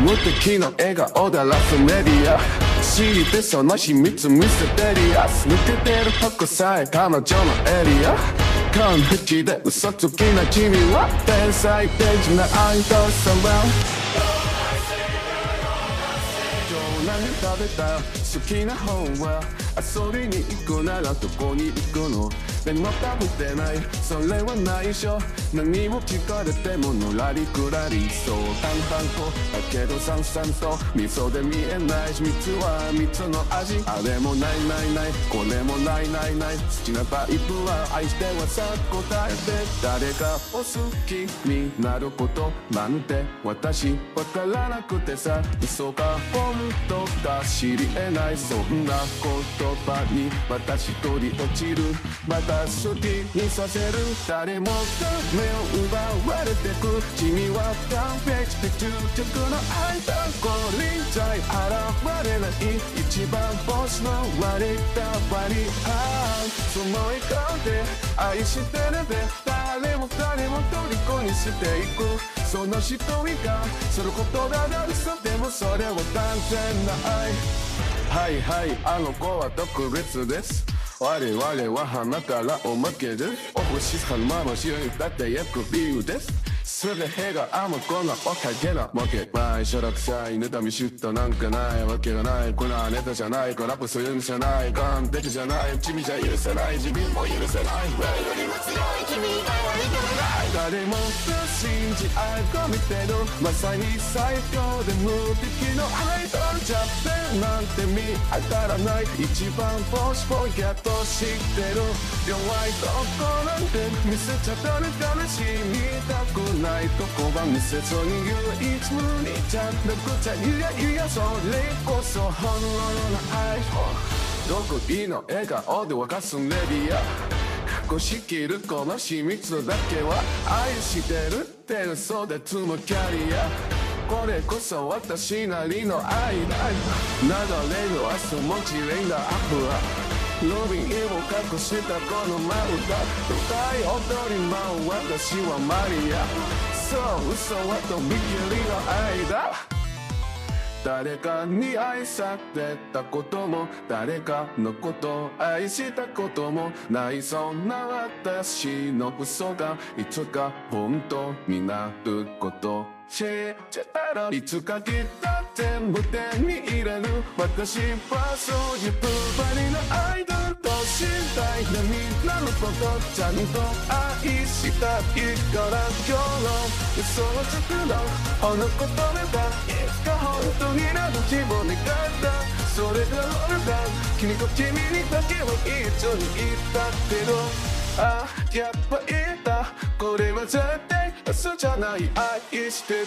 無敵の笑顔でらすメディア知ってその秘密ミステリアス抜けてるとこさえ彼女のエリア完璧で嘘つきな君は天才的なアイドルさ今日何食べた好きな本は遊びに行くならどこに行くの何も食べてないそれは内緒何を聞かれてものらりくらりそう淡々とだけどさんさんと味噌で見えない秘密は蜜の味あれもないないないこれもないないない好きなタイプは愛してはさ答えて誰がお好きになることなんて私わからなくてさ嘘か本当か知り得ないそんな言葉に私取り落ちるまた好きにさせる誰もが目を奪われてく君は完璧で究極の愛だこれじゃ現れない一番星の割りた割り合うその笑顔で愛してるで誰も誰も虜にしていくその瞳がそのことだなるさでもそれは断然な愛はいはいあの子は特別です我々は花からおまけですお星様の白いだってよくビューですすぐ部があむこのおかげなわけないしょらくさい妬み嫉妬なんかないわけがないこれはネタじゃないコラボするんじゃない完璧じゃない君じゃ許せない自分も許せない誰よりも強い君以外はいけない誰もが信じ合い込みてるまさに最強で無敵のアイドルじゃってなんて見当たらない一番星ぼやっと知ってる弱いとこなんて見せちゃダメ悲しみたくないとこは見せずに言ういつもにちゃんとくちゃいやいやそれこそ本物の愛得意の笑顔で沸かすメディアこしきるこの秘密だけは愛してるって嘘で積むキャリアこれこそ私なりの愛だ流れる明日も地面がアップはロビンを隠したこの丸だ歌い踊り舞う私はマリアそう嘘はと見切りの愛だ誰かに愛されたことも誰かのことを愛したこともないそんな私の嘘がいつか本当になること知ってたらいつかきっと全部手に入れる私はそういうプバリのアイドルとしたい涙のことちゃんと愛したいから今日の嘘をつくのこの言葉がいつか本当になる自分に勝ったそれが俺だ君と君にだけは一緒に言ったけどあやっぱ言ったこれは絶対嘘じゃない愛してる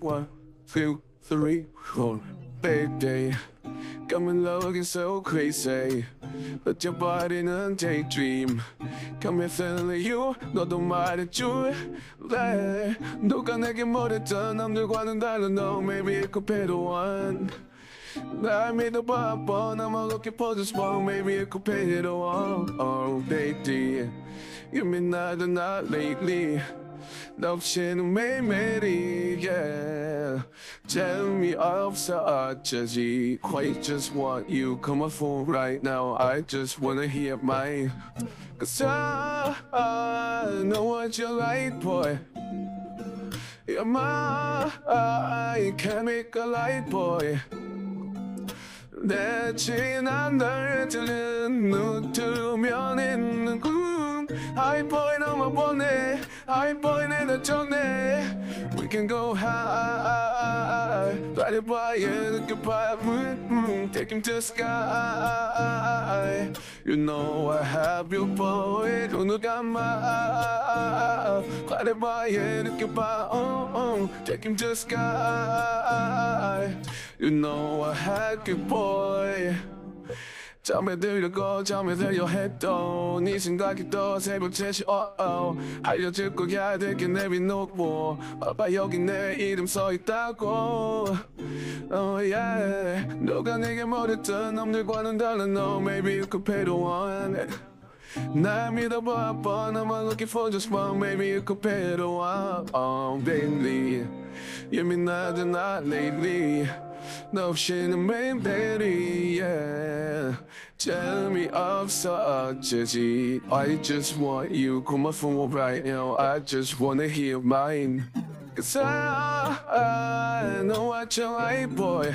One, two, three, four. Big day. Coming looking so crazy. But your body in a daydream. Coming feeling you. 너도 말해줄. 래 누가 내게 말했던 남들과는 다른 너. Maybe it could be the one. 날 믿어봐 뻔하면 그렇게 퍼져서 Maybe it could be the one. Oh, baby. You mean not the night lately. 당신은 매일매일이 yeah. 재미없어 어쩌지 Quite just what you come up for right now I just wanna hear my Cause I, I know what you like boy You're my chemical light boy 내 지난 날 들은 누트면 있는 꿈 I boy 너무 보내 I boy 내너 전에 We can go high Right by it goodbye mm, Take him to sky You know I have you boy 또 누가 말 Right by it goodbye oh, oh, Take him to sky You know I had you boy 잠에 들려고 잠에 들려 해도 네 생각이 또 새벽채시 오오 알려줄 거야 되게 내비 놓고 봐봐 여기 내 이름 써 있다고 Oh yeah 누가 내게 말했던 남들과는 다른 No maybe you could pay the one 날 믿어봐 but I'm looking for just one Maybe you could pay the one Oh baby 예민하지 나 lately 너 없이는 매일 대리 yeah 재미없어 어쩌지 I just want you call my phone right now I just wanna hear mine Cause I, I know what you like boy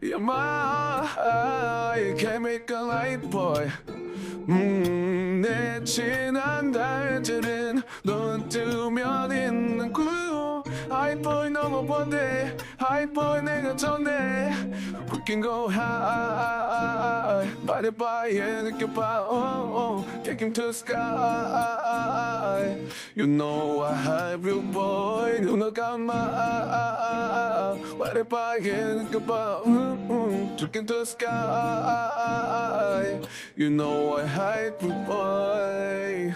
You're my chemical light boy 음, 내 지난 날들은 넌 뜨면 있는 구요 하이보이 너무 번데 하이보이 내가 전해 웃긴 거 하이 바디바에 느껴봐 oh, oh, Take him to sky You know I have you boy 누나가 마 바디바에 느껴봐 음, 음, Take him to sky You know I have you boy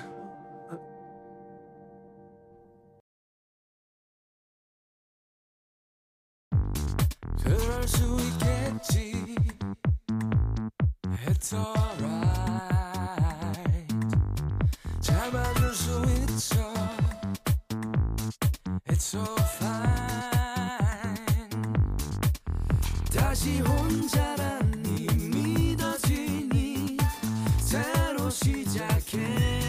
그럴 수 있겠지 It's alright 잡아줄 수 있어 It's so fine 다시 혼자라니 믿어지니 새로 시작해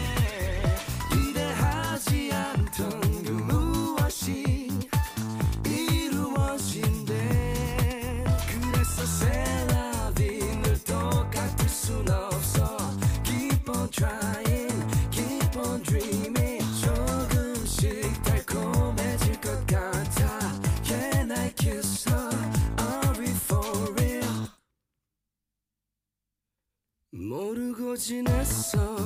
기대하지 않던 그 무엇이 이루어진대 그래서 새나비 늘 똑같을 순 없어 Keep on trying Keep on dreaming 조금씩 달콤해질 것 같아 Can I kiss her? Are we for real? 모르고 지냈어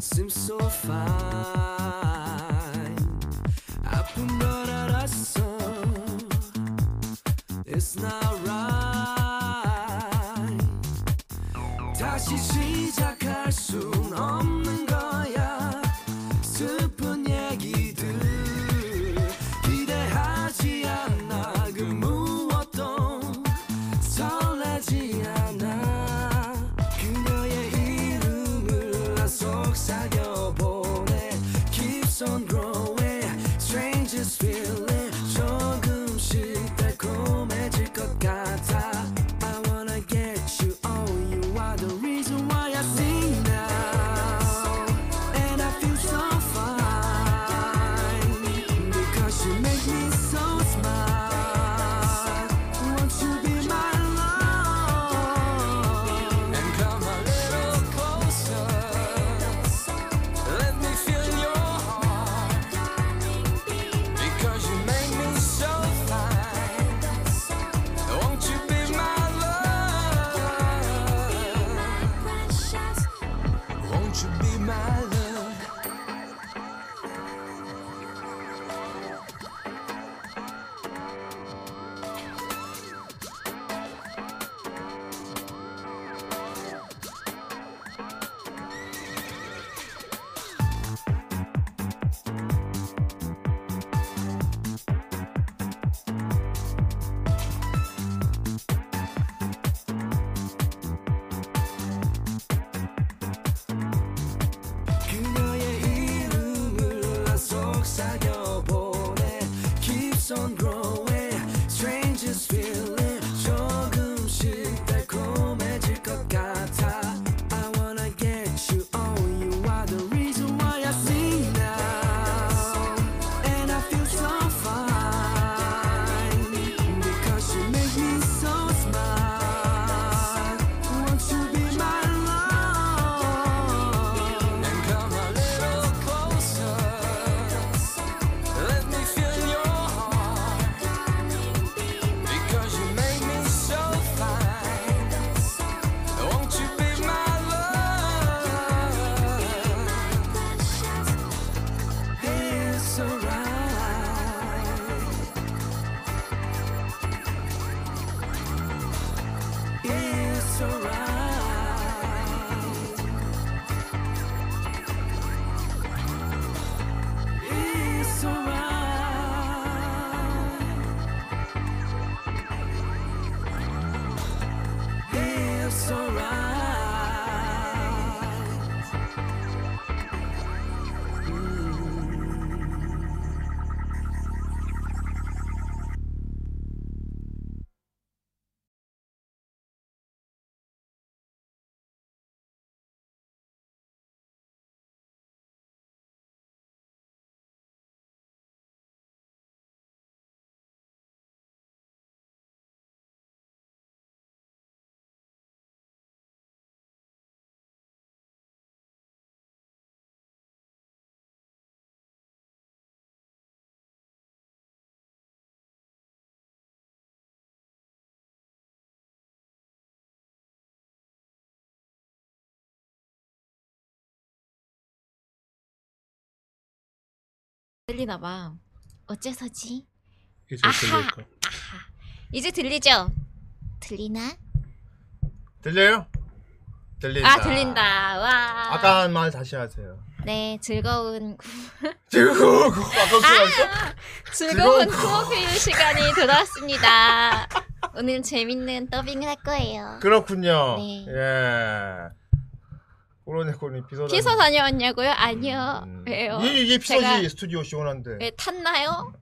Seems so fine 아픈 걸 알았어 It's not right 다시 시작할 순 없는 거야 슬픈 얘기들 기대하지 않아 그 무엇도 설레지 않아 그녀의 이름을 나 속삭여보네 Keeps on growing Strangest feeling 조금씩 달콤해질 것 같아 I wanna get you Oh you are the reason why I sing now And I feel so fine Because you make me so smile Won't you be my love And come a little closer Let me feel your heart Because you make me so fine Won't you be my love Won't you be my love 그녀의 이름을 나 속삭여보네 Keeps on growing Strangest feeling 조금씩 달콤해질 것 같아 I wanna get you Oh you are the reason why I sing now And I feel so fine Because you make me so smile Won't you be my love And come a little closer Let me feel your heart Because you 들리나 봐. 어째서지? 이제 아하! 들릴까? 아하. 이제 들리죠? 들리나? 들려요? 들린다. 아, 들린다. 와. 아까 한 말 다시 하세요. 네, 즐거운 즐거워. 아까 그거 했어? 즐거운 즐거운 투어 필 시간이 돌아왔습니다. 오늘 재밌는 더빙을 할 거예요. 그렇군요. 네. 예. 꼬로네코님 비서. 피서 다녀왔냐고요? 아니요. 왜요? 이게, 이게 피서지 제가 네. 스튜디오 시원한데. 왜 탔나요?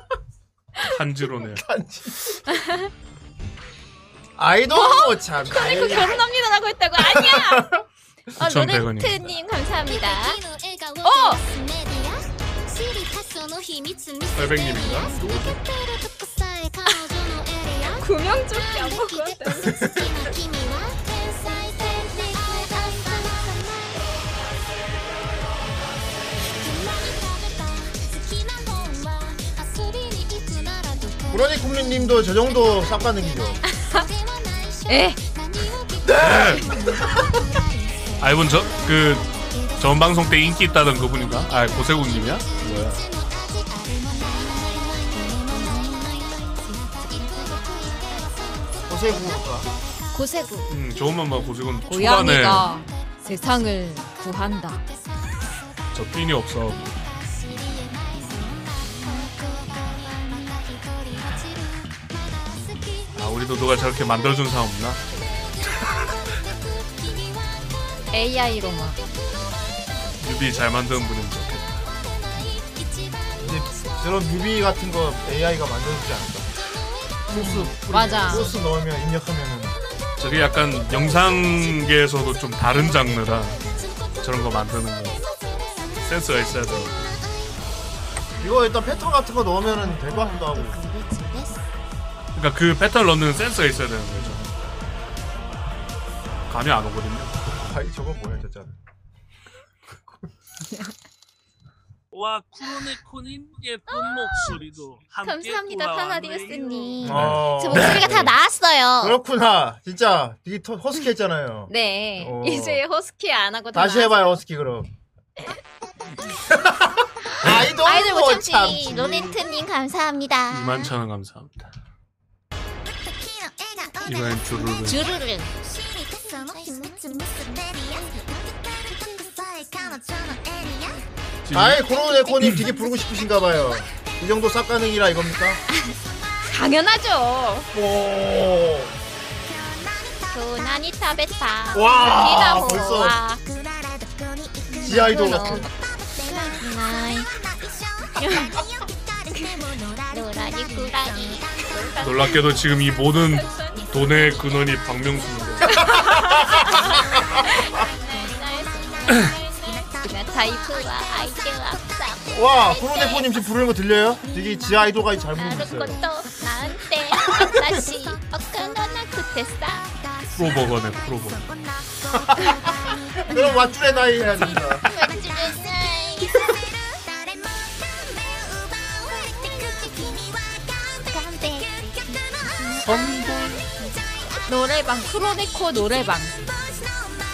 한지로네. 단지. 아이돌 뭐 참. 어? 그리고 그러니까 결혼합니다라고 했다고 아니야. 아, 2,100 로렌트님 감사합니다. 어! 君の笑顔おが進めるや知りたその秘密見せてみや 800님인가? 抜けてるとこさえ彼女のエリア 구명조끼 안 好き 먹고 な君は天才天才天才好きな本は遊びに行くならどこ 꼬로네코님도 저 정도 싹 가는 기죠. え 네. 아 이분 저그 전방송 때 인기 있다던 그분인가? 아 고세훈님이야? 뭐야? 고세 부부가. 고세구. 음 좋은 맘만 고세훈 초반에 고양이가 세상을 구한다. 저 핀이 없어. 아 우리도 누가 저렇게 만들어준 사람 없나? AI로만. 뮤비 잘 만드는 분이면 좋겠다. 이제 저런 뮤비 같은 거 AI가 만들어주지 않을까. 소스. 뿌리- 맞아. 소스 넣으면 입력하면은. 저게 약간 영상계에서도 좀 다른 장르라 저런 거 만드는 거 센스가 있어야 돼. 이거 일단 패턴 같은 거 넣으면은 될 것 같기도 하고. 그러니까 그 패턴 넣는 센스가 있어야 되는 거죠. 감이 안 오거든요. 아이 저건 뭐야 저 짠. 와 쿠로네코님 예쁜 목소리도 함께 아, 감사합니다, 돌아왔네요. 파나디우스님. 어. 제 목소리가 다 나았어요. 그렇구나. 진짜 되게 토- 허스키했잖아요. 네. 어. 이제 허스키 안 하고 다 다시 나았어요. 해봐요 허스키 그럼. 아이돌, 아이들 뭐 못 참지. 참지. 로렌트님 감사합니다. 이만찬원 감사합니다. 이번엔 이번엔 주르르. 주르르. 지금 아이 코로네코님 되게 부르고 싶으신가봐요. 이 정도 쌉가능이라 이겁니까? 당연하죠. 어. 오. 도난이 타베타. 와, 기다호. 벌써. 와. 지 아이돌 같아. 나이. 노라니 꾸라니. 놀랍게도 지금 이 모든 돈의 근원이 박명수입니다. 나 타이프와 아이디와 싸고. 와 코로네코님 지금 부르는 거 들려요? 되게 지 아이돌까지 잘 부르고 나는 있어요. 것도 나한테 다시 어까나 그때싸. 프로버거네 프로버. 그럼 와줄의 나이 해야 된다. 노래방 크로네코 노래방.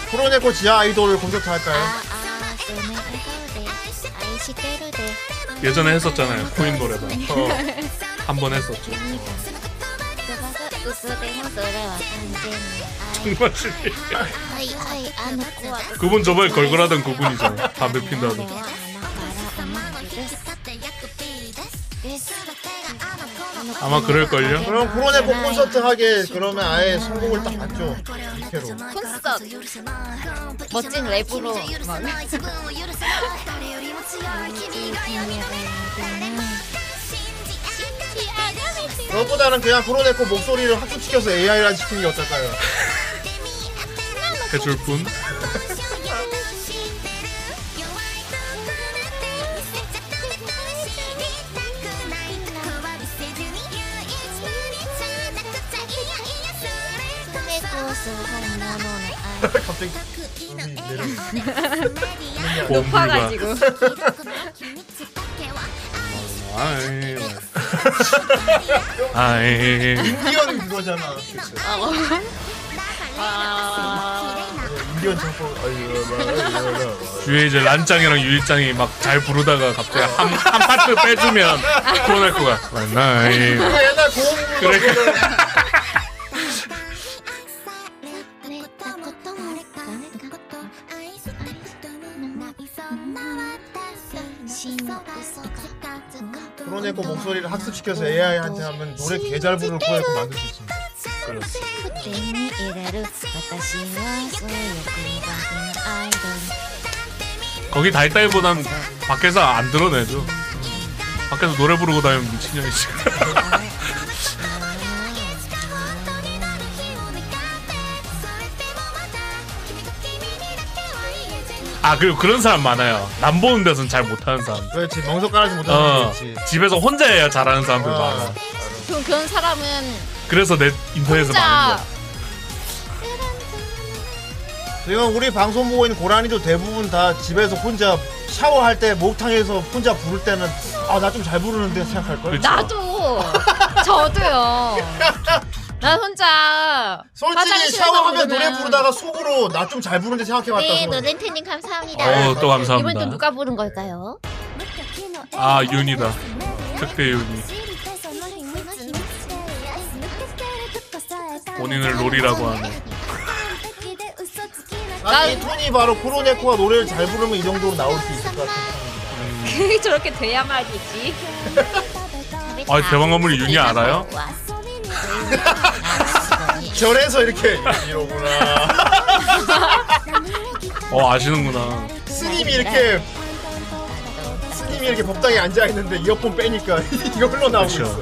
코로네코 지하 아이돌 콘서트 할까요? 아, 너네 알고래. 아이시대로래. 예전에 했었잖아요 코인 노래방. 한 번 했었죠. 너가 웃어대는 노래와 반대네. 아이, 정말 신기해. 아이, 아이, 안 웃고 와. 그분 저번에 걸걸하던 그분이잖아. 담배 핀다는. 내가 아나 바라 엄마를 됐어. 됐어. 아마 그럴걸요? 그럼 코로네코 콘서트 하게 그러면 아예 선곡을 딱 받죠. 이렇게로. 콘서트 멋진 랩으로 막. 그것보다는 그냥 코로네코 목소리를 학습시켜서 AI랑 시키는 게 어떨까요? 해줄 뿐. 갑자기 네. 봄불과. 아이. 예. 아이. 네, 예, 어. 인디언 그거잖아. 그쵸? 아, 미디언 뭐, 창법 아유 주위에 이제 란짱이랑 유일짱이 막 잘 부르다가 갑자기 한, 한 파트 빼주면 코어날 것 같아. 예, 나이. 옛날 고음 그래. 프로네코 목소리를 학습시켜서 AI한테 하면 노래 개잘 부르는 프로네코 만들 수 있습니다. 거기 달달보단 밖에서 안 드러내죠. 밖에서 노래 부르고 다니면 미친년이지. 아 그리고 그런 사람 많아요. 남 보는 데서는 잘 못하는 사람. 그렇지 멍석가라지 못하는 어 거 있지. 집에서 혼자 해야 잘하는 사람들 많아. 아, 그럼 그런 사람은 그래서 내 인터넷에서 많은 혼자 거야. 지금 우리 방송 보고 있는 고라니도 대부분 다 집에서 혼자 샤워할 때 목탕에서 혼자 부를 때는 아 나 좀 잘 부르는데 생각할 걸. 그치. 나도 저도요. 난 혼자 솔직히 화장실에서 그 샤워하면 노래 부르면- 부르다가 속으로 나 좀 잘 부르는데 생각해봤다. 네, 생각해. 노렌트님 감사합니다. 어우 또 이번 또 감사합니다. 누가 부른 걸까요? 아 윤이다. 특대 윤이. 본인을 롤이라고 하네. 아니 톤이 바로 코로네코가 노래를 잘 부르면 이 정도로 나올 수 있을 것 같아. 그게 저렇게 돼야만이지. 아 대왕 건물이 윤이 알아요? 절에서 이렇게 이러구나. 어 아시는구나. 스님이 이렇게 스님이 이렇게 법당에 앉아 있는데 이어폰 빼니까 이거 흘러나오고 그쵸. 있어.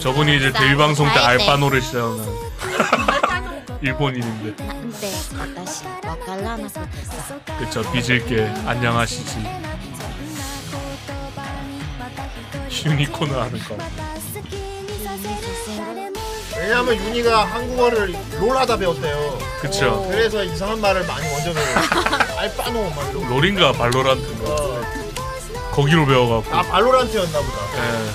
저분이 이제 데뷔 방송 때 알바 노래 시작하는 일본인인데 그쵸 빚을게 안녕하시지 유니콘을 하는 거 왜냐하면 윤희가 한국어를 롤하다 배웠대요. 그쵸 그래서 이상한 말을 많이 먼저 배워. 알바노 막 이러고. 롤인가 발로란트인가 거기로 배워갖고 아 발로란트였나 보다. 예,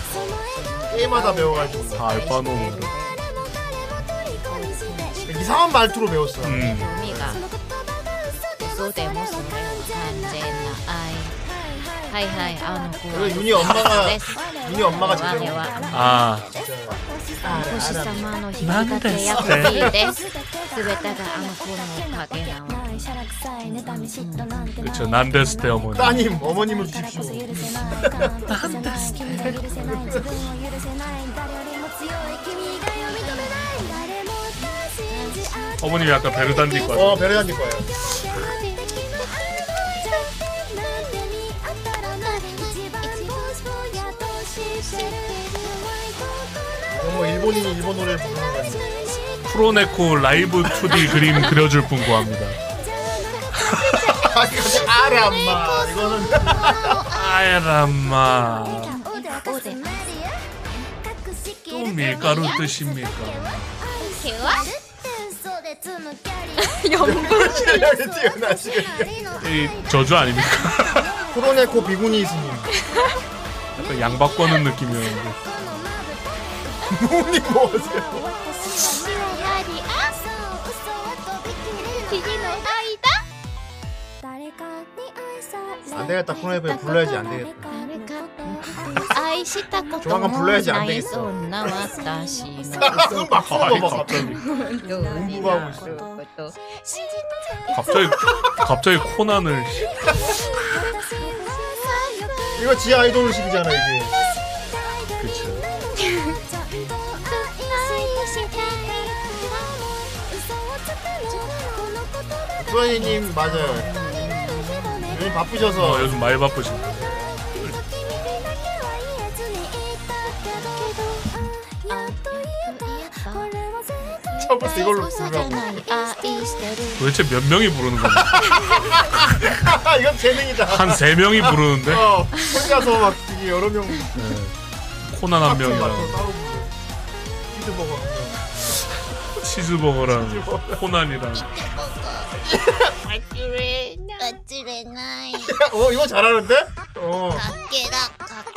게임하다 배워가지고 다 알바노 뭐 이런. 네, 이상한 말투로 배웠어. 음 그리고 윤희 엄마가 윤희 엄마가 제대로. 아 아, 그쵸 난 됐을 때 어머니 따님 어머님을 주십시오. 어머님이 약간 베르단디 것 어 같아 베레단일 거예요. 뭐 일본인이 일본 노래 부르는 거 아니야? 프로네코 라이브 2D 그림 그려줄 분 구합니다 아 이거 알아 엄마. 이거는 아야람마 또 밀가루 뜻입니까? 실력이 뛰어나시게. 이 저주 아닙니까? 코로네코 비구니 스님. 약간 양박 거는 느낌이었는데 눈이 뭐세요? 안 되겠다 코로네코에 불러야지 안 되겠다. 조만간 불러야지 안 되겠어. 그럼 막 아이, 막 갑자기 공부하고 있어. 갑자기 갑자기 코난을 아, 이거 지 아이돌식이잖아 이게. 그쵸 수현이님 맞아요. 아, 요즘 어, 바쁘셔서 요즘 많이 바쁘신데 처음부터 이걸로 부르라고. 도대체 몇 명이 부르는 거야? 아 이건 재능이다. 한 세 명이 부르는데 어 혼자서 막 이게 여러 명 네. 코난 한 합쳐 명이랑 갖고 따로 부르고. 뭐 피드버거 한 명. 치즈버거랑 코난이랑 어 이거 잘하는데? 어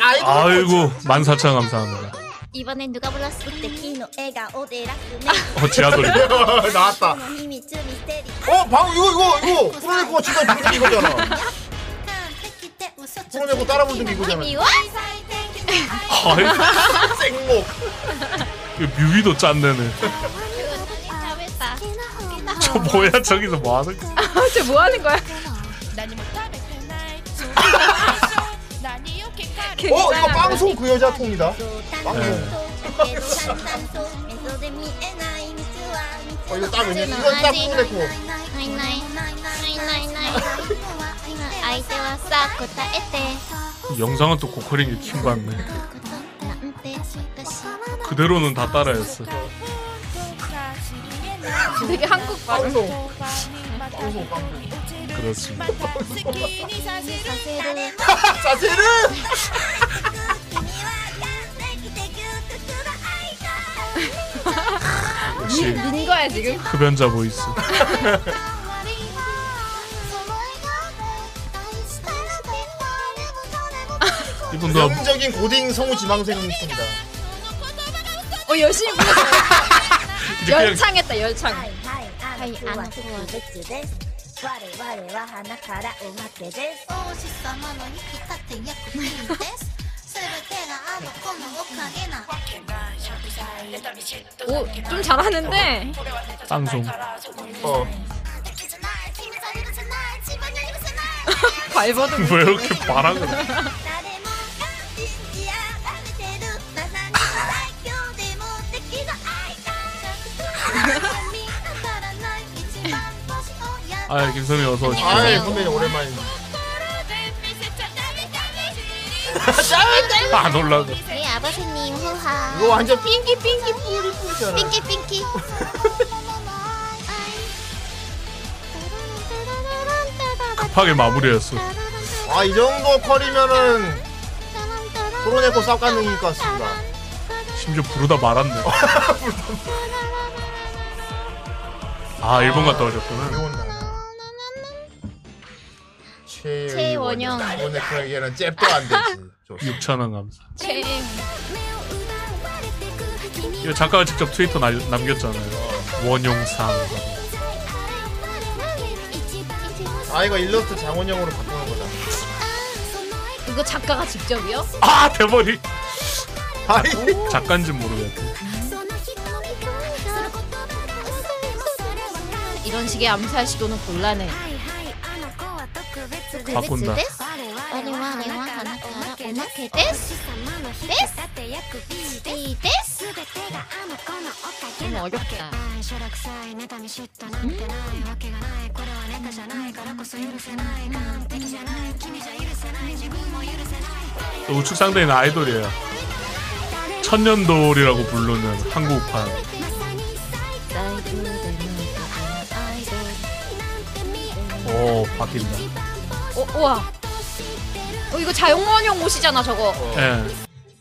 아이돌 아이고 14,000 감사합니다. 이번엔 누가 불렀을 때 키? の笑顔で楽ね 어 지하돌이 나왔다. この秘密ミステリー 어, 방금 이거 이거 이거 프로네코 진짜 부르는 게 이거잖아. なんてきてもしょっちゅう 프로네코 따라 부르는 게 이거잖아. 이거? 아이, 생목. 이 뮤비도 짠내네 잘했다. 저 뭐야 저기서 뭐하는 거야 아, 쟤 뭐하는 거야? 어, 이거 방송 그 여자 통이다. 淡々 네, とけど淡々と溝で見えない道は道 어, 이거 딱 왜냐? 이건 딱 프로네코. ないないないないないない相手はさ答えて 영상은 또 고퀄이게 킹받네 なんて昔 그대로는 다 따라했어 되게 한국 발음. 방송 방송. 그렇지 させられ 사실은 君は完璧で究極の愛だ 역시 그 민 거야 지금? 흡연자 보이스 終わりはその笑顔で愛したら絶対 이분 도 명적인 고딩 성우 지망생 통이다. 어 열심히 불렀어. 이제 그냥 열창했다 열창. はいはいあの子は別です我々は花からおまけです王子様の生きたて役品です全てがあの子のおかげな 오 좀 잘하는데 쌍송 어. 敵じゃない君じゃ許せない自分には許せない 발버둥. 왜 이렇게 바라고 誰もが信じ合われてるまさに最強でも敵の愛だ見当たらない一番星をや 아 김선미 어서 오십시오 아이 예, 선배님 오랜만이네. 안 올라가 우리 네, 아버지님 호하 이거 완전 삥기 삥기 뿌리 뿌리잖아. 핑키 핑키 パ 급하게 마무리했어 아 이 정도 컬이면은 토론했고 싸가능일것 같습니다. 심지어 부르다 말았네 아 일본 갔다 오셨구나 어려운 단어. 최원영. 토론했고에게는 그 잽도 안 되지. 좋습니다. 6천원 감사 최 이거 작가가 직접 트위터 날, 남겼잖아요 원용상 아 이거 일러스트 장원영으로 바꾸는 거다. 이거 작가가 직접이요? 아 대머리 아니 작가인지 모르겠다 이런 식의 암살 시도는 곤란해. 바꾼다 我々は花からおまけですですです全てがあの子のおかげ 너무 な 어렵다. 또 우측 상단에는 아이돌이에요 천년돌이라고 부르는 한국판 오 바뀐다 어 우와. 어 이거 자영원형 옷이잖아 저거. 어. 예.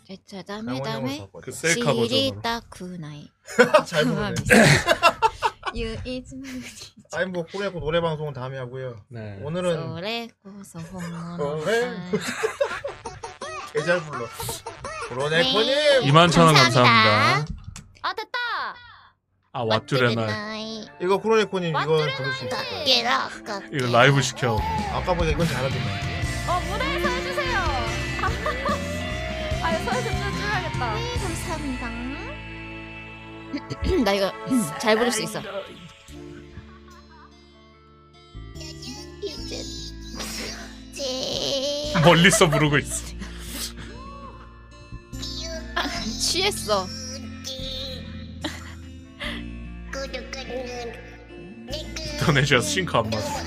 진짜 장원영으로 다메다메 바꿨다. 그 셀카 버전으로 たく ない 잘 아, 부르네. 唯一 아니 뭐 토론했고 노래 방송은 다음에 하고요. 네. 오늘은 れこ そ本のだ 개잘 불러. 네. 토론했고님 2만천원 감사합니다 아 됐다 아 왓쥬레나 이거 토론했고님 이거 부를 수 있을 거예요. 깨라까 이거 라이브 시켜 아까 보다 이건 잘하더만. 어 무대에서 해주세요. 아 서해서 해줘야겠다. 감사합니다 나 이거 잘 부를 수 있어 멀리서 부르고 있어 취했어 인도네시아 싱크 안 맞아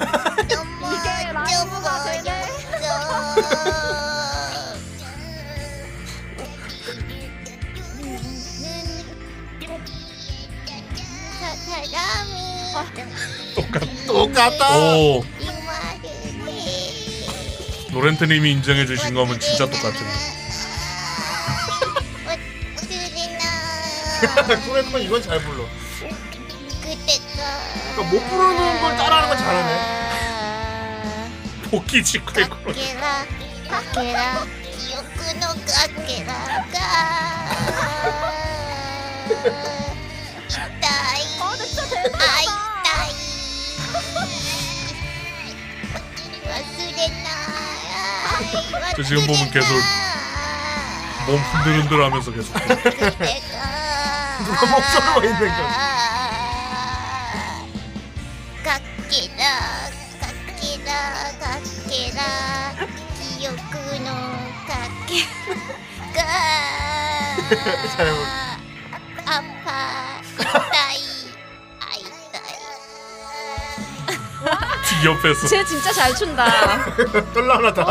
이게 라이브가 되네. Ah. Ah. 똑같 똑같다. 오 노렌트님이 인정해주신 거면 진짜 똑같은 아. 쿠레콘 이건 잘 불러. 그때가 그러니까 못 부르는 걸 아, 따라하는 건 잘하네. 복귀 직후에 か 콜 けらかけら記憶のかけらが痛い会いたい忘れない 저뭐 지금 보면 계속 몸 흔들흔들 하면서 계속 뭐 누가 목소리가 있는 거야. 깎이라 깎이라 깎이라 기억의 깎이라 잘못. 아파 다이 아이다이 뒤 옆에서 쟤 진짜 잘 춘다. 떨라나다.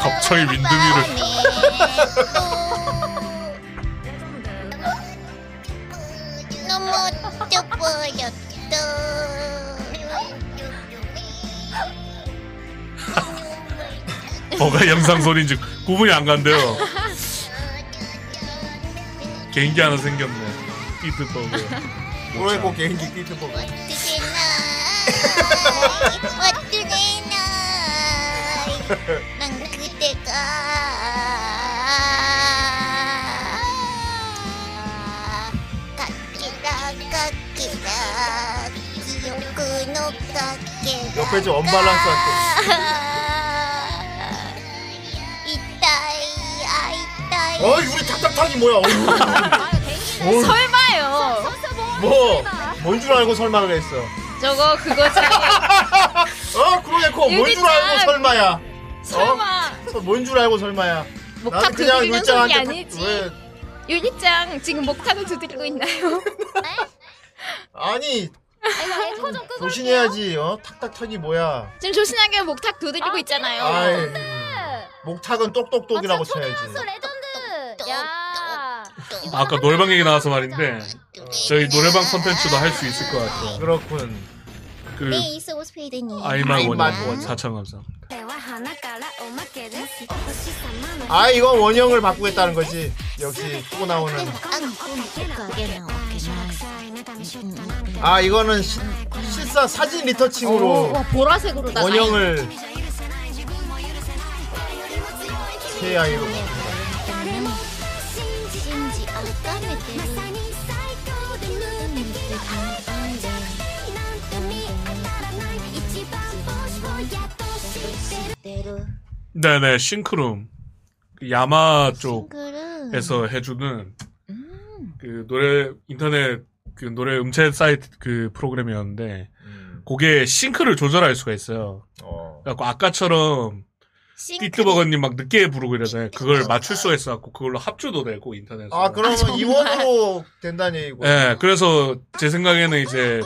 갑자기 민등이를. 너무 쪄버렸다 뭐가 영상 소리인지 구분이 안 간대요. 개인기 하나 생겼네. 삐뚤거고요. 쿠레콘 개인기 삐트 뽑아. 어떻게 나 어떻게 나난 그대가 깎이라 깎이라 기억은 없깎이라 옆에 좀 언밸런스 이따이 아이따이 어이 우리 탁탁탁이 뭐야? 아, 어이. 어이, 설마요. 뭐? 뭔 줄 알고 설마를 했어. 저거 그거지. 어 쿠레콘 뭔 줄 알고 유리창. 설마야. 어? 설마. 뭔 줄 알고 설마야. 목탁 나는 그냥 두드리는 율장한테 소리 탁- 아니지? 왜? 유리짱 지금 목탁을 두드리고 있나요? 아니 에코 좀 끄고. 조심해야지. 어 탁탁탁이 뭐야? 지금 조신하게 목탁 두드리고 있잖아요. 아이 음. 목탁은 똑똑똑이라고 쳐야지. 똑, 레전드. 야. 아까 노래방 얘기 나와서 말인데 저희 노래방 컨텐츠도 할 수 있을 것 같아요. 그렇군. 그 네, 이승우 스페이드님. 아이만 아이만 원이 원이. 사천 감사. 아 이건 원형을 바꾸겠다는 거지. 역시 투고 나오는. 아 이거는 시- 실사 사진 리터칭으로 어, 와 보라색으로다가. 원형을 KI로 바꾼다. 네네 싱크룸 그 야마 쪽에서 그룹. 해주는 음. 그 노래 인터넷 그 노래 음체 사이트 그 프로그램이었는데 음, 그게 싱크를 조절할 수가 있어요. 어. 그래갖고 아까처럼 띠뜨버거님 막 늦게 부르고 이러잖아요. 그걸 맞출 수가 있어갖고 그걸로 합주도 되고 인터넷에서. 아 그러면 이원으로 된다는 얘기고. 예, 그래서 제 생각에는 이제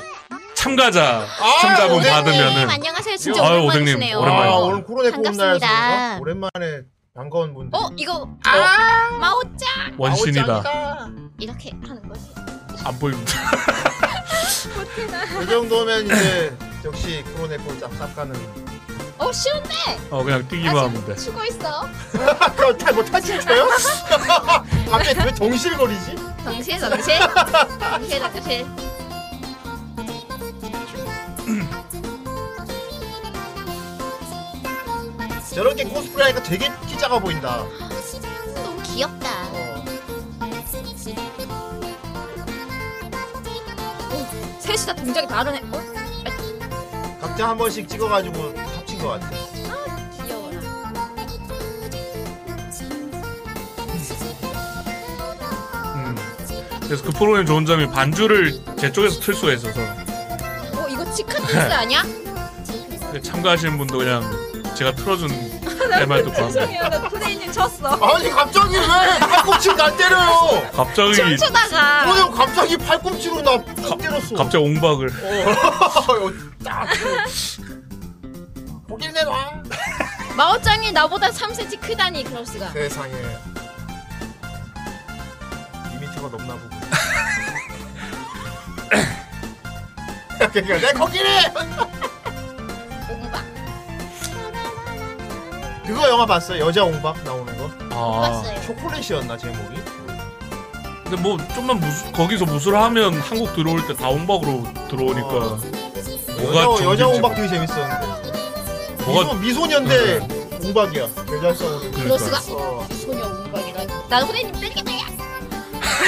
참가자 아, 시청자분 오뎅님. 님 받으면은 네, 안녕하세요. 진짜 아유, 오랜만이시네요. 오뎅님, 오랜만이다. 아 오늘 코로나 반갑습니다. 꿈나라서 오랜만에 반가운 분들. 어 이거 아 뭐? 마오짱 원신이다. 아오짱이다. 이렇게 하는 거지. 안 보입니다. 이그 정도면 이제 역시 코로네코 짭짭 가는 어 쉬운데 어, 그냥 뛰기만 하면 네. 돼. 아직 추고 있어. 아, 그럼 다 못하실 거예요? 갑자기 왜 정실거리지? 정신 정신 정신 정신. 저렇게 코스프레 하니까 되게 키 작아 보인다 너무 귀엽다. 어. 셋이 다 동작이 다르네. 어? 각자 한 번씩 찍어가지고 합친 것 같아 귀여워라. 음. 그래서 그 프로그램 좋은 점이 반주를 제 쪽에서 틀 수가 있어서 어 이거 치카 댄스 아니야? 참가하시는 분도 그냥 제가 틀어준 내말 듣고 합니다. 죄송해요 나 프레이님 쳤어. 아니 갑자기 왜 팔꿈치를 날 때려요 갑자기 춤추다가 오늘 갑자기 팔꿈치로 나팍 때렸어 갑자기 옹박을 어. 딱. 보길 내놔 마오짱이 나보다 3cm 크다니 그럴 수가. 세상에 2미터가 넘나 보고 그러니까 내 코끼리! 오빠 그거 영화 봤어요? 여자 옹박 나오는 거? 아 봤어요. 초콜릿이었나 제목이? 근데 뭐 좀만 무술, 거기서 무술하면 한국 들어올 때 다 홍박으로 들어오니까 어. 뭐가 여자, 좀 문제지? 여자 홍박 되게 재밌었는데 뭐가 네. 미소, 미소년대 홍박이야 여자 성우 그러니까. 수가 어. 소녀 운박이라. 난 후대님 때리겠다. 야.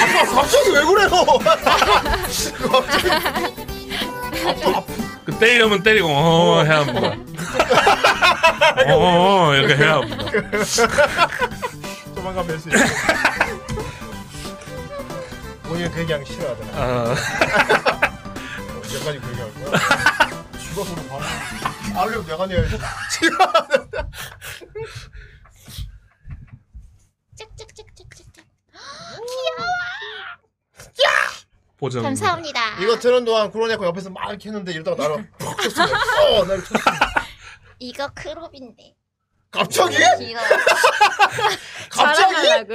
아, 갑자기 왜 그래요 갑자기 그 때리려면 때리고 어 해야 합니다. 어 이렇게 해야 합니다. 조만간 뵐 수 있어 오늘 그 얘기하기 싫어하더라 아, 여기까지 그 얘기할 거야 죽어서 봐 알력 내가 내야지 짝짝짝짝짝짝. 보정. 감사합니다. 이거 트는 동안 쿠로네코 옆에서 막 이렇게 했는데 이러다가 나를 푹 쳤어 어 나를 쳤어 이거 크롭인데. 갑자기 귀여워. 갑자기 자랑하라고.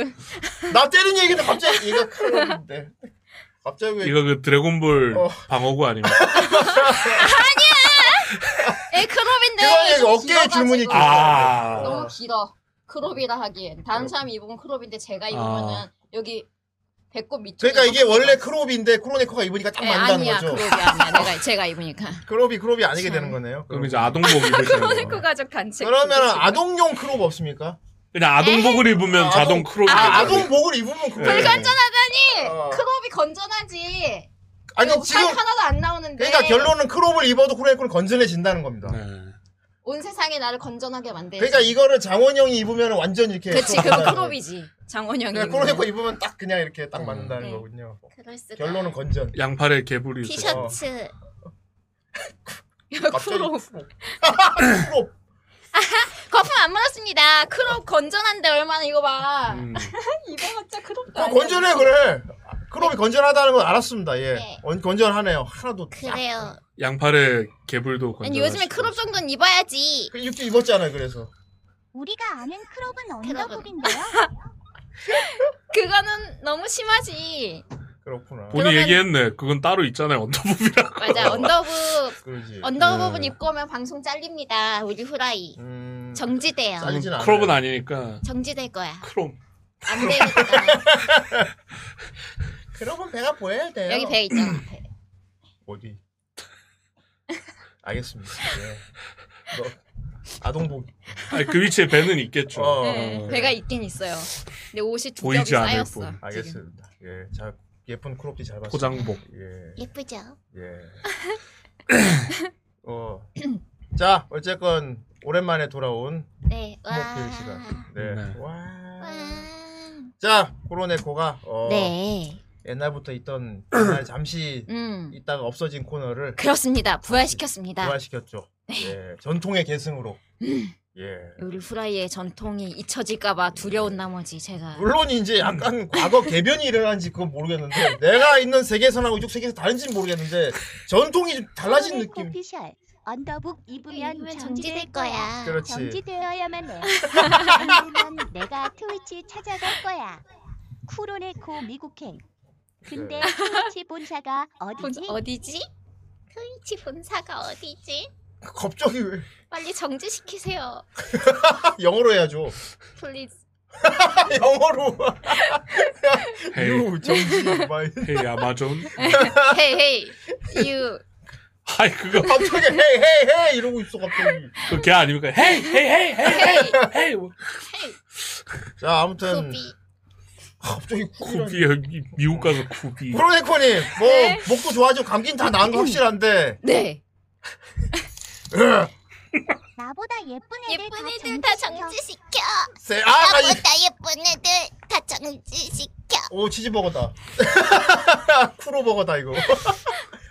나 때린 얘기인데 갑자기 얘가 크로네코인데 갑자기 왜 이거 그 드래곤볼 어. 방어구 아닌가? 에 크롭인데. 그건 여기 좀 어깨에 길어가지고. 줄무늬 끼고 아. 너무 길어. 크롭이라 하기엔 다른 사람이 입으면 크롭인데 제가 입으면은 아. 여기 배꼽 밑. 그러니까 이게 원래 크롭인데 크로네코가 입으니까 딱 에, 맞다는 아니야 거죠 크롭이 아니야. 내가 제가 입으니까. 크롭이 크롭이 아니게 되는 거네요 그럼 이제 아동복 입을 때는 뭐. 가족 단체. 그러면 아동용 크롭 없습니까? 그냥 아동복을 입으면 아, 자동 아동- 크롭이 네. 아, 되잖아요. 아동복을 입으면 크롭 불건전하다니. 어. 크롭이 건전하지. 아니 여기 살 지금 하나도 안 나오는데. 그러니까 결론은 크롭을 입어도 크로네코는 건전해진다는 겁니다 네. 온 세상에 나를 건전하게 만들. 그러니까 이거를 장원영이 입으면 완전 이렇게 네. 그치 쏟아나요. 그럼 크롭이지. 장원영이. 그러니까 입는. 코로네코 입으면 딱 그냥 이렇게 딱 맞는다는 음. 거군요. 그럴 수가. 결론은 건전. 양팔에 개불이 있어요. 티셔츠. 야, 갑자기 크롭. 크롭. 아, 거품 안 묻었습니다. 크롭 건전한데 얼마나 이거 봐. 음. 입어봤자 크롭도 아, 아니야. 건전해 그래. 크롭이 건전하다는 건 알았습니다. 예. 네. 건- 건전하네요. 하나도. 그래요. 양팔에 개불도 건져. 아니 요즘에 크롭 정도는 입어야지. 그 육도 입었잖아요. 그래서. 우리가 아는 크롭은 언더복인데요. 그거는 너무 심하지. 그렇구나. 본인 그러면- 얘기했네. 그건 따로 있잖아요. 언더부비라고. 맞아 언더부 그러지. 언더부 네. 부분 입고 오면 방송 잘립니다. 우리 후라이 음. 정지돼요. 짤- 알진 않아요. 크롭은 아니니까. 정지될 거야. 크롭. 안 되겠다. 크롭은 배가 보여야 돼요. 여기 배 있잖아. 배. 어디? 알겠습니다. 예. 너 아동복. 아니, 그 위치에 배는 있겠죠. 어. 네, 배가 있긴 있어요. 근데 옷이 두 겹이 그렇죠. 보이지 않을 쌓였어. 뿐. 지금. 알겠습니다. 예. 잘 예쁜 크롭티 잘 봤어요. 포장복. 예. 예쁘죠? 예. 어. 자, 어쨌건 오랜만에 돌아온 네. 와. 목요일 시간. 네. 네. 와. 와. 자, 코로네코가 어, 네. 옛날부터 있던 옛날에 잠시 음 있다가 없어진 코너를 그렇습니다. 부활시켰습니다. 부활시켰죠. 예. 전통의 계승으로. 예. 우리 후라이의 전통이 잊혀질까봐 두려운 나머지 제가 물론 이제 약간 과거 개변이 일어난지 그건 모르겠는데 내가 있는 세계선하고 이쪽 세계에서 다른지는 모르겠는데 전통이 좀 달라진 느낌. 오피셜 언더북 입으면 이면 정지될 정지될 거야. 거야. 그렇지. 정지되어야만 해. 아니면 내가 트위치 찾아갈 거야. 쿠로네코 미국행. 네. 근데 트위치 본사가 본- 어디지? 어디지? 트위치 본사가 어디지? 갑자기 왜 빨리 정지시키세요. 영어로 해야죠. 플리즈. 아, 영어로. 헤이, 유 정지 마이. 헤이 아마존. 헤이 헤이 유 아이 그거 갑자기 헤이 헤이 헤이 이러고 있어 갑자기. 그걔 아닙니까? 헤이 헤이 헤이 헤이 헤이 헤이. 자 아무튼 구비. 갑자기 쿠비 여기 미국 가서 쿠비. 프로네코님 뭐 목도 좋아지고 감기는 다 나은 거 확실한데 네 나보다 예쁜 애들 예쁜 애들 다 정지시켜. 정지시켜. 세아가지 나보다 예쁜 애들 다 정지시켜. 오 치즈버거다. 쿠로버거다 이거.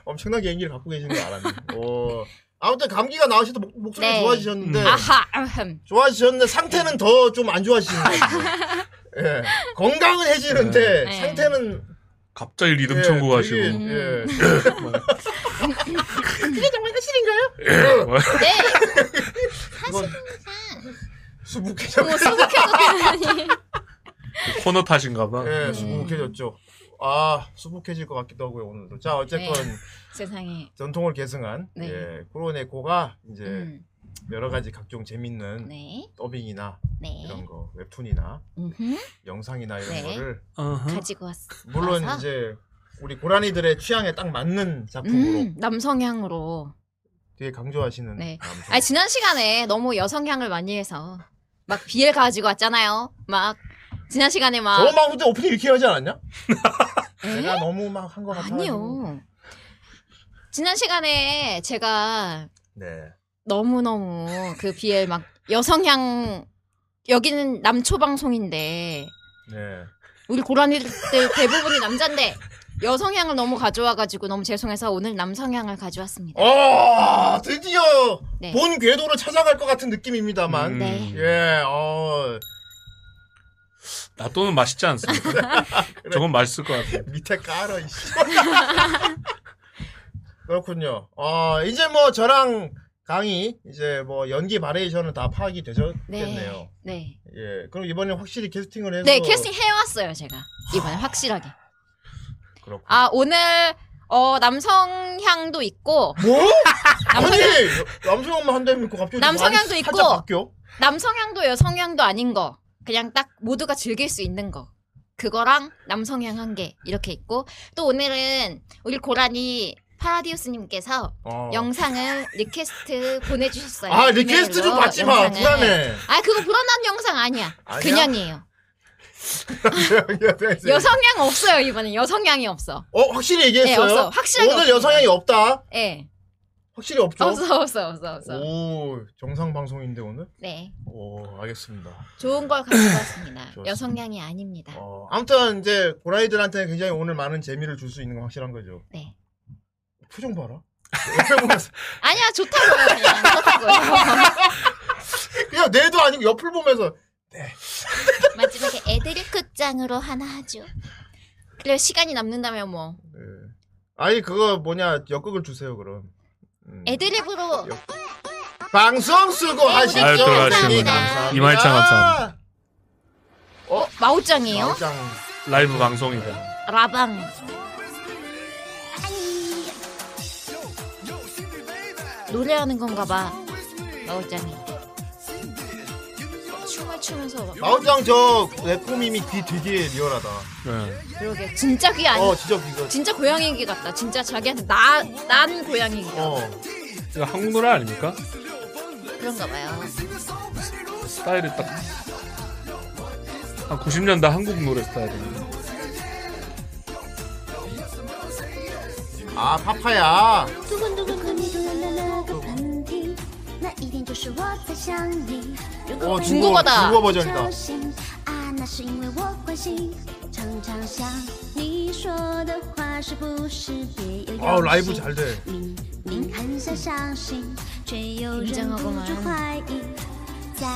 엄청나게 연기를 갖고 계시는 거 알았네. 오 아무튼 감기가 나으셔도 목- 목소리 네. 좋아지셨는데 음. 아하 아흠 좋아지셨는데 상태는 더 좀 안 좋아지시는 거예요. 예 건강은 해지는데 네. 상태는 갑자기 리듬 예, 청구하시고. 되게, 음. 예. 네 이건 수북해졌 너무 뭐 수북해졌다니 코너 탓인가봐. 음. 예, 수북해졌죠. 아, 수북해질 것 같기도 하고요, 오늘도. 자, 어쨌건 네. 세상에 전통을 계승한 네. 예, 코로네코가 이제 음, 여러 가지 각종 재밌는 네 더빙이나 네. 이런 거 웹툰이나 음흠. 영상이나 이런 네. 거를 어허. 가지고 왔어. 물론 와서? 이제 우리 고라니들의 취향에 딱 맞는 작품으로 음, 남성향으로. 되게 강조하시는 네. 감성. 아 지난 시간에 너무 여성향을 많이 해서 막 비엘 가지고 왔잖아요. 막 지난 시간에 막 저막 그때 오프닝 이렇게 하지 않았냐? 아. 에? 내가 너무 막 한 거 같아. 아니요. 지난 시간에 제가 네. 너무 너무 그 비엘 막 여성향 여기는 남초 방송인데 뭐, 예. 네. 우리 고라니들 대부분이 남잔데 여성향을 너무 가져와가지고 너무 죄송해서 오늘 남성향을 가져왔습니다. 어 드디어 네. 본 궤도를 찾아갈 것 같은 느낌입니다만. 네. 예. 어 나또는 맛있지 않습니까? 저건 맛있을 것 같아요. 밑에 깔아 이씨. 그렇군요. 어 이제 뭐 저랑 강이 이제 뭐 연기 바레이션은 다 파악이 되셨겠네요. 네. 예. 그럼 이번에 확실히 캐스팅을 해서 네 캐스팅 해왔어요 제가 이번에 확실하게. 그렇군. 아 오늘 어 남성향도 있고 뭐? 아니 남성향, 남성만 한다 믿고 갑자기 남성향도 많이 있고. 살짝 바뀌어? 남성향도 여성향도 아닌 거 그냥 딱 모두가 즐길 수 있는 거 그거랑 남성향 한 개 이렇게 있고 또 오늘은 우리 고라니 파라디우스님께서 어. 영상을 리퀘스트 보내주셨어요. 아 리퀘스트 좀 이메일로 받지 마. 영상을. 불안해. 아 그거 불안한 영상 아니야. 아니야? 그냥이에요. 여성향 없어요 이번엔 여성향이 없어. 어 확실히 얘기했어요. 네, 없어. 확실하게 오늘 없습니다. 여성향이 없다. 예. 확실히 없죠. 없어 없어 없어 없어. 오 정상 방송인데 오늘. 네. 오 알겠습니다. 좋은 걸 가지고 왔습니다. 좋습니다. 여성향이 아닙니다. 어, 아무튼 이제 고라이들한테 굉장히 오늘 많은 재미를 줄 수 있는 건 확실한 거죠. 네. 표정 봐라. 옆에 보면서 아니야 좋다고요 그냥 좋다고요. 그냥 내도 아니고 옆을 보면서 마지막에 애드립 극장으로 하나 하죠. 그래 시간이 남는다면 뭐 네. 아니 그거 뭐냐 역극을 주세요 그럼. 음. 애드립으로 네, 방송 쓰고 하시죠. 아유, 돌아가시는구나. 이말창 감사합니다. 어, 마오짱이에요? 장 라이브 방송이다. 라방. 노래하는 건가 봐. 마오짱이. 춤을 추면서 막- 마오짱 저 웹코미미 귀 되게 리얼하다. 네. 그러게 진짜 귀 아니. 어 진짜 귀가. 진짜 고양이 귀 같다. 진짜 자기한테 나 난 고양이 귀 어. 이거 한국 노래 아닙니까? 그런가 봐요. 스타일이 딱. 한 90년대 한국 노래 스타일이네. 아 파파야. 如果如果可你突然打了个喷嚏，那一定就是我在想你。如果 어 万一 중국어다. 중국어다. 不 중국어 버전이다. 小心啊，那是因为我关心，常常想你说的话是不是别有 아 用 라이브 心？ 잘 돼. 明明很想相信，却又忍不住怀疑，在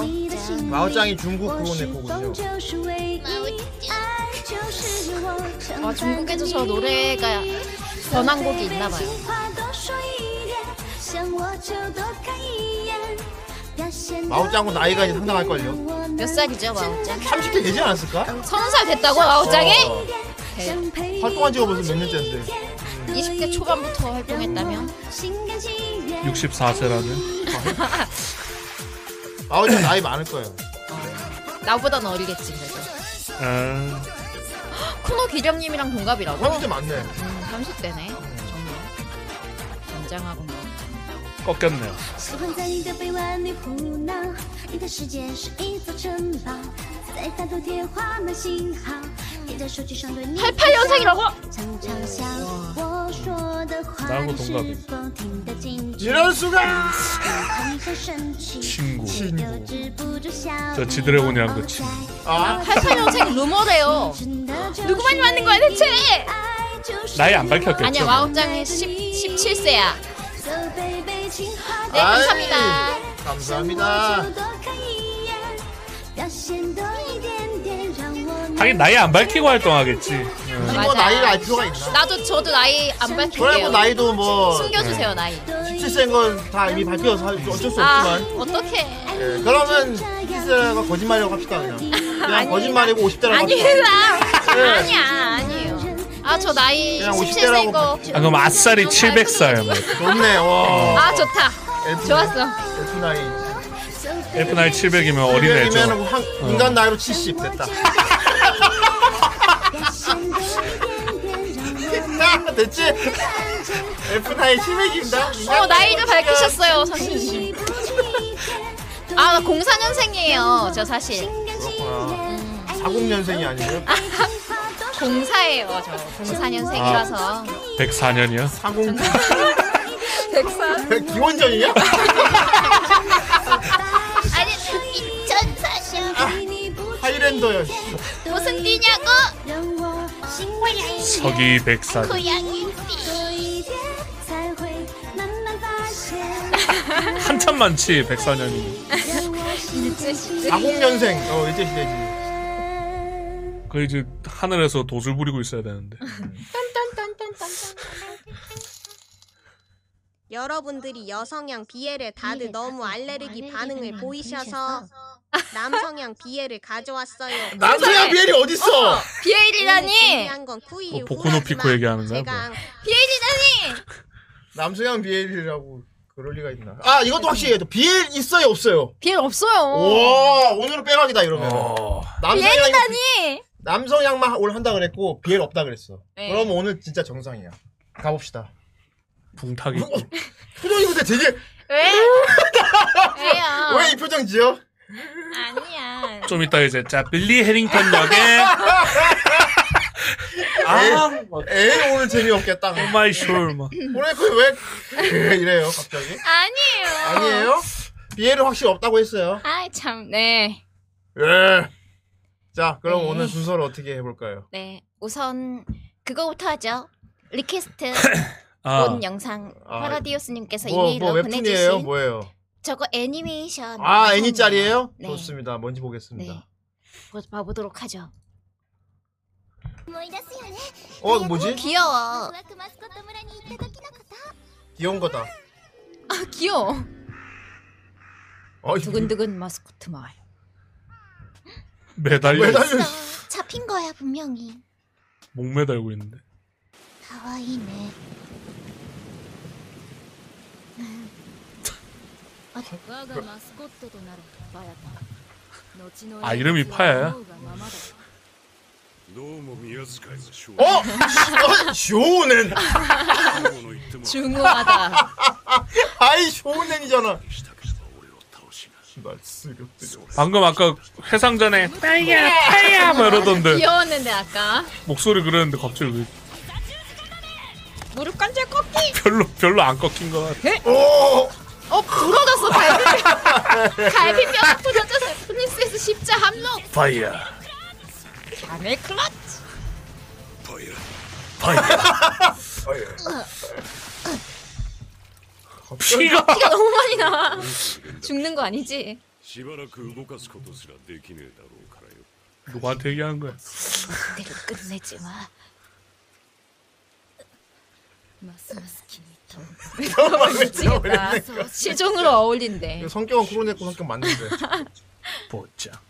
你的心里， 마오짱이 중국 我 그로네 是否 거군요. 就是唯一？爱就是我承载아的 중국에서 저 秘密 노래가 전환곡이 있나 봐요. 마오짱은 나이가 이제 상당할걸요. 몇 살이죠, 마오짱? 30대 되지 않았을까? 서른 살 됐다고 마오짱이? 네. 어. 대- 활동한 지가 벌써 몇 년째인데. 20대 초반부터 활동했다며? 64세라는. 마오짱 나이 많을 거예요. 나보단 어리겠지 그래도. 아, 쿠노 기령님이랑 동갑이라고? 30대 맞네. 음, 30대네. 어. 정말. 굉장하고 뭐. 꺾였네요. 喜欢在你的臂弯里胡闹，你的世界是一座城堡，在反复贴画满信号，贴在手机上对你微笑。 88년생이라고? 常常想我说的话， 나하고 你是否听得进去？ 이럴 수가. 很想生气， 친구. 又止不住笑。 저 지드래곤이랑 그 친구. 88년생 루머래요. 누구 누구 많이 만든 거야 대체? 나이 안 밝혔겠죠? 뭐. 아니야 마오짱이 10, 17세야. 네 아이, 감사합니다. 감사합니다. 하긴 나이 안 밝히고 활동하겠지. 예. 뭐 맞아. 나이를 알 필요가 있나? 나도 저도 나이 안 저야 뭐 밝힐게요. 나이도 뭐 숨겨주세요 나이. 17세인 건 다 이미 밝혀서 할- 어쩔 수 아 없지만. 어떡해. 예, 그러면 17세가 거짓말이라고 합시다 그냥. 그냥 거짓말이고 50대라고 합시다. 아니라 예. 아니야 아니에요. 아 저 나이 그냥 17세인 50대라고 거. 아, 그럼 아싸리 700살. 뭐. 좋네. 와. 아 좋다. 엘프- 좋았어. 엘프 나이. F9 700이면 어린애죠. 700이면 한 인간 나이로 70 됐다. 됐지? F9 700입니다. 어 나이를 밝히셨어요 선생님. 아 나 04년생이에요 저 사실. 그렇구나. 40년생이 아, 아니고요. 공사예요 저. 04년생이라서. 104년이야. 40. 기원전이냐? 아니 2004년 아, 하이랜더야. 씨. 무슨 띠냐고? 서기 104년. 그 고양이 띠. 한참 많지 104년이. 40년생. 어 이제 시대지. 거의 이제 하늘에서 도술 부리고 있어야 되는데. 여러분들이 여성향 BL에 다들 너무 알레르기 반응을 보이셔서 남성향 BL을 가져왔어요. 남자야 비엘이 어딨어? 비엘이라니. 중요한 건 쿠이 뭐 보코노피코 얘기하는 거야? 제가 네. 남성향 비엘이라고 그럴 리가 있나? 아 이것도 확실히 해도 비엘 있어요 없어요? 비엘 없어요. 와 오늘은 빼박이다 이러면 어. 남성향 아니. 남성향만 오늘 한다 그랬고 비엘 없다 그랬어. 네. 그럼 오늘 진짜 정상이야. 가봅시다. 붕탁이. 어, 표정이 근데 되게 왜? 왜요? 왜 이 표정 지어? 아니야. 좀 이따 이제 자 빌리 해링턴 역에 아 에이 오늘 재미없겠다. 마이 숄 막. 오늘 그 그왜 이래요 갑자기? 아니에요. 아니에요? 비엘은 확실히 없다고 했어요. 아 참. 네. 예. 자 음. 그럼 네. 오늘 순서를 어떻게 해볼까요? 네. 우선 그거부터 하죠. 리퀘스트 아 본 영상 아, 파라디오스님께서 뭐, 이메일로 뭐 웹툰이에요? 보내주신 뭐예요? 저거 애니메이션 아 애니짜리예요? 네. 좋습니다. 뭔지 보겠습니다. 네. 보- 봐보도록 하죠. 어 뭐지? 귀여워. 귀여운 거다. 아 귀여워. 어, 두근두근 마스코트 마을. 매달려 있- 매달려. 있어. 잡힌 거야 분명히. 목 매달고 있는데. 하와이네. 아 이름이 파야야? 어? 쇼넨. 중후하다. 아이 쇼넨이잖아. 씨발 쓰럽들여. 방금 아까 회상 전에 타이야 뭐 타이야 막 이러던데 아, 귀여웠는데 아까. 목소리 그랬는데 갑자기 왜 무릎 관절 꺾기. 별로 별로 안 꺾인 것 같아. 오. 어 부러졌어 갈비. 갈비뼈가 부러져서 프린세스 십자 함록. 파이야 자멜 클러치. 파이야 피가 피가 너무 많이 나. 죽는 거 아니지? しばらく動かすことすらできねえだろうからよ 누구한테 얘기하는 거야? 그대로 끝내지 마. 미치겠다. 시종으로 어울린대. 성격은 코로네코 성격 맞는데. 보자.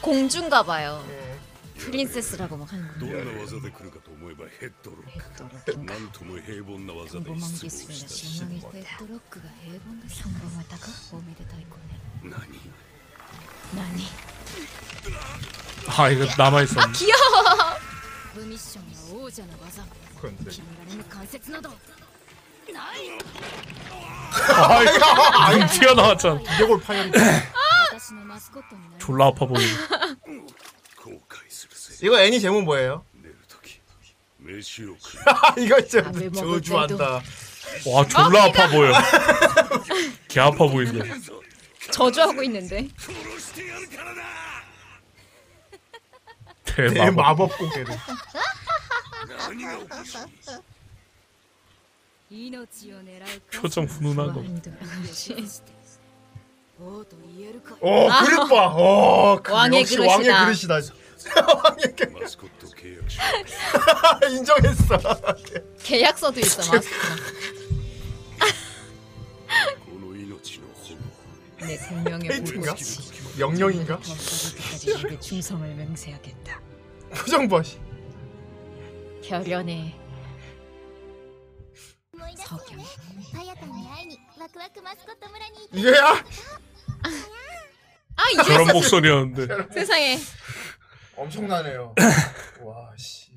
공주인가 봐요. 네. 프린세스라고 막 하는 거. どんな技で来るかと思えばヘッドロックか 네. なんとも平凡な技で失望した何 아 이거 남아 있었네. 네. 그런데. 네. 아 이거 눈 네. 튀어나왔잖아. 이걸 파열이. 졸라 아파 보이네. 後悔するぜ 이거 애니 제목 뭐예요? 寝る時飯を食う 이거 진짜 아, 왜 먹을 저주한다. 와 졸라 아파 보여. 개 아파 보인다. 저주하고 있는데. 殺してやるからな 내 대마법. 마법 고개를. 何が起こし 표정 훈훈하고. 네. 어 그릇 봐. 어 그, 아. 왕의 역시 그릇이다. 왕의 그릇이다. 왕의 그릇 マスコット契約 書 인정했어. 계약서도 있어. 마스크. この命の炎 내 네、 생명의 네。 페이트인가? 명령인가? 충성을 맹세하겠다. 표정 봐. 씨. 결연해 パヤタに会いにワクワクマスコット村に行って 얘야? 아 이제 저런 목소리였는데. 세상에 엄청나네요. 와 씨.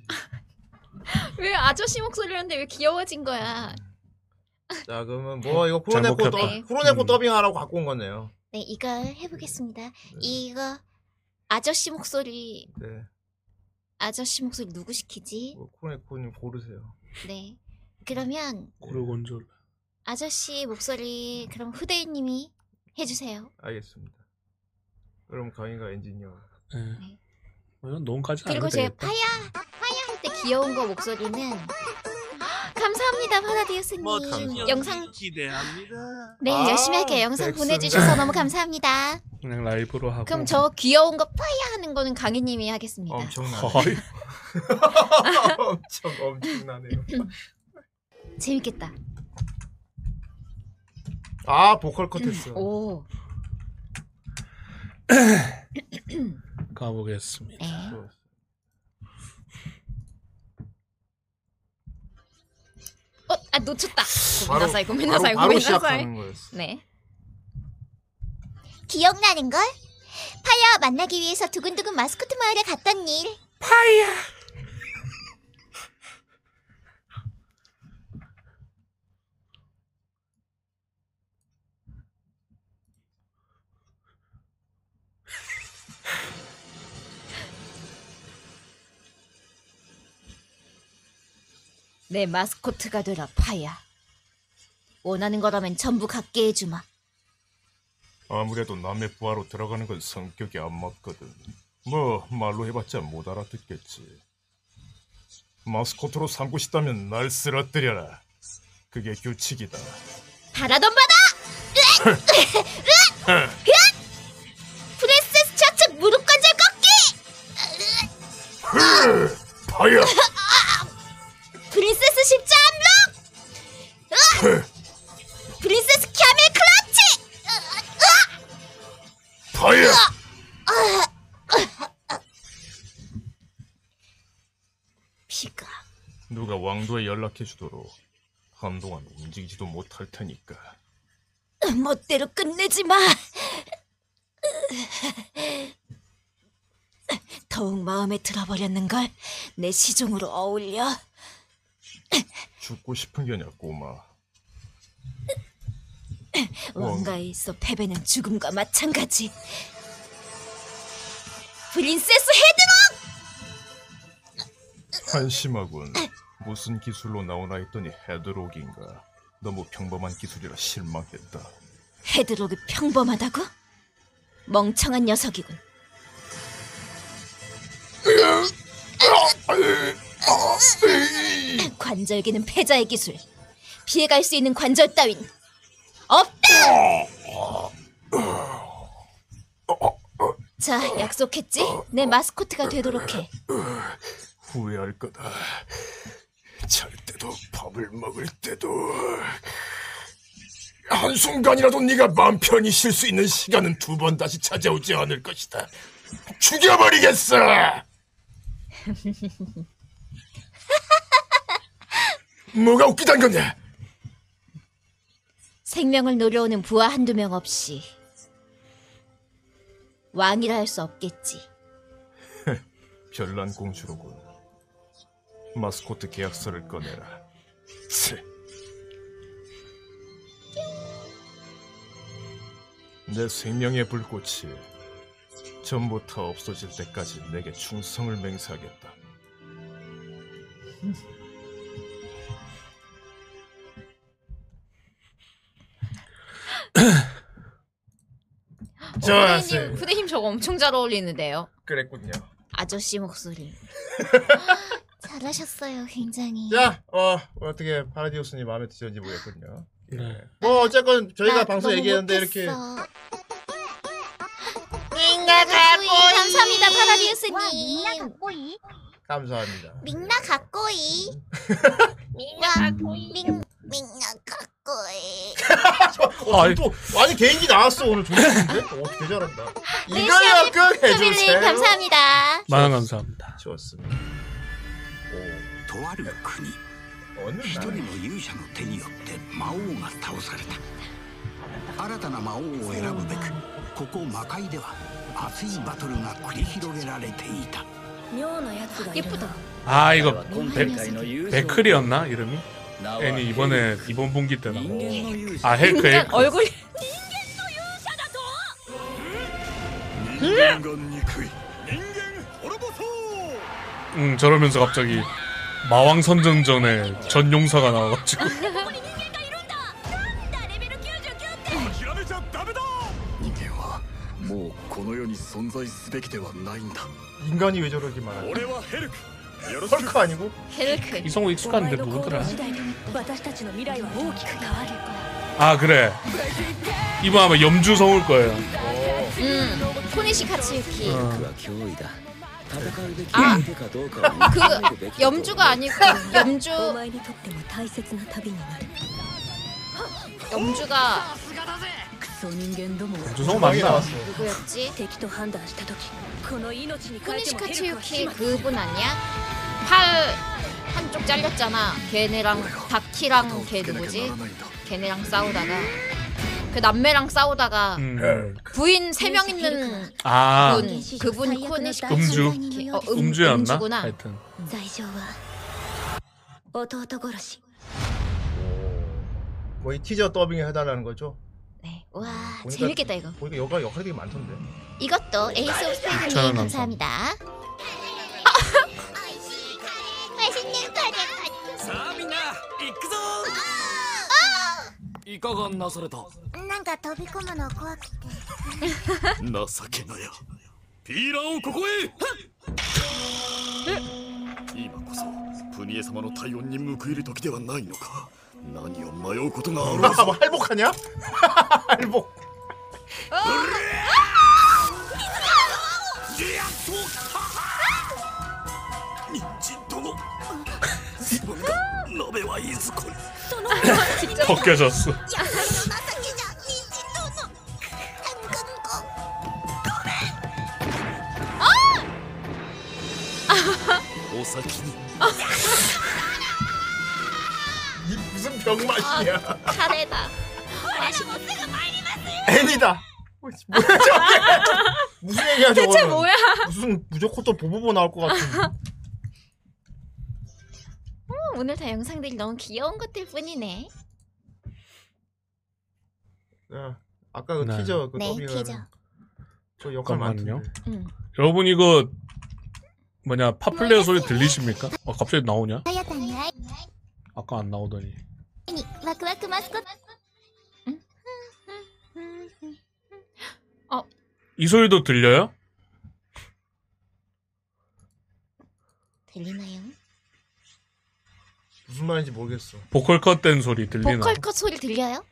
왜 아저씨 목소리였는데 왜 귀여워진 거야? 자 그러면 뭐 이거 잘 코로네코 먹혔다. 더, 네. 코로네코 더빙하라고 갖고 온 거네요. 네 이거 해보겠습니다. 이거 아저씨 목소리 네. 아저씨 목소리 누구 시키지? 뭐 코로네코님 고르세요. 네 그러면 고르곤졸. 아저씨 목소리 그럼 후대인님이 해주세요. 알겠습니다. 그럼 강희가 엔지니어. 예. 네. 뭐 이건 논까지 안 해도 그리고 제 되겠다. 파야 파야 할 때 귀여운 거 목소리는 뭐 감사합니다 파라디우스님 어, 멋진 연기 영상 기대합니다. 네 아, 열심히 할게요 영상 백승. 보내주셔서 너무 감사합니다. 그냥 라이브로 하고. 그럼 저 귀여운 거 파야 하는 거는 강희님이 하겠습니다. 엄청나. 거의 엄청 엄청나네요. 재밌겠다. 아 보컬 컷했어. 오 가보겠습니다. 네. 좋았어. 어, 아 놓쳤다. 바로- 고민나사이 고민나사이 바로, 바로 고민나사이. 시작하는 거였어. 네. 기억나는 걸? 파야 만나기 위해서 두근두근 마스코트 마을에 갔던 일 내 마스코트가 되라 파야. 원하는 거라면 전부 갖게 해주마. 아무래도 남의 부하로 들어가는 건 성격이 안 맞거든. 뭐 말로 해봤자 못 알아듣겠지. 마스코트로 삼고 싶다면 날 쓰러뜨려라. 그게 규칙이다. 바라던 바다! 프린세스 차측 무릎 관절 꺾기! 파야! 프린세스 십자 압록! 으악! 프린세스 캬멜 클러치! 파야! 피가 누가 왕도에 연락해주도록 한동안 움직이지도 못할 테니까. 멋대로 끝내지 마. 더욱 마음에 들어버렸는 걸 내 시종으로 어울려. 죽고 싶은 게냐 꼬마. 왕가에 있어 패배는 죽음과 마찬가지. 프린세스 헤드록! 한심하군. 무슨 기술로 나오나 했더니 헤드록인가. 너무 평범한 기술이라 실망했다. 헤드록이 평범하다고? 멍청한 녀석이군. 관절기는 패자의 기술. 피해갈 수 있는 관절 따윈 없다. 자, 약속했지? 내 마스코트가 되도록 해. 후회할 거다. 잘 때도 밥을 먹을 때도 한 순간이라도 네가 마음 편히 쉴 수 있는 시간은 두 번 다시 찾아오지 않을 것이다. 죽여버리겠어. 뭐가 웃기단 거냐? 생명을 노려오는 부하 한두 명 없이 왕이라 할 수 없겠지. 별난 공주로군. 마스코트 계약서를 꺼내라. 치. 내 생명의 불꽃이 전부 다 없어질 때까지 내게 충성을 맹세하겠다. 좋았어요. 후대님 저거 엄청 잘 어울리는데요. 그랬군요. 아저씨 목소리. 잘하셨어요, 굉장히. 자, 어 어떻게 파라디오스님 마음에 드셨는지 모르겠군요. 예. 네. 뭐 어쨌건 저희가 나 방송 너무 얘기했는데 못했어. 이렇게 민나 갖고 이 감사합니다, 파라디우스님. 민나 갖고 이 감사합니다. 민나 갖고 이 민나 갖고 이 민나 갖고 이 어, 아니, 또 아니 개인기 나왔어 오늘 좋은데? 어, 되게 잘한다. 네, 이걸로 끝 해주세요. 후대님 아, 감사합니다. 만원 감사합니다. 좋습니다. とある国 오 一人の勇者の手によって魔王が倒された新たな魔王を選ぶべくここ魔界では熱いバトルが繰り広げられていた妙なやつがいるな 아 이거 네. 베, 클이었나 이름이? 애니 이번에 이번 분기 때 나온 아 헬크 인간 헬크 얼굴. 응 음, 저러면서 갑자기 마왕 선전전에 전용사가 나와가지고 もうこの世に存在すべきではないんだ 인간이 왜 저러기만 하냐 俺はヘルクよろしく 헐크 아니고? 헬크 이성우 익숙한데 누구더라? 時代で私たちの未来は大きく変わる 아 그래 이번 아마 염주 성울 거예요 음 코니시 카츠유키. 어. あ 아! 그 염주가 아니고 염주 염주가 염주 성울 맞나? 누구였지? 코니시 카츠유키 この命に変えてもヘルクは始末 그분 아니야? 팔 한쪽 잘렸잖아. 걔네랑 다키랑 걔 누구지? 걔네랑 싸우다가 그 남매랑 싸우다가 음. 부인 세 명 있는 아 분 그분이 코니시 음주 카츠유키. 어, 음, 음주였나? 음주구나. 하여튼 罪状は 어, 弟殺し 거의 티저 더빙에 해달라는 거죠? 와 보니까- 아, 재밌겠다 이거. 보니까 여가 역할이 되게 많던데 이것도 에이스 오브 스페이드님 저는 감사합니다. 맛있는 과자 さあみんな 아, 行くぞいかがなされたなんか飛び込むの怖くて情けなやピーラーをここへ今こそプニエ様の体温に報いる時ではないのか何を迷うことがあろうぞ 뭐 할복하냐? 할복 人参殿自分が鍋はいずこに 벗겨졌어 野菜の情けじゃ人参どうぞ한금고 お先に 이 무슨 병맛이야 아, 카레다. 애니다 뭐야 저게 무슨 얘기야 저거는 대체 뭐야? 무슨 무조건 또 보보보 나올 것 같은 음, 오늘 다 영상들이 너무 귀여운 것들 뿐이네. 예, 아까 그 네. 티저 그 네, 더빙을 티저. 저 역할 많던데 잠깐만요 여러분 이거 뭐냐 팝플레어 소리 들리십니까? 어, 갑자기 나오냐? あやたに会い 아까 안 나오더니 にワクワクマスコット 어, 이 소리도 들려요? 들리나요? 무슨 말인지 모르겠어 보컬 컷된 소리 들리나? 보컬 컷 소리 들려요?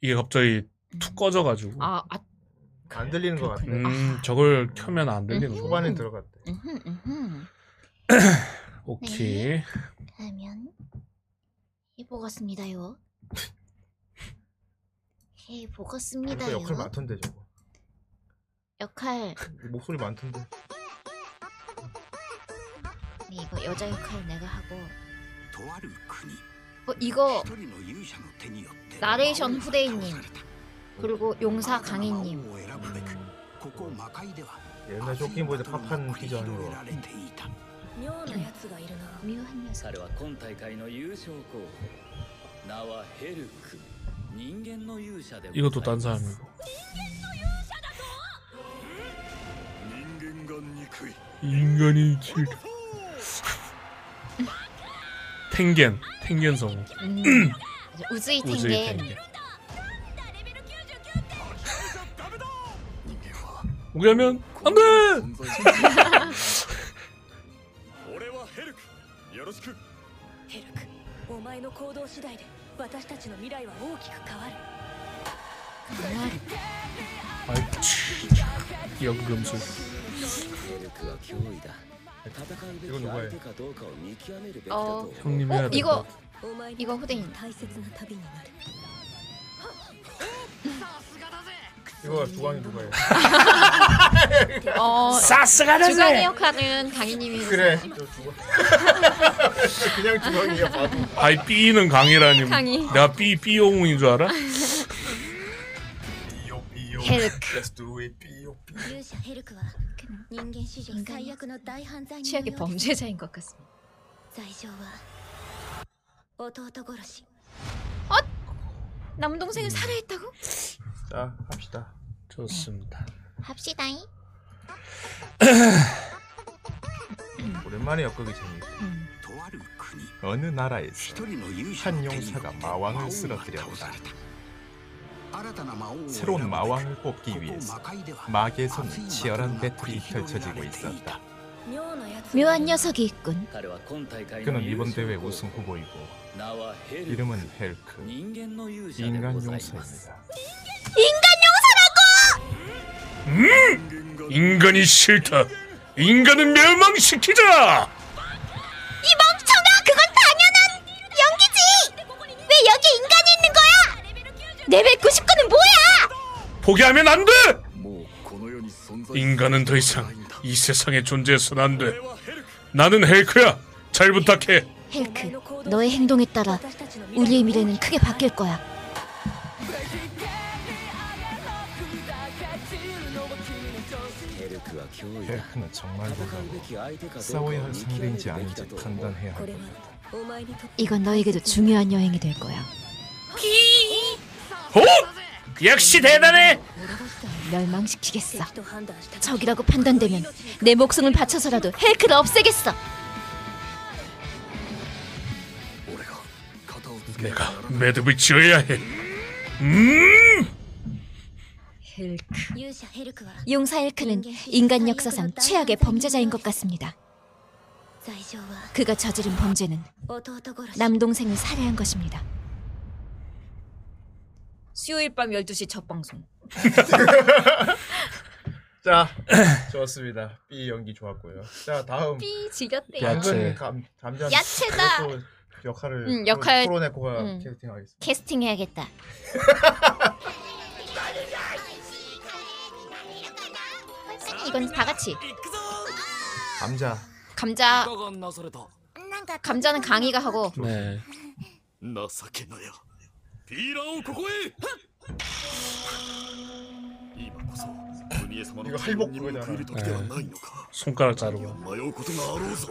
이게 갑자기 툭 꺼져가지고 아, 아 안 들리는 것 같아 음 저걸 켜면 안 들리는 거 초반에 들어갔대 음흠, 음흠. 네. 오케이 그러면 해보겠습니다요. 해보겠습니다요. 그러니까 역할 많던데 저거 역할 목소리 많던데 네, 이거 여자 역할 내가 하고 とある国 어 이거 一人の勇者の手によって 나레이션 후대인님 그리고 용사 강희님 を選ぶべくここ魔界では 옛날 쇼킹보드 팝한 티저 하는 거 られていた 묘한 녀석 彼は今大会の優勝候補名はヘルク人間の勇者でございます 이것도 딴 사람이고 人間が憎い 인간이 칠 탱겐 탱겐 성우 음, 우즈이 우주의 탱겐 탱겐 우리하면 안돼 俺はヘルクよろしくヘルクお前の行動次第で私たちの未来は大きく変わる 연금술 ヘルクは脅威だ戦うべき相手かどうかを見極めるべきだと思 어 う 형님 어, 해야 돼 이거 이거 후대인 이거 주광이 누가 해? 아, 어, 사스가라네. 주광이 역할은 강희님이 그래. 그냥 주광이야 봐도. 아이 삐는 강이라니. 강이. 내가 삐 삐용인 줄 알아? Let's do it. 勇者ヘルクは人間史上最悪の大犯罪人 취약의 よ 범죄자인 것 같습니다. 罪状は弟殺し 남동생을 살해했다고? 자 합시다. 좋습니다. 합시다잉. 음, 오랜만에 엮어기 재밌다. 음, 어느 나라에서 한 용사가 마왕을 쓰러뜨렸다. 음, 새로운 마왕을 뽑기 위해서 마계에서는 치열한 배틀이 펼쳐지고 있었다. 妙なやつ 묘한 녀석이 있군. 그는 이번 대회 우승 후보이고 이름은 헬크 인간 용사입니다. 음! 인간이 싫다. 인간은 멸망시키자. 이 멍청아 그건 당연한 연기지 왜 여기 인간이 있는 거야 레벨 99는 뭐야 포기하면 안 돼. 인간은 더 이상 이 세상에 존재해서는 안 돼. 나는 헬크야. 잘 부탁해. 헬크, 너의 행동에 따라 우리의 미래는 크게 바뀔 거야. 헬크는 정말 무서워. 싸워야 할 상대인지 아닌지 판단해야 한다. 이건 너에게도 중요한 여행이 될 거야. 호! 역시 대단해. 멸망시키겠어. 적이라고 판단되면 내 목숨을 바쳐서라도 헬크를 없애겠어. 내가 매듭을 지어야 해. 음! 헬크. 勇者ヘルクは 용사 헬크는 인간 역사상 최악의 범죄자인 것 같습니다. 罪状は 그가 저지른 범죄는 弟殺し 남동생을 살해한 것입니다. 수요일 밤 12시 첫 방송. 자 좋습니다. B 연기 좋았고요. 자 다음. 삐 지렸대요. 당근 감 감자. 야채다. 이것도 역할을 응, 역할- 음. 프로네코가 응. 캐스팅하겠습니다. 캐스팅해야겠다. 이건 다 같이 감자. 감자. 감자는 강희가 하고 네. 情けなやピーラーをここへ今こそ国枝様の敗北に報いる時ではないのか 손가락 자르고. 迷うことがあろうぞ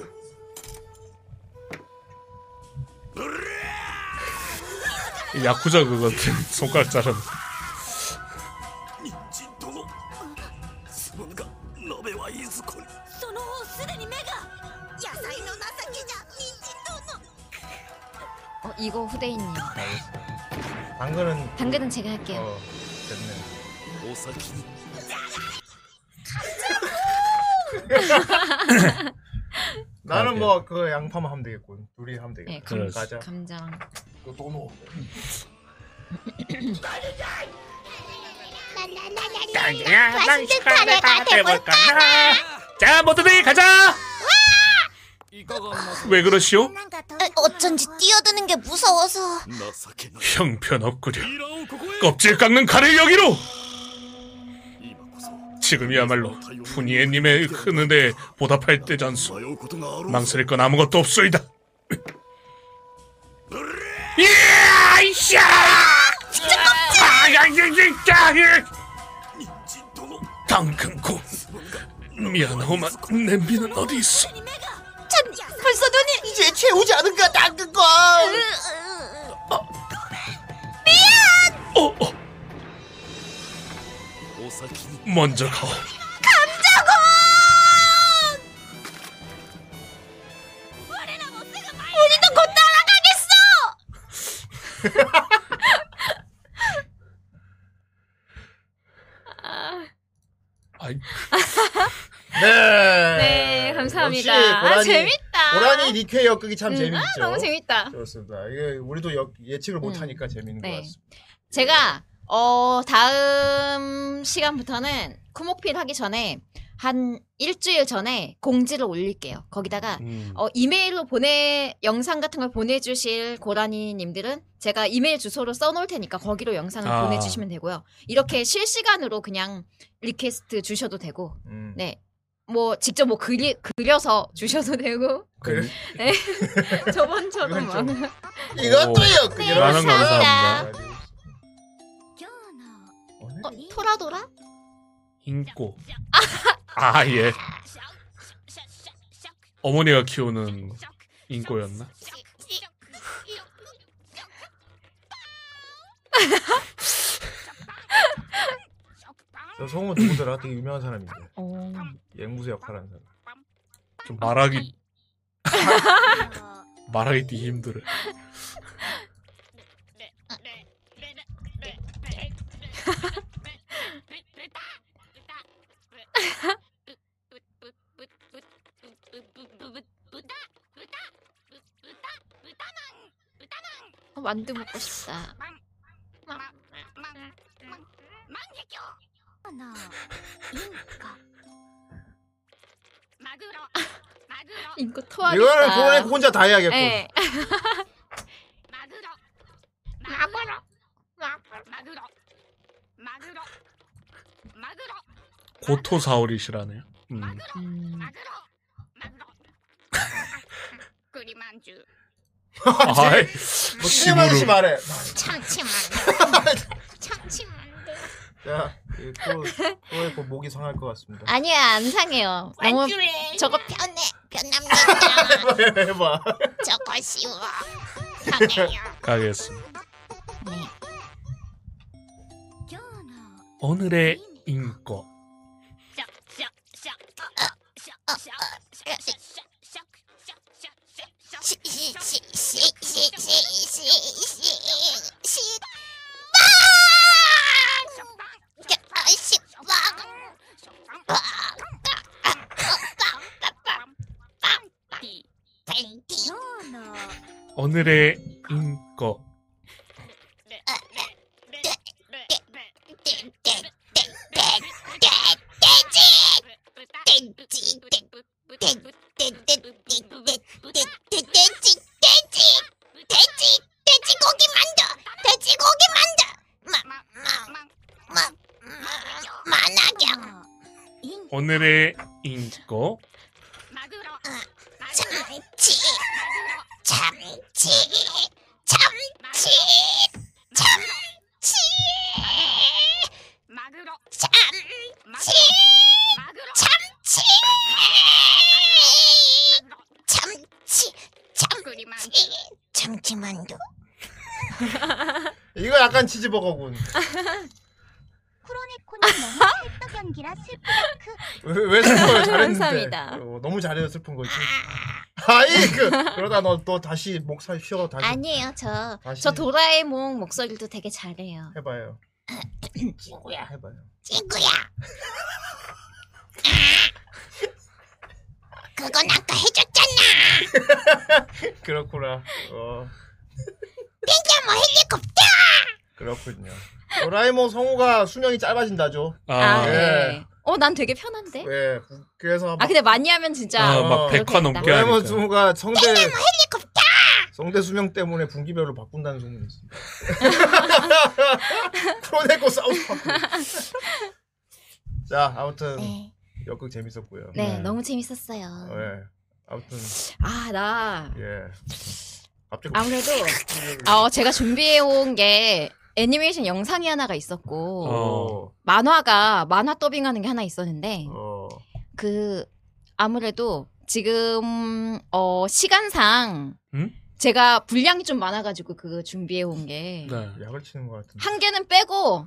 야쿠자 그거 손가락 자르고. 人参殿すまぬが鍋はいずこにその方すでに目が野菜の情けじゃ人参 어, 이거 후대인님. 당근은 당근은 제가 할게요. 어 됐네. 오 아, 나는 뭐 그 양파만 하면 되겠군. 둘이 하면 되겠다. 음, 네, 감, 가자. 감자랑 그렇죠. 그 도노. 음. 아, マスクカレーが出るか 자 모두들 가자. 왜 그러시오? なえ 어쩐지 뛰어드는 게 무서워서 형편없구려. 껍질 깎는 칼을 여기로. 지금이야말로 푸니에님의 큰 은혜에 보답할 때잔소. 망설일 건 아무것도 없소이다. 이야, 이샤! 아, 진짜! 당근코 미안하오만 냄비는 어디 있어? 전 벌써 눈이 이제 채우지 않은가 당근거 어. 미안 먼저 가오. 감자고 우리도 곧 날아가겠어 아. 아이. 네. 네, 감사합니다. 역시 고라니, 아, 재밌다. 고라니 니케 역극이 참 음, 재밌죠. 아, 너무 재밌다. 음. 좋습니다. 이게 우리도 역, 예측을 못 하니까 재밌는 것 네. 같습니다. 제가 어 다음 시간부터는 쿠목필 하기 전에 한 일주일 전에 공지를 올릴게요. 거기다가 음. 어, 이메일로 보내 영상 같은 걸 보내주실 고라니님들은 제가 이메일 주소로 써놓을 테니까 거기로 영상을 아. 보내주시면 되고요. 이렇게 실시간으로 그냥 리퀘스트 주셔도 되고, 음. 네. 뭐 직접 뭐 그리, 그려서 주셔도 되고 그래? 네. 저번 저도 막 이것도요, 그냥. 많은 감사합니다. 어, 토라도라? 인꼬. 아 예. 어머니가 키우는 인꼬였나? 저 성우 누구더라? 되게 유명한 사람인데. 앵무새 역할하는 사람. 아, 좀 말하기 말하기 되게 힘들어. 어, 만두 먹고 싶다. 그러니까. 인꼬 토하겠다. 이거를 보내고 혼자 다 해야겠군. 네. 고토 사오리시라네요. 음. 그리만주 아이, 뭐 시무르 말해. 참치만두 참치만두 야, 또또의 목이 상할 것 같습니다. 아니야 안 상해요. 너무 저거 편해 편합니다. 해봐. 저거 쉬워 가겠습니다. 오늘의 인꼬. 오늘의 인꼬. 오늘의 인꼬. 참치 참치 참치 참치 참치 참치 참치 참치 참치만두 이거 약간 치즈버거군. 코로네코는 너무 찰떡 연기라 슬프다 크 왜왜 슬픈 거야? 잘했는데. 감사합니다. 어, 너무 잘해서 슬픈 거지. 아. 아이 그 그러다 너 또 다시 목살 쉬어 다시 아니에요 저 다시. 저 도라에몽 목소리도 되게 잘해요. 해봐요. 예. 친구야 해봐요. 친구야 그건 아까 해줬잖아 그렇구나. 어 핑계 뭐 헬리콥터 그렇군요. 도라에몽 성우가 수명이 짧아진다죠. 아, 예. 어 난 되게 편한데. 예. 그래서 어. 아 근데 많이 하면 진짜 막 백화 넘게 하니까. 도라에몽 성우가 성대 성대 수명 때문에 분기별로 바꾼다는 소문이 있습니다. 프로네코 사우스 파크. 자 아무튼 역극 재밌었고요. 네, 너무 재밌었어요. 예. 아무튼 아 나 예. 갑자기 아무래도 아, 어, 제가 준비해 온 게 애니메이션 영상이 하나가 있었고 어. 만화가 만화 더빙하는 게 하나 있었는데 어. 그 아무래도 지금 어 시간상 응? 제가 분량이 좀 많아가지고 그거 준비해 온게 약을 치는 것 같은데. 한 개는 빼고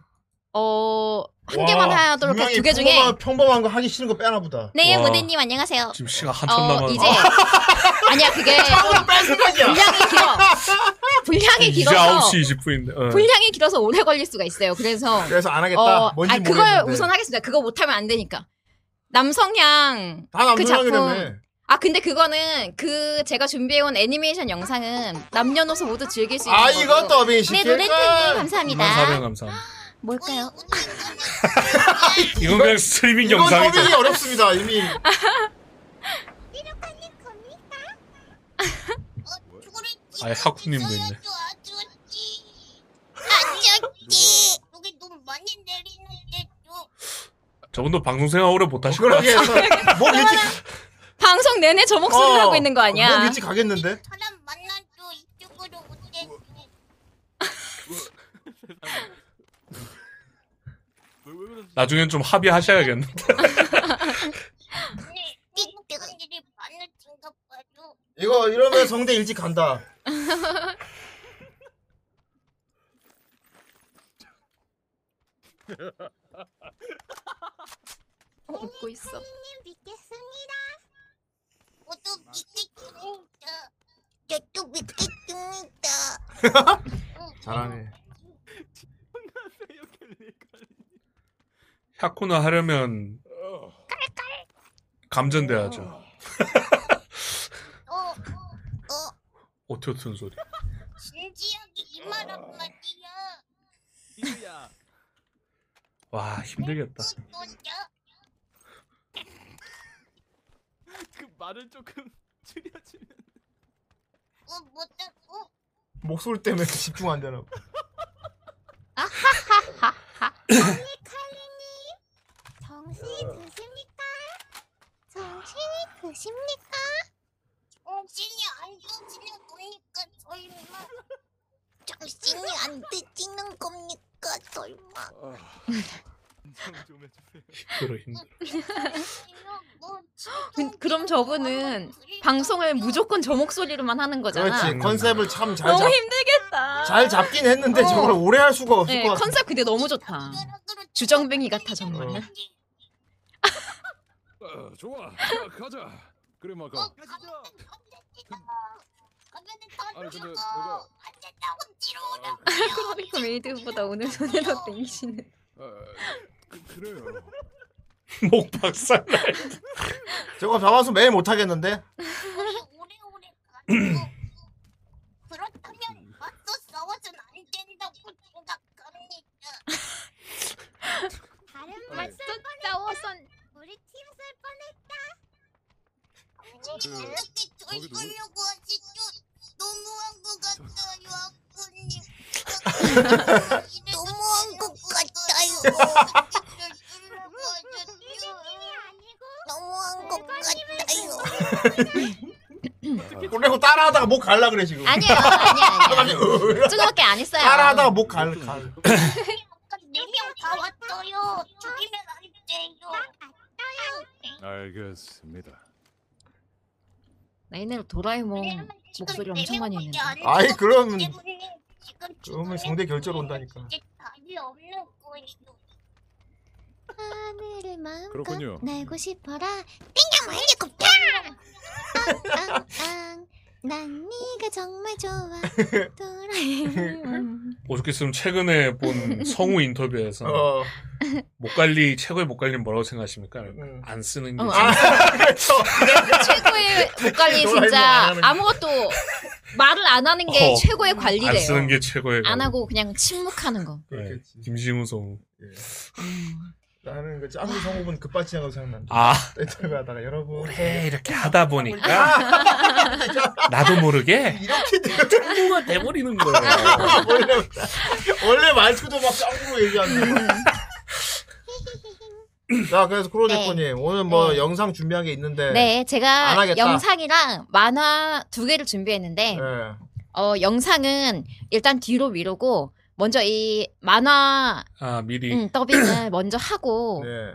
어 한 개만 와, 하도록 분명히 해. 두개 중에 아, 평범한, 평범한 거 하기 싫은 거 빼나 보다. 네, 무대님 안녕하세요. 지금 시간 한참 어, 남았는데. 이제 아니야 그게 분량이 길어. 분량이 이제 길어서 9시 20분인데. 분량이 길어서 오래 걸릴 수가 있어요. 그래서 예. 어, 그래서 안 하겠다. 뭔지 아니, 그걸 모르겠는데. 우선 하겠습니다. 그거 못하면 안 되니까 남성향 다 그 남성향이라며. 작품. 아 근데 그거는 그 제가 준비해온 애니메이션 영상은 남녀노소 모두 즐길 수 있는 아 거고. 이거 더빙 시킬 네 노래트님 감사합니다. 감사합니다. 뭘까요? 이건 그냥 스트리밍 이건 영상이죠. 서빙이 어렵습니다 이미. 아예 하쿠님도 있네. 아저씨 여기 너무 많이 내리는데 좀 저분도 방송 생활 오래 못하실 것 그러게. 같아요. 목 일찍 방송 내내 저 목소리를 어, 하고 있는 거 아니야? 목 일찍 가겠는데? 나중엔 좀 합의하셔야겠는데. 내가 일이 많아진가 봐요 이거 이러면 성대 일찍 간다. 어, 웃고 있어. 선생님 믿겠습니다 모두 믿겠습니다 저도 믿겠습니다 잘하네. 샤코나 하려면 어, 감전돼야죠. 어, 오토튠 소리. 진지하게 이 말 한마디야 이유야 와 힘들겠다. 뭔가 그 말을 조금 줄여주면 어 못하고 목소리 때문에 집중 안 되나. 아, 아하하하하 언니 칼리님 정신이 드십니까? 정신이 드십니까? 정신이 안 드시는 겁니까 설마 정신이 안 드시는 겁니까 설마 힘들어 힘들어. 그- 그럼 저분은 방송을 무조건 저 목소리로만 하는 거잖아. 음, 그렇지 컨셉을 참 잘 너무 잡. 힘들겠다. 잘 잡긴 했는데 어. 저걸 오래 할 수가 없을 네, 것 같아. 컨셉 근데 너무 좋다. 주정뱅이 같아 정말. 어, 좋아 자, 가자 그래 마카 아니 근데 내가 그러니까 메이드보다 오늘 손에 더 땡기시는. 그래요 목 박살 날. 저거 방아수 매일 못 하겠는데? 그렇다면 맞서 싸워서는 안 된다고 생각합니다 다른 맞서 어. 싸워선 우리 팀쓸 뻔했다 그, 어떻게 거기 누구- 돌리려고 하시죠 너무한 것 같아요 아버님 너무한 것 같아요 너무한 것 같아요 그러고 따라하다가 목 갈라 그래 지금. 아니에요, 아니에요, 아니에요. 쭈그밖에 안 했어요. 따라하다가 목 갈. 갈. 네명다 왔어요 죽이면 안 돼요 알겠습니다 나이네로 도라에몽 목소리 엄청 많이 했는데. 아이 그럼 지금 그러면 성대 결절 온다니까. 이제 답이 없는 거예요 하늘을 마음껏 그렇군요. 날고 싶어라 띵경 헬리콥터 앙앙앙 난 네가 정말 좋아 도라에몽 오죽 했으면 최근에 본 성우 인터뷰에서 어. 목 관리 최고의 목 관리는 뭐라고 생각하십니까? 음, 안 쓰는 게 어, 진짜 그 최고의 목 관리 도라에몽 안 진짜 하는 거. 아무것도 말을 안 하는 게 어, 최고의 안 관리래요. 쓰는 게 최고의 안 관리. 하고 그냥 침묵하는 거. 네, 김지훈 성우. 나는 그 짱구 성우분 급받치냐고 생각난다. 아. 인터뷰 하다가 여러분. 네, 이렇게 하다 보니까 아. 나도 모르게 이렇게 짱구가 돼버리는 거예요. 원래 원래 말투도 막 짱구로 얘기하는. 자 그래서 크로네코님 오늘 뭐 영상 준비한 게 있는데. 네, 안 제가 하겠다. 영상이랑 만화 두 개를 준비했는데 네. 어, 영상은 일단 뒤로 미루고 먼저 이 만화 아 미리 음, 더빙을 먼저 하고 네.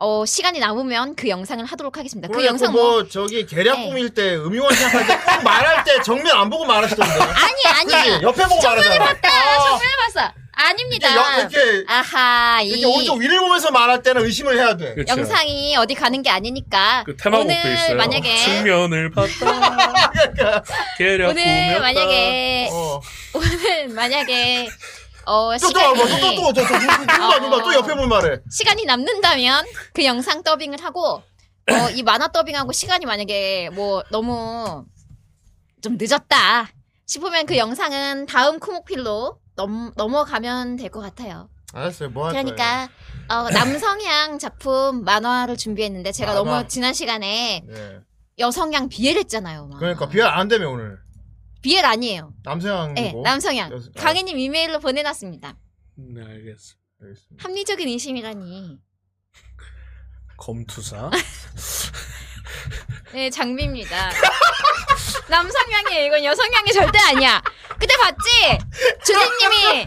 어, 시간이 남으면 그 영상을 하도록 하겠습니다. 그 그러니까 영상 뭐, 뭐 저기 계략 꾸밀 때 음이원 시작할 때 꼭 말할 때 정면 안 보고 말하시던데. 아니 아니 그치? 네, 옆에 보고 정면을 말하잖아. 봤다. 정면을 봤어. 아닙니다. 이렇게 여- 이렇게- 아하 이 이렇게 오른쪽 위를 보면서 말할 때는 의심을 해야 돼. 영상이 어디 가는 게 아니니까 그렇죠. 그 테마곡도 오늘 있어요. 만약에 측면을 봤다. 계략 오늘 꾸몄다. 만약에 어. 오늘 만약에 어 시간이 어. 또또또또또또또또또또 옆에 볼 말해. 시간이 남는다면 그 영상 더빙을 하고 어, 이 만화 더빙하고 시간이 만약에 뭐 너무 좀 늦었다 싶으면 그 영상은 다음 쿠목필로 넘, 넘어가면 될 것 같아요. 알았어요. 뭐 할 거예요? 그러니까 어, 남성향 작품 만화를 준비했는데 제가 만화. 너무 지난 시간에 네. 여성향 비엘했잖아요. 막. 그러니까 비엘 안 되면 오늘 비엘 아니에요. 남성향이고. 네, 남성향. 여성- 아, 강희님 이메일로 보내놨습니다. 네 알겠습니다. 합리적인 인심이라니. 검투사. 네, 장미입니다. 남성향이에요. 이건 여성향이 절대 아니야. 그때 봤지? 주진님이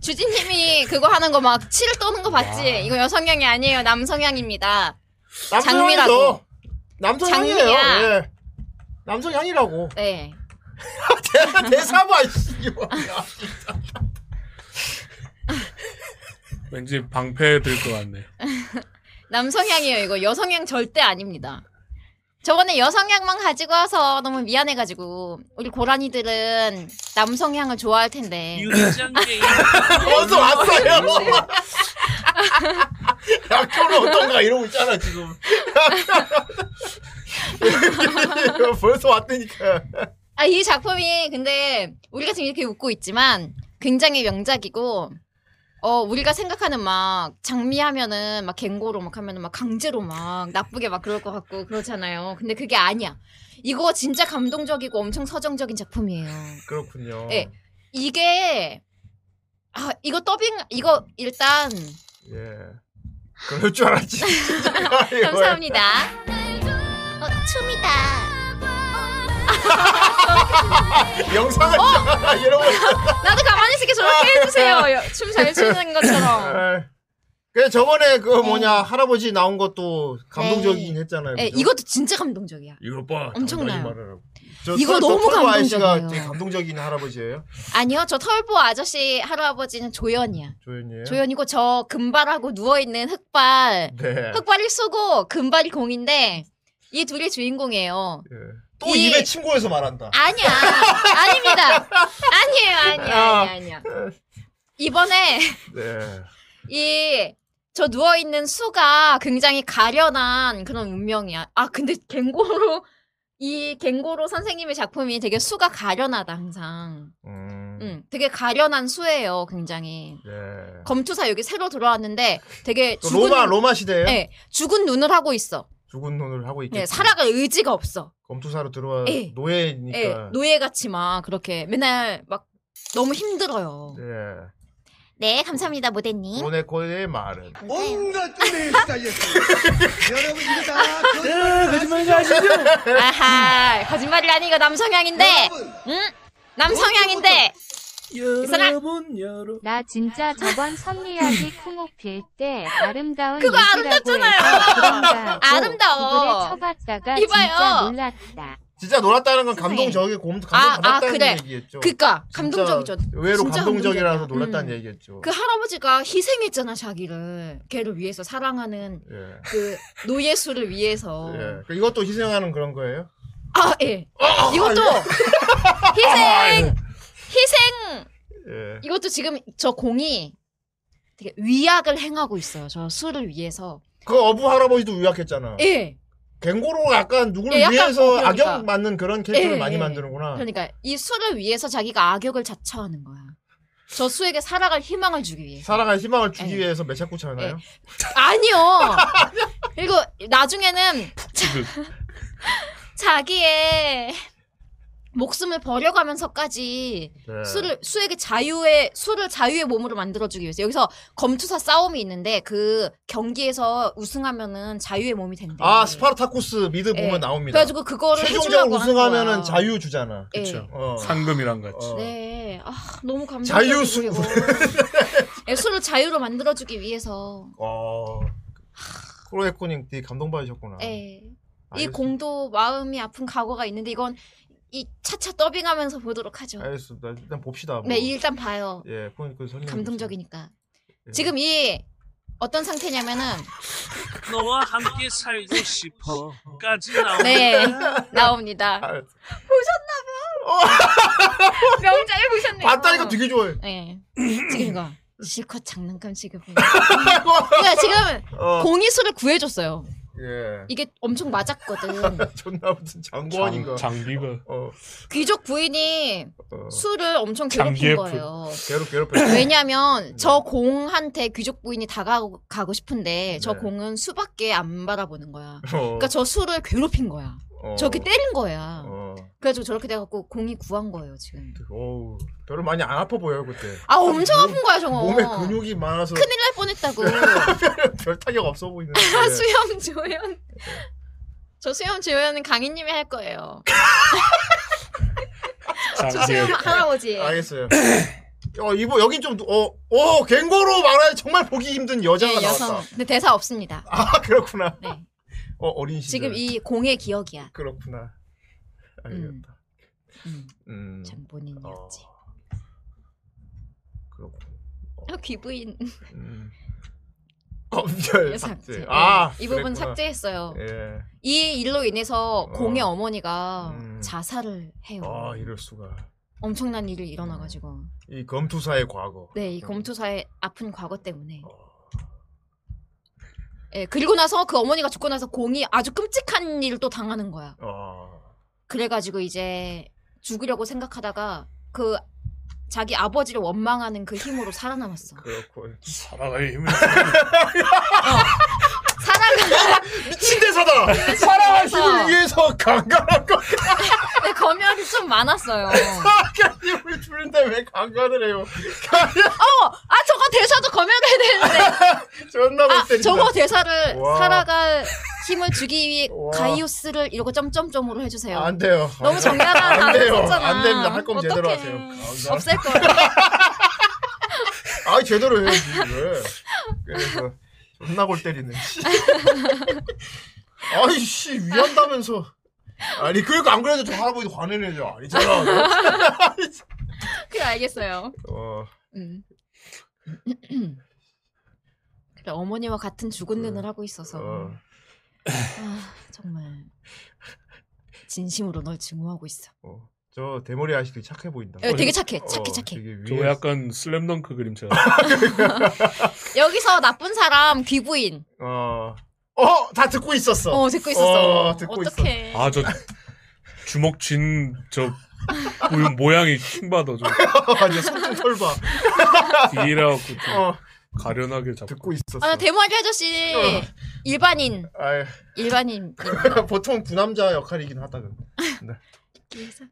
주진님이 그거 하는 거 막 치를 떠는 거 봤지? 이거 여성향이 아니에요. 남성향입니다. 장미라고. 남성향이죠. 남성향이에요. 장미야. 예. 남성향이라고. 네. 대사 대사 봐. 이씨. 왠지 방패 들 것 같네. 남성향이에요. 이거 여성향 절대 아닙니다. 저번에 여성향만 가지고 와서 너무 미안해가지고 우리 고라니들은 남성향을 좋아할 텐데. 어서 왔어요. 약효는 어떤가 이러고 있잖아 지금. 벌써 왔다니까. 아, 이 작품이 근데 우리가 지금 이렇게 웃고 있지만 굉장히 명작이고 어 우리가 생각하는 막 장미하면은 막 갱고로 막 하면은 막 강제로 막 나쁘게 막 그럴 것 같고 그렇잖아요. 근데 그게 아니야. 이거 진짜 감동적이고 엄청 서정적인 작품이에요. 그렇군요. 예. 이게 아 이거 더빙 이거 일단 예. 그럴 줄 알았지. 감사합니다. 어, 춤이다. 영상을 찍잖아 이러고. 어? 나도 가만히 있을게 저렇게 해주세요. 춤 잘 추는 것처럼. 네. 그 저번에 그 뭐냐 할아버지 나온 것도 감동적이긴 했잖아요. 예, 그죠? 이것도 진짜 감동적이야. 이거 봐. 엄청나요. 저 이거 털- 저 너무 털보 아저씨가 감동적이에요. 되게 감동적인 할아버지예요. 아니요, 저 털보 아저씨 할아버지는 조연이야. 조연이에요. 조연이고 저 금발하고 누워 있는 흑발. 네. 흑발이 쏘고 금발이 공인데 이 둘이 주인공이에요. 예. 또 이- 입에 침고해서 말한다. 아니야, 아닙니다. 아니에요, 아니야, 아. 아니야, 아니야. 이번에 네. 이 저 누워 있는 수가 굉장히 가련한 그런 운명이야. 아 근데 갱고로 이 갱고로 선생님의 작품이 되게 수가 가련하다 항상. 음. 응, 되게 가련한 수예요, 굉장히. 네. 검투사 여기 새로 들어왔는데 되게 그 죽은 로마 로마 시대예요. 그 네, 죽은 눈을 하고 있어. 죽은 눈을 하고 있겠. 네, 살아갈 의지가 없어. 검투사로 들어와 예. 노예니까. 예, 노예같이 막 그렇게 맨날 막 너무 힘들어요. 네. 네, 감사합니다, 모델님. 모네코의 말은. 온갖 쫄에 시달렸어요. 여러분 이거 다 거짓말인 거 아시죠? 아하, 거짓말이라니 이거 남성향인데. 응? 남성향인데. 여러분 여러분 나 진짜 저번 선미야기 쿵옥 빌때 아름다운 그거 아름답잖아요. 아름다워. 구글에 쳐봤다가 이봐요. 진짜 놀랐다 진짜 놀았다는 건 감동적이고 곰 아, 아, 감동받았다는 그래. 얘기겠죠. 그니까 진짜 감동적이죠. 의외로 진짜 감동적이라서 감동적이야. 놀랐다는 음. 얘기겠죠. 그 할아버지가 희생했잖아, 자기를. 걔를 위해서 사랑하는 예. 그 노예수를 위해서. 예. 어! 그러니까 이것도 희생하는 그런 거예요? 아, 예. 어. 이것도 아, 희생 희생 예. 이것도 지금 저 공이 되게 위약을 행하고 있어요. 저 수를 위해서. 그 어부 할아버지도 위약했잖아. 예. 갱고로 약간 누구를 예, 약간 위해서 어, 그러니까. 악역 맞는 그런 캐릭터를 예, 많이 예. 만드는구나. 그러니까 이 수를 위해서 자기가 악역을 자처하는 거야. 저 수에게 살아갈 희망을 주기 위해. 살아갈 희망을 예. 주기 위해서 매차꾸 차나요? 아니요. 그리고 나중에는 자기의 목숨을 버려가면서까지 네. 수를 수에게 자유의 수를 자유의 몸으로 만들어주기 위해서 여기서 검투사 싸움이 있는데 그 경기에서 우승하면은 자유의 몸이 된대. 아 스파르타쿠스 미드 예. 보면 나옵니다. 그래가지고 그거를 최종적으로 해주려고 한 거야. 우승하면은 자유 주잖아. 예. 그쵸. 어. 상금이랑 같이. 네, 아 너무 감동. 자유 수. 예, 수를 자유로 만들어주기 위해서. 와. 크로에코님 되게 감동받으셨구나. 예. 이 아, 알겠습니다. 공도 마음이 아픈 과거가 있는데 이건 이 차차 더빙하면서 보도록 하죠. 알겠습니다. 일단 봅시다. 뭐. 네, 일단 봐요. 예, 그, 그 설명. 감동적이니까. 예. 지금 이 어떤 상태냐면은 너와 함께 살고 싶어까지 나오는 네 나옵니다. 보셨나봐. 명작을 보셨네요. 봤다니까 되게 좋아해. 네. 지금 이거 실컷 장난감 취급해. 그러니까 지금 어. 공이수를 구해줬어요. 예. 예. 이게 엄청 맞았거든. 존나 무슨 장관인가. 장- 장비가. 어. 귀족 부인이 어. 수를 엄청 괴롭힌 거예요. 괴롭 괴롭혔어. 왜냐하면 저 공한테 귀족 부인이 다가가고 싶은데 저 네. 공은 수밖에 안 바라보는 거야. 어. 그러니까 저 수를 괴롭힌 거야. 어. 저렇게 때린 거야. 어. 그래가지고 저렇게 돼갖고 공이 구한 거예요 지금. 어우, 별로 많이 안 아파 보여요 그때. 아 엄청 아픈 거야 저거. 몸에 근육이 많아서 네. 큰일 아, 날 뻔했다고. 별 타격 없어 보이는데. 수염 조연. 저 수염 조연은 강희님이 할 거예요. 저 수염 아, 할아버지. 알겠어요. 어 이거 여긴 좀어어 갱고로 말하는 정말 보기 힘든 여자가 네, 여성. 나왔다. 근데 대사 없습니다. 아 그렇구나. 어 어린 시절. 지금 이 공의 기억이야. 그렇구나. 알겠다. 음. 음. 본인이었지. 그렇고. 아, 귀부인. 음. 삭제. 검열 삭제. 네, 아, 이 부분 그랬구나. 삭제했어요. 예. 어. 이 일로 인해서 공의 어머니가 음. 자살을 해요. 아 이럴 수가. 엄청난 일이 일어나가지고. 이 검투사의 과거. 네, 이 검투사의 아픈 과거 때문에. 어. 예, 그리고 나서 그 어머니가 죽고 나서 공이 아주 끔찍한 일을 또 당하는 거야. 아. 그래가지고 이제 죽으려고 생각하다가 그 자기 아버지를 원망하는 그 힘으로 살아남았어. 그렇고 살아갈 힘을 살아가 미친 대사다. 사랑할 힘을 위해서 강간한 거. 근데 네, 검열이 좀 많았어요. 사랑할 힘을 아, 주는데 왜 그- 강간을 해요? 어, 아 저거 대사도 검열해야 되는데. 존나 아, 때린다. 저거 대사를 와. 살아갈 힘을 주기 위해 가이오스를 이러고 점점점으로 해주세요. 안 돼요. 너무 정갈한 안 돼요. 단어였잖아. 안 됩니다. 할 거면 제대로 하세요. 강간. 없앨 거예요. 아 제대로 해야지 왜? 그래서 존나 골 때리네. 아이씨 위한다면서. 아니 그러니까 안 그래도 저 할아버지 화내내죠. 아니잖아. 그래 알겠어요. 어. 음. 그래 어머니와 같은 네. 죽은 눈을 하고 있어서 아, 정말 진심으로 널 증오하고 있어. 저 대머리 아저씨 되게 착해 보인다. 어, 예, 되게 착해. 착해, 착해. 저거 약간 슬램덩크 그림체. 여기서 나쁜 사람 귀부인. 어. 어, 다 듣고 있었어. 어, 듣고 있었어. 어, 듣고 있었어. 어떡해. 아 저 주먹 진저 모양이 킹받아 저. 완전 손좀 털봐. 뒤라고 가련하게 잡고. 듣고 있었어. 아, 대머리 아저씨 어. 일반인 아유. 일반인 보통 구남자 역할이긴 하다 근데. 그래서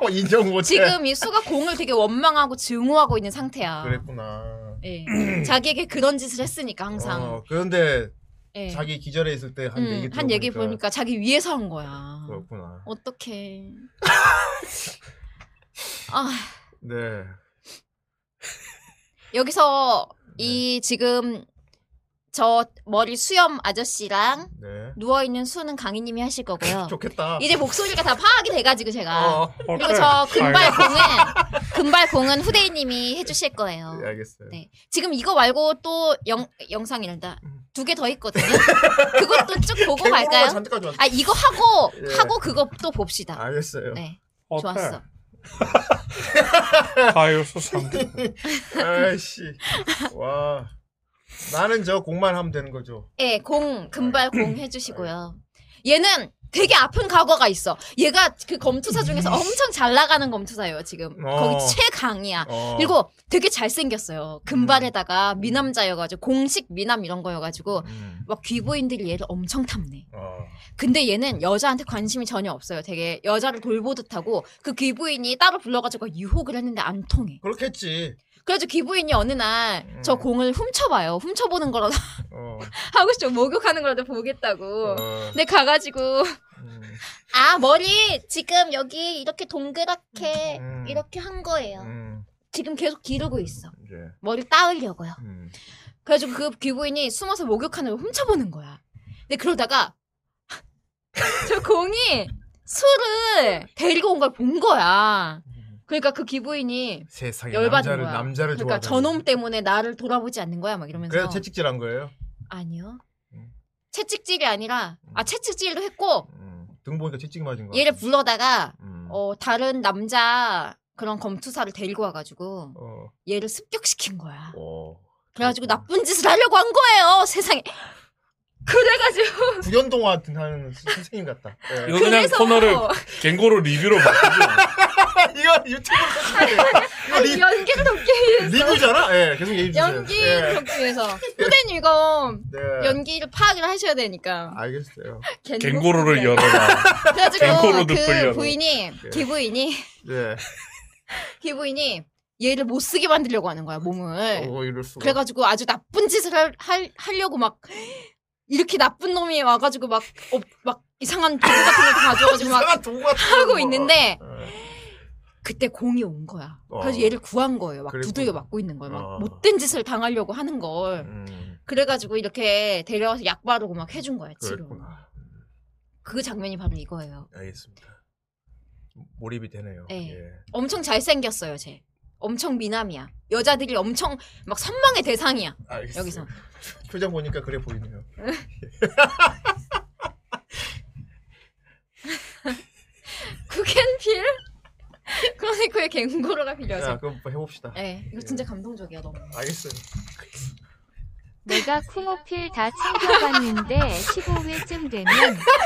어, 인정 못해. 지금 이 수가 공을 되게 원망하고 증오하고 있는 상태야. 그랬구나. 예. 자기에게 그런 짓을 했으니까 항상. 어, 그런데 예. 자기 기절해 있을 때 한 음, 얘기 한 얘기 들어보니까 보니까 자기 위해서 한 거야. 그렇구나. 어떡해. 아, 네. 여기서 네. 이 지금 저 머리 수염 아저씨랑 네. 누워 있는 수는 강희님이 하실 거고요. 좋겠다. 이제 목소리가 다 파악이 돼가지고 제가 어. 그리고 저 금발 공은 금발 공은 후대인님이 해주실 거예요. 네, 알겠어요. 네. 지금 이거 말고 또 영, 영상이란다. 두 개 더 있거든요. 그것도 쭉 보고 캥거루가 갈까요? 잔뜩 음. 가져왔어. 아, 이거 하고, 예. 하고 그것도 봅시다. 알겠어요. 네. 좋았어. 가이오스 삼. 아이씨. 와. 나는 저 공만 하면 되는 거죠. 예, 공, 금발 공 해주시고요. 얘는 되게 아픈 과거가 있어. 얘가 그 검투사 중에서 엄청 잘 나가는 검투사예요, 지금. 어. 거기 최강이야. 어. 음. 그리고 되게 잘생겼어요. 금발에다가 미남자여가지고, 공식 미남 이런 거여가지고, 막 귀부인들이 얘를 엄청 탐내. 어. 근데 얘는 여자한테 관심이 전혀 없어요. 되게 여자를 돌보듯 하고, 그 귀부인이 따로 불러가지고 유혹을 했는데 안 통해. 그렇겠지. 그래서 귀부인이 어느 날 저 공을 훔쳐봐요. 훔쳐보는 거라도 음. 어. 하고 싶죠. 목욕하는 거라도 보겠다고. 어. 음. 근데 가가지고 아 머리 지금 여기 이렇게 동그랗게 음. 이렇게 한 거예요. 지금 계속 기르고 있어. 이제. 머리 따으려고요. 음. 그래가지고 그 귀부인이 숨어서 목욕하는 걸 훔쳐보는 거야. 근데 그러다가 저 공이 술을 데리고 온 걸 본 거야. 그러니까 그 귀부인이 음. 세상에 열받은 남자를 거야. 남자를 그러니까 좋아하다니. 저놈 때문에 나를 돌아보지 않는 거야 막 이러면서 그래서 채찍질한 음. 거예요. 아니요 채찍질이 아니라 아 채찍질도 했고 등 보니까 채찍 음. 맞은 거. 얘를 불러다가 음. 어 다른 남자 그런 검투사를 데리고 와가지고 어. 얘를 습격시킨 거야 어. 그래가지고 나쁜 짓을 하려고 한 거예요 세상에 그래가지고 구연동화 하는 선생님 같다. 예. 이거 그냥 코너를 갱고로 리뷰로 바꾸죠. 이거 유튜브로 아니, 연기 도끼에서 리뷰잖아. 예, 계속 얘기해 주세요. 연기 예. 도끼에서 후대님 이거 네. 아, 연기를 네, 파악을 하셔야 되니까 알겠어요. 갱고로를 열어라. 그래가지고 갱코로드 그 끌려라. 부인이 예. 기부인이 예. 기부인이 얘를 못 쓰게 만들려고 하는 거야 몸을. 어, 이럴 수가. 네. 그래가지고 아주 나쁜 짓을 할, 할 하려고 막 이렇게 나쁜 놈이 와가지고 막 어, 막 이상한 도구 같은 걸 가져가지고 막 하고 네. 있는데 그때 공이 온 거야. 그래서 어. 얘를 구한 거예요. 막 그랬구나. 두들겨 맞고 있는 거예요. 막 어. 못된 짓을 당하려고 하는 걸. 음. 그래가지고 이렇게 데려와서 약 바르고 막 해준 거야 아, 치료. 그랬구나. 그 장면이 바로 이거예요. 알겠습니다. 몰입이 되네요. 네. 예. 엄청 잘생겼어요, 쟤. 엄청 미남이야. 여자들이 엄청 막 선망의 대상이야. 알겠어요. 여기서. 표정 보니까 그래 보이네요. 구겐필? 크로니코의 갱고로가 빌려서. 자, 아, 그럼 해봅시다. 네, 이거 진짜 감동적이야, 너무. 알겠어요. 내가 쿵오필 다 챙겨봤는데 15회쯤 되면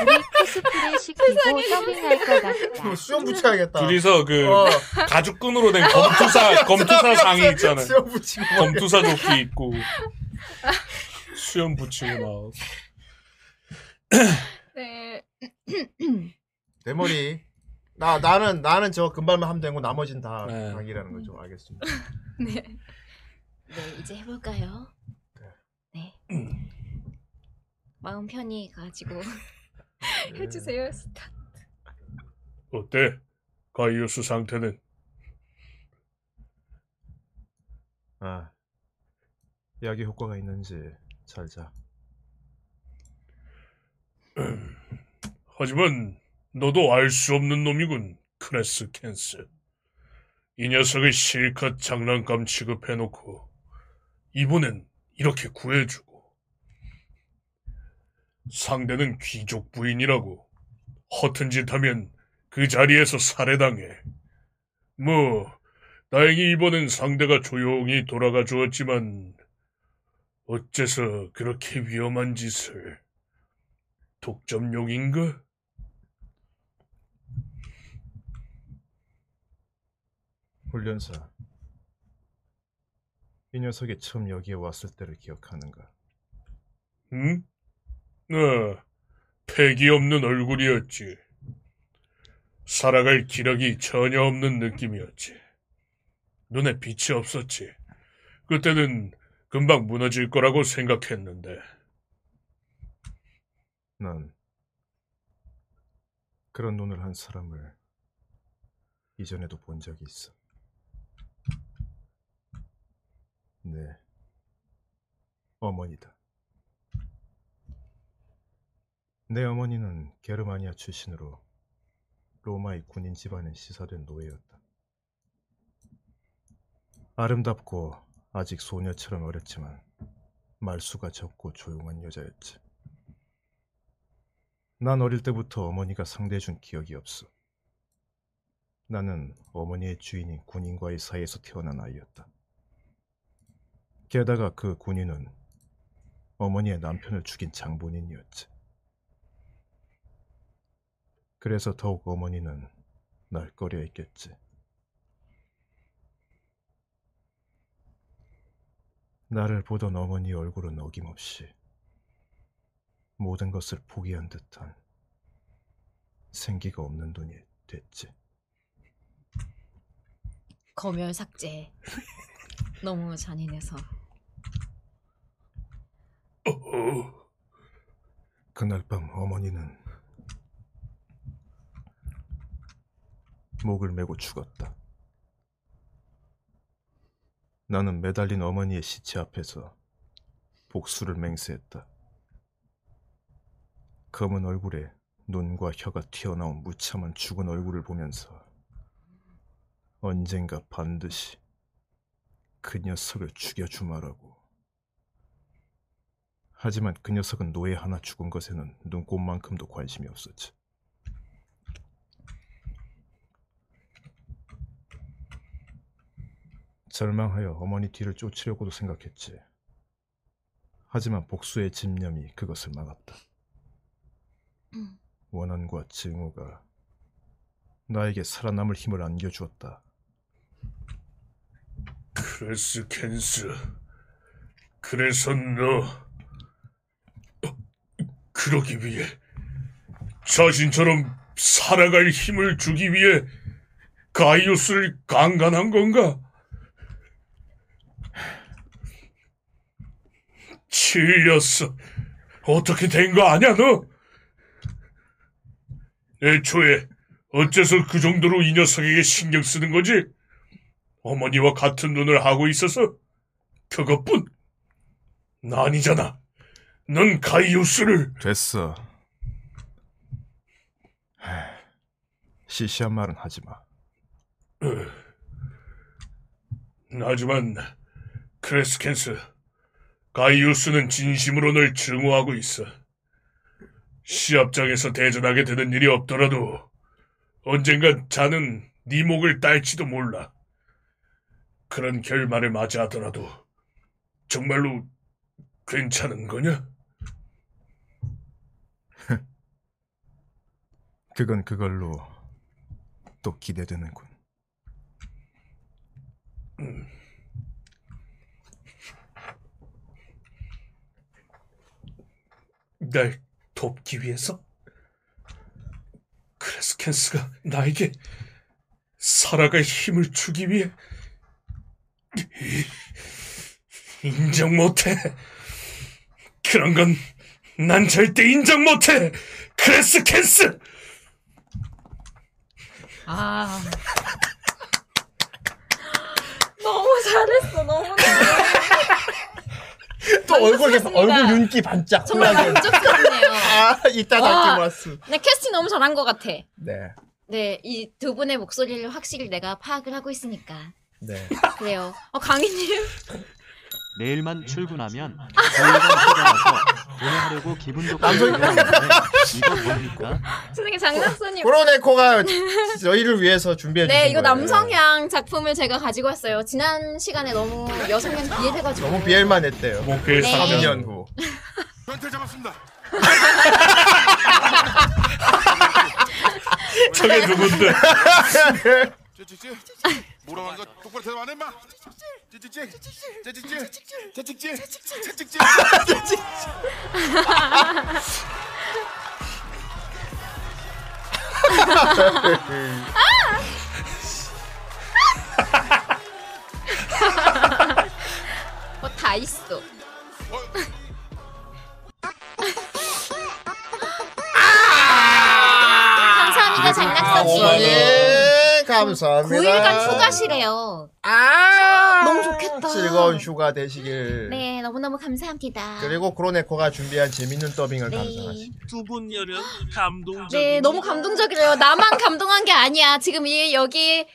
우리 음, 코스프레 시키고 서빙할 것 같다. 뭐 수염 붙여야겠다. 둘이서 그 어. 가죽 끈으로 된 검투사 수염 검투사 상이 붙여. 있잖아요. 수염 뭐 붙이고. 검투사 조끼 입고 수염 붙이고 막. 네. 내 머리. 나 나는 나는 저 금발만 하면 되고 나머진 다 네. 강이라는 거죠. 알겠습니다. 네. 네, 이제 해볼까요? 네. 마음 편히 가지고 네. 해주세요. 스타. 어때? 가이오스 상태는 아, 약의 효과가 있는지 잘 자. 하지만 너도 알 수 없는 놈이군, 크레스 캔스. 이 녀석을 실컷 장난감 취급해놓고 이번엔 이렇게 구해주고 상대는 귀족 부인이라고 허튼 짓 하면 그 자리에서 살해당해. 뭐 다행히 이번엔 상대가 조용히 돌아가 주었지만 어째서 그렇게 위험한 짓을 독점용인가? 훈련사. 이 녀석이 처음 여기에 왔을 때를 기억하는가? 응? 아, 팩이 없는 얼굴이었지. 살아갈 기력이 전혀 없는 느낌이었지. 눈에 빛이 없었지. 그때는 금방 무너질 거라고 생각했는데. 난 그런 눈을 한 사람을 이전에도 본 적이 있어. 네, 어머니다. 내 어머니는 게르마니아 출신으로 로마의 군인 집안에 시사된 노예였다. 아름답고 아직 소녀처럼 어렸지만 말수가 적고 조용한 여자였지. 난 어릴 때부터 어머니가 상대해준 기억이 없어. 나는 어머니의 주인인 군인과의 사이에서 태어난 아이였다. 게다가 그 군인은 어머니의 남편을 죽인 장본인이었지. 그래서 더욱 어머니는 날 꺼려했겠지. 나를 보던 어머니 얼굴은 어김없이 모든 것을 포기한 듯한 생기가 없는 눈이 됐지. 검열 삭제. 너무 잔인해서. 어? 그날 밤 어머니는 목을 메고 죽었다. 나는 매달린 어머니의 시체 앞에서 복수를 맹세했다. 검은 얼굴에 눈과 혀가 튀어나온 무참한 죽은 얼굴을 보면서 언젠가 반드시 그 녀석을 죽여주마라고. 하지만 그 녀석은 노예 하나 죽은 것에는 눈꼽만큼도 관심이 없었지. 절망하여 어머니 뒤를 쫓으려고도 생각했지. 하지만 복수의 집념이 그것을 막았다. 원한과 증오가 나에게 살아남을 힘을 안겨주었다. 크레스 켄스. 그래서 너 어, 그러기 위해 자신처럼 살아갈 힘을 주기 위해 가이오스를 강간한 건가? 찔렸어. 어떻게 된 거 아냐 너? 애초에 어째서 그 정도로 이 녀석에게 신경 쓰는 거지? 어머니와 같은 눈을 하고 있어서 그것뿐 난이잖아. 넌 가이오스를 됐어. 하, 시시한 말은 하지 마. 하지만 크레스켄스 가이우스는 진심으로 널 증오하고 있어. 시합장에서 대전하게 되는 일이 없더라도 언젠간 자는 네 목을 딸지도 몰라. 그런 결말을 맞이하더라도 정말로 괜찮은 거냐? 그건 그걸로 또 기대되는군. 날 돕기 위해서? 크레스켄스가 나에게 살아갈 힘을 주기 위해 인정 못해. 그런 건 난 절대 인정 못해. 크레스켄스. 아. 너무 잘했어, 너무 잘했어. 또 얼굴 계속 얼굴 윤기 반짝. 정말 콜라겐. 만족스럽네요. 아, 이따 와. 다모았어 네, 캐스팅 너무 잘한 것 같아. 네. 네, 이 두 분의 목소리를 확실히 내가 파악을 하고 있으니까. 네. 그래요. 어, 강희님. 내일만 출근하면 주일간 휴가라서 오늘 하려고 기분 좋게 남성이 일하는데 이거 뭡니까? 선생님 장난선이. 코로네코가 저희를 위해서 준비해 주신 네, 이거 거예요. 남성향 작품을 제가 가지고 왔어요. 지난 시간에 너무 여성향 비해돼가지고. 너무 비엘만 했대요. 목표의 네. 상장. 3년 후. 변태 잡았습니다. 저게 누군데? 찌찌찌. 뭐라고 하니까 똑바로 대답 안 해, 마. 찌찌찌. 찌찌찌. 찌찌찌. 찌찌찌. 아! 예. 뭐 다 있어. 감사합니다, 장난선이. 네, 아, 감사합니다. 9일간 휴가시래요. 아, 너무 좋겠다. 즐거운 휴가 되시길. 네, 너무너무 감사합니다. 그리고 코로네코가 준비한 재밌는 더빙을 네. 감상하시. 두분 열연 감동적. 네, 너무 감동적이래요. 나만 감동한 게 아니야. 지금 이 여기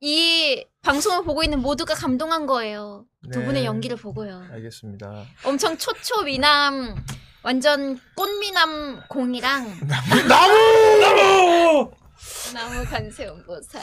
이 방송을 보고 있는 모두가 감동한 거예요. 두 네. 분의 연기를 보고요. 알겠습니다. 엄청 초초 미남, 완전 꽃미남 공이랑 나무 나무 나무 간세운 보살.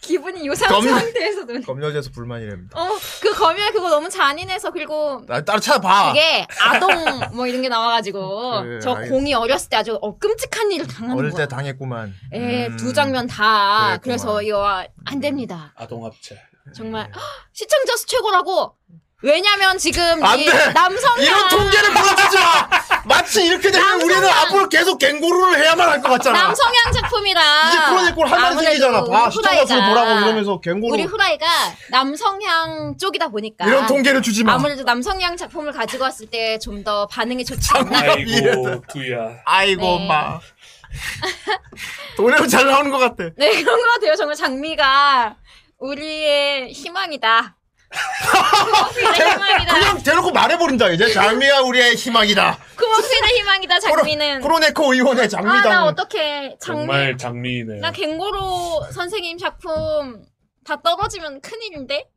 기분이 요상 검- 상태에서 눈. 검열돼서 불만이랍니다. 어, 그 검열 그거 너무 잔인해서 그리고 나 따로 찾아봐. 그게 아동 뭐 이런 게 나와가지고 그래, 저 알겠어. 공이 어렸을 때 아주 어, 끔찍한 일을 당하는 어릴 거야. 때 당했구만. 음. 예, 두 장면 다. 그랬구만. 그래서 이거 아, 안 됩니다. 아동합체. 정말 네. 헉, 시청자 수 최고라고. 왜냐면 지금 안 이 돼! 남성 이런 통계를 보여주지 마! 마치 이렇게 되면 우리는 앞으로 계속 갱고루를 해야만 할 것 같잖아. 남성향 작품이랑 이제 코로네코 할 말이 아무래도 생기잖아. 봐, 시청자 수 후라이가- 보라고 이러면서 갱고루. 우리 후라이가 남성향 쪽이다 보니까 이런 통계를 주지 마. 아무래도 남성향 작품을 가지고 왔을 때 좀 더 반응이 좋지 않나. 아이고 두야. 아이고 네. 엄마. 노래로 잘 나오는 것 같아. 네 그런 것 같아요. 정말 장미가 우리의 희망이다. 우리의 희망이다. 그냥 대놓고 말해버린다 이제 장미가 우리의 희망이다. 구멍쇠의 희망이다 장미는 코로네코 의원의 장미당. 아 나 어떡해 장미 정말 장미이네. 나 갱고로 선생님 작품 다 떨어지면 큰일인데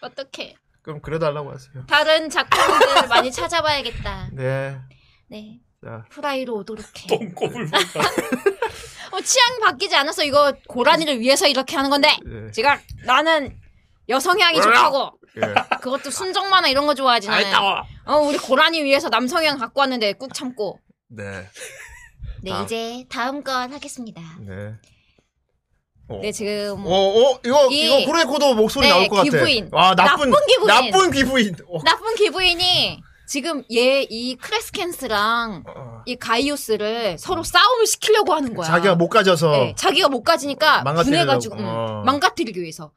어떡해 그럼 그려달라고 하세요. 다른 작품들 많이 찾아봐야겠다 네. 네 자. 프라이로 오도록 해 똥꼬불 보다. 어, 취향 바뀌지 않았어 이거 고라니를 위해서 이렇게 하는 건데 네. 아! 지금 나는 여성향이 좋다고 그것도 순정 만화 이런 거 좋아하지 나는. 아이따워. 어 우리 고라니 위해서 남성향 갖고 왔는데 꾹 참고. 네. 네 아. 다음. 이제 다음 건 하겠습니다. 네. 어. 네 지금. 어, 어, 이거, 이- 이거 후레코도 목소리 네, 나올 것 같아. 귀부인. 와, 나쁜, 나쁜 귀부인. 나쁜 귀부인. 어, 나쁜 기부인이 지금 얘 이 크레스켄스랑 이 가이오스를 서로 싸움을 시키려고 하는 거야. 자기가 못 가져서. 네, 자기가 못 가지니까 어. 망가뜨리려고. 분해가지고 응, 어. 망가뜨리기 위해서.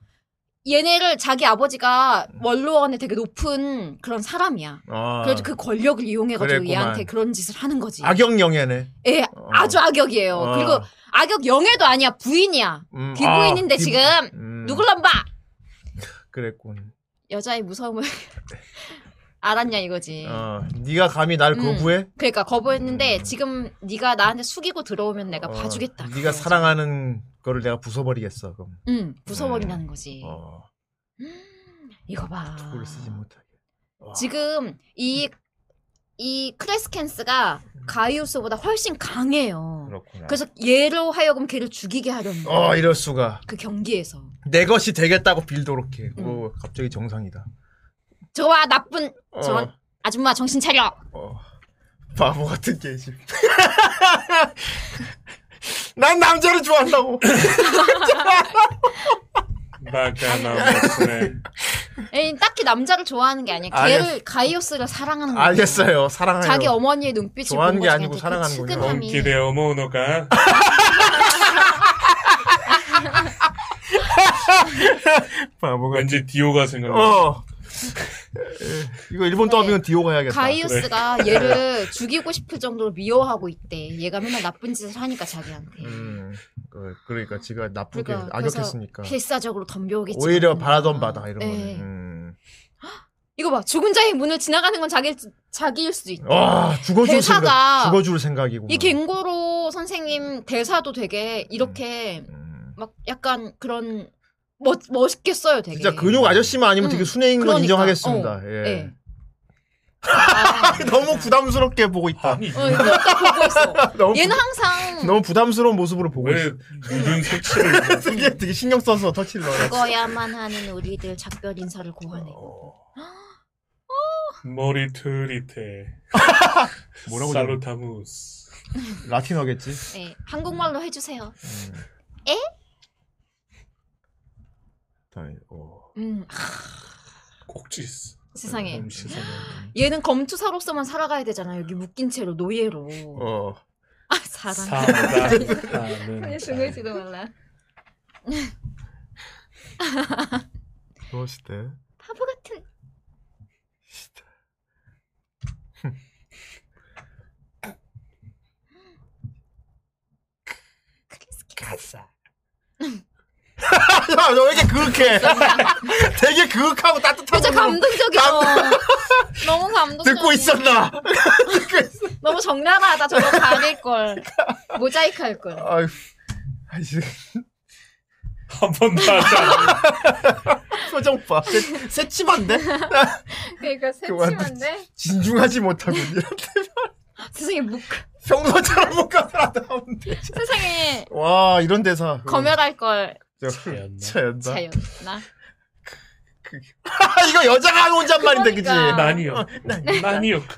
얘네를 자기 아버지가 음. 원로원에 되게 높은 그런 사람이야. 아. 그래서 그 권력을 이용해가지고 그랬구만. 얘한테 그런 짓을 하는 거지. 악역 영예네. 예, 아주 악역이에요. 어. 그리고 악역 영예도 아니야, 부인이야. 음, 귀부인인데 아, 귀- 지금 음. 누굴란 봐. 아, 그랬군. 여자의 무서움을 알았냐 이거지. 어, 네가 감히 날 음, 거부해? 음. 그러니까 거부했는데 지금 네가 나한테 숙이고 들어오면 내가 봐주겠다. 네가 사랑하는 거를 내가 부숴버리겠어. 그럼 응, 음. 부숴버리라는 음, 거지. 이거 봐. 그걸 쓰지 아. 못하게. 지금 이, 음. 이 크레스켄스가 가이우스보다 훨씬 강해요. 그렇구나. 어. 그래서 얘로 하여금 걔를 죽이게 하려는 거야. 네. 어 이럴 수가. 그 경기에서. 내 것이 되겠다고 빌도록 해. 음. 오, 갑자기 정상이다. 저와 나쁜 저 어. 아줌마 정신 차려. 바보 같은 게지. 난 남자를 좋아한다고. 바가나무스네. 에이, 딱히 남자를 좋아하는 게 아니야. 알겠- 걔를 가이오스를 사랑하는 거야. 알겠어요. 사랑해요. 자기 어머니의 눈빛을 좋아하는 본 게 거지, 아니고 걔한테. 사랑하는 그 거구나. 측은함이. 기대 어머노가 바보 왠지 디오가 생각나. 어. 예. 이거 일본 더빙은 디오가 해야겠다. 네. 가이우스가 얘를 죽이고 싶을 정도로 미워하고 있대. 얘가 맨날 나쁜 짓을 하니까 자기한테. 음, 그, 그러니까 지가 나쁘게 그러니까 악역했으니까. 그래서 필사적으로 덤벼오겠지. 오히려 바라던 바다 이런 거는. 네. 음. 이거 봐 죽은 자의 문을 지나가는 건 자기 자기일 수도 있다. 와 죽어줄 생각. 대사가 죽어줄 생각이고. 이 갱고로 선생님 대사도 되게 이렇게 음, 막 약간 그런 멋 멋있게 써요 되게. 진짜 근육 아저씨만 아니면 되게 음, 순애인 건 그러니까. 인정하겠습니다. 어, 예. 예. 너무 부담스럽게 보고 있다. 어, 이거 딱 보고 있어. 너무 얘는 부- 항상 음. 너무 부담스러운 모습으로 보고 왜 있어. 모든 색칠을 되게, 되게 신경 써서 터치를 넣어. 그거야만 하는 우리들 작별 인사를 고안해고. 어. 네. 머리 트리테 뭐라고 살루타무스 라틴어겠지. 네, 한국말로 해주세요. 에? 다행히, 어. 음. 꼭지스 세상에. 음, 세상에. 얘는 검투사로서만 살아가야 되잖아. 여기 묶인 채로 노예로. 어. 아 사랑. 사랑하는 그냥 죽을지도 몰라. 무엇이대? 바보 같은. 가사. 야, 너 왜 이렇게 그윽해? 되게 그윽하고 따뜻하고. 진짜 감동적이야. 너무 감동. 듣고 있었나? 너무 적나라하다. 저거 가릴 걸. 모자이크 할 걸. 아유. 아이씨. 한번 더 하자. 표정 봐. 새- 새침한데? 그러니까 그만. 새침한데 진중하지 못하군. 이런 세상에 묵. 평소처럼 못 가더라도. 그러니까. 세상에 와, 이런 대사. 검열할 걸. 차였나? 자연. 나. 아, 이거 여자가 하는 혼잣말인데, 어. 그지? 그러니까. 난이요. 난이요.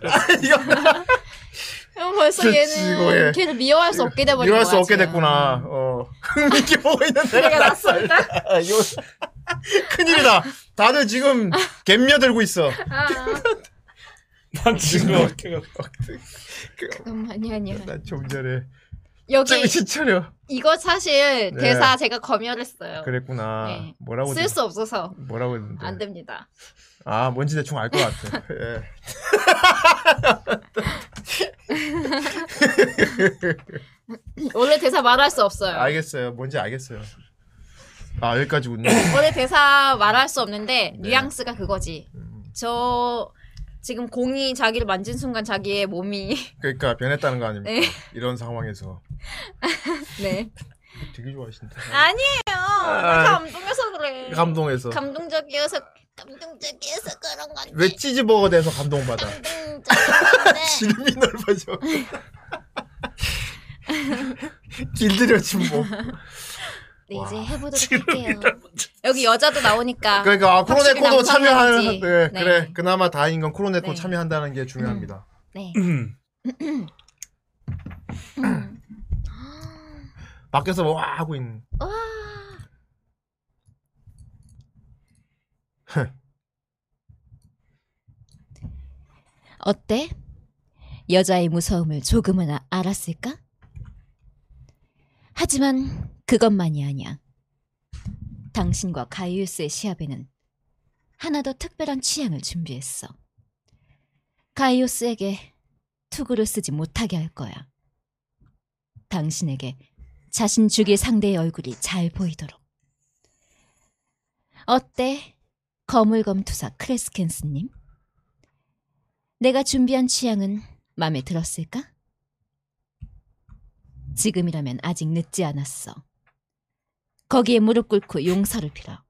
그럼 벌써 그치, 얘는 이거에. 걔를 미워할 수 없게 돼버린 거야. 그러니까 이럴 수 없게 지금. 됐구나. 어. 흥미있게 보고 있는 내가 내가 낯설다. 아, 이거 큰일이다. 다들 지금 갬며 들고 있어. 아, 난 지금 어깨가 잠깐만요, 아니야. 나좀 전에 여기 정신 차려. 이거 사실 네. 대사 제가 검열했어요. 그랬구나. 네. 뭐라고 쓸 수 없어서 뭐라고 했는데. 안 됩니다. 아, 뭔지 대충 알 것 같아. 예. 원래 대사 말할 수 없어요. 알겠어요. 뭔지 알겠어요. 아, 여기까지 웃네. 원래 대사 말할 수 네. 없는데 뉘앙스가 그거지. 저 지금 공이 자기를 만진 순간 자기의 몸이 그러니까 변했다는 거 아닙니까? 네. 이런 상황에서 네 되게 좋아하신다. 아니에요. 나 감동해서 그래. 감동해서. 감동적이어서 감동적이어서 그런 건데. 왜 치즈버거 돼서 감동받아? 지름이 넓어져. 뭐. 길들여진 몸. 네 이제 해보도록 할게요. 여기 여자도 나오니까. 그러니까 아, 확실히 코로네코도 남성이 참여하는 하는지. 네, 네. 그래 그나마 다행인 건 코로네코 네. 참여한다는 게 중요합니다. 네. 음. 음. 밖에서 와 하고 있는. 와. 어때? 여자의 무서움을 조금은 아- 알았을까? 하지만 그것만이 아니야. 당신과 가이우스의 시합에는 하나 더 특별한 취향을 준비했어. 가이오스에게 투구를 쓰지 못하게 할 거야. 당신에게 자신 죽일 상대의 얼굴이 잘 보이도록. 어때? 거물검 투사 크레스켄스님? 내가 준비한 취향은 마음에 들었을까? 지금이라면 아직 늦지 않았어. 거기에 무릎 꿇고 용서를 빌어.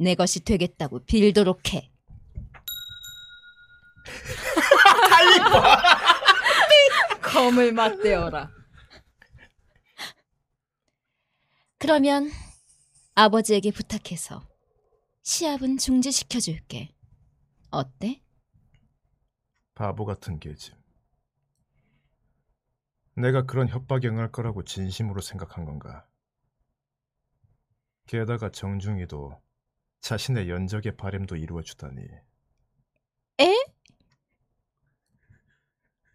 내 것이 되겠다고 빌도록 해. 검을 맞대어라. 그러면 아버지에게 부탁해서 시합은 중지시켜 줄게. 어때? 바보 같은 계집. 내가 그런 협박에 응할 거라고 진심으로 생각한 건가? 게다가 정중이도 자신의 연적의 바램도 이루어주다니 에?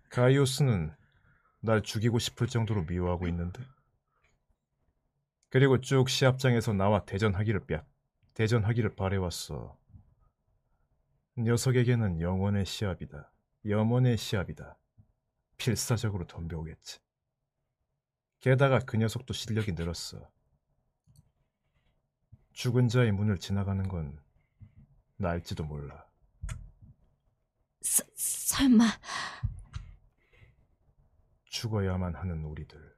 가이오스는 날 죽이고 싶을 정도로 미워하고 있는데 그리고 쭉 시합장에서 나와 대전하기를 뺨 대전하기를 바래왔어 녀석에게는 영원의 시합이다 염원의 시합이다 필사적으로 덤벼오겠지 게다가 그 녀석도 실력이 늘었어 죽은 자의 문을 지나가는 건 나일지도 몰라 서- 설마 죽어야만 하는 우리들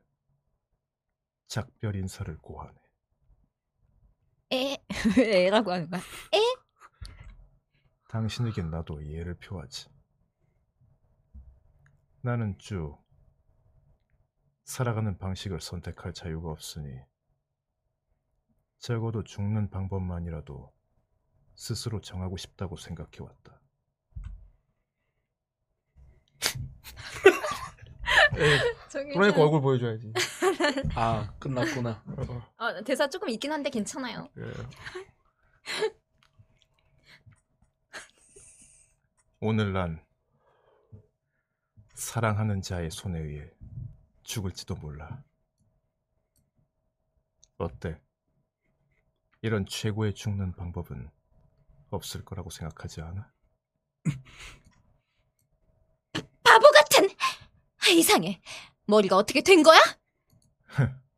작별 인사를 고하네 에? 왜 에라고 하는 거야? 에? 당신에겐 나도 이해를 표하지 나는 쭉 살아가는 방식을 선택할 자유가 없으니 적어도 죽는 방법만이라도 스스로 정하고 싶다고 생각해왔다 코로네코 그 얼굴 보여줘야지. 아 끝났구나. 어, 대사 조금 있긴 한데 괜찮아요. 예. 오늘 난 사랑하는 자의 손에 의해 죽을지도 몰라. 어때? 이런 최고의 죽는 방법은 없을 거라고 생각하지 않아? 바보 같은! 아, 이상해. 머리가 어떻게 된 거야?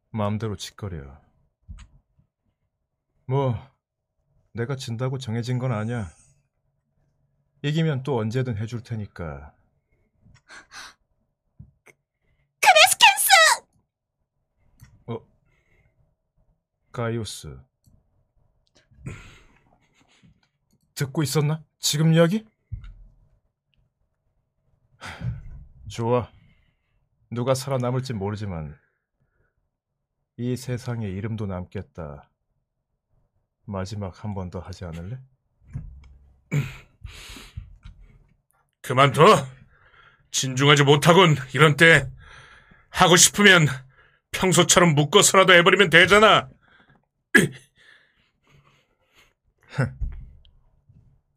마음대로 짓거려. 뭐 내가 진다고 정해진 건 아니야. 이기면 또 언제든 해줄 테니까 크레스켄스! 가이오스 듣고 있었나? 지금 이야기? 좋아 누가 살아남을지 모르지만 이 세상에 이름도 남겠다 마지막 한 번 더 하지 않을래? 그만둬. 진중하지 못하군. 이런 때 하고 싶으면 평소처럼 묶어서라도 해버리면 되잖아.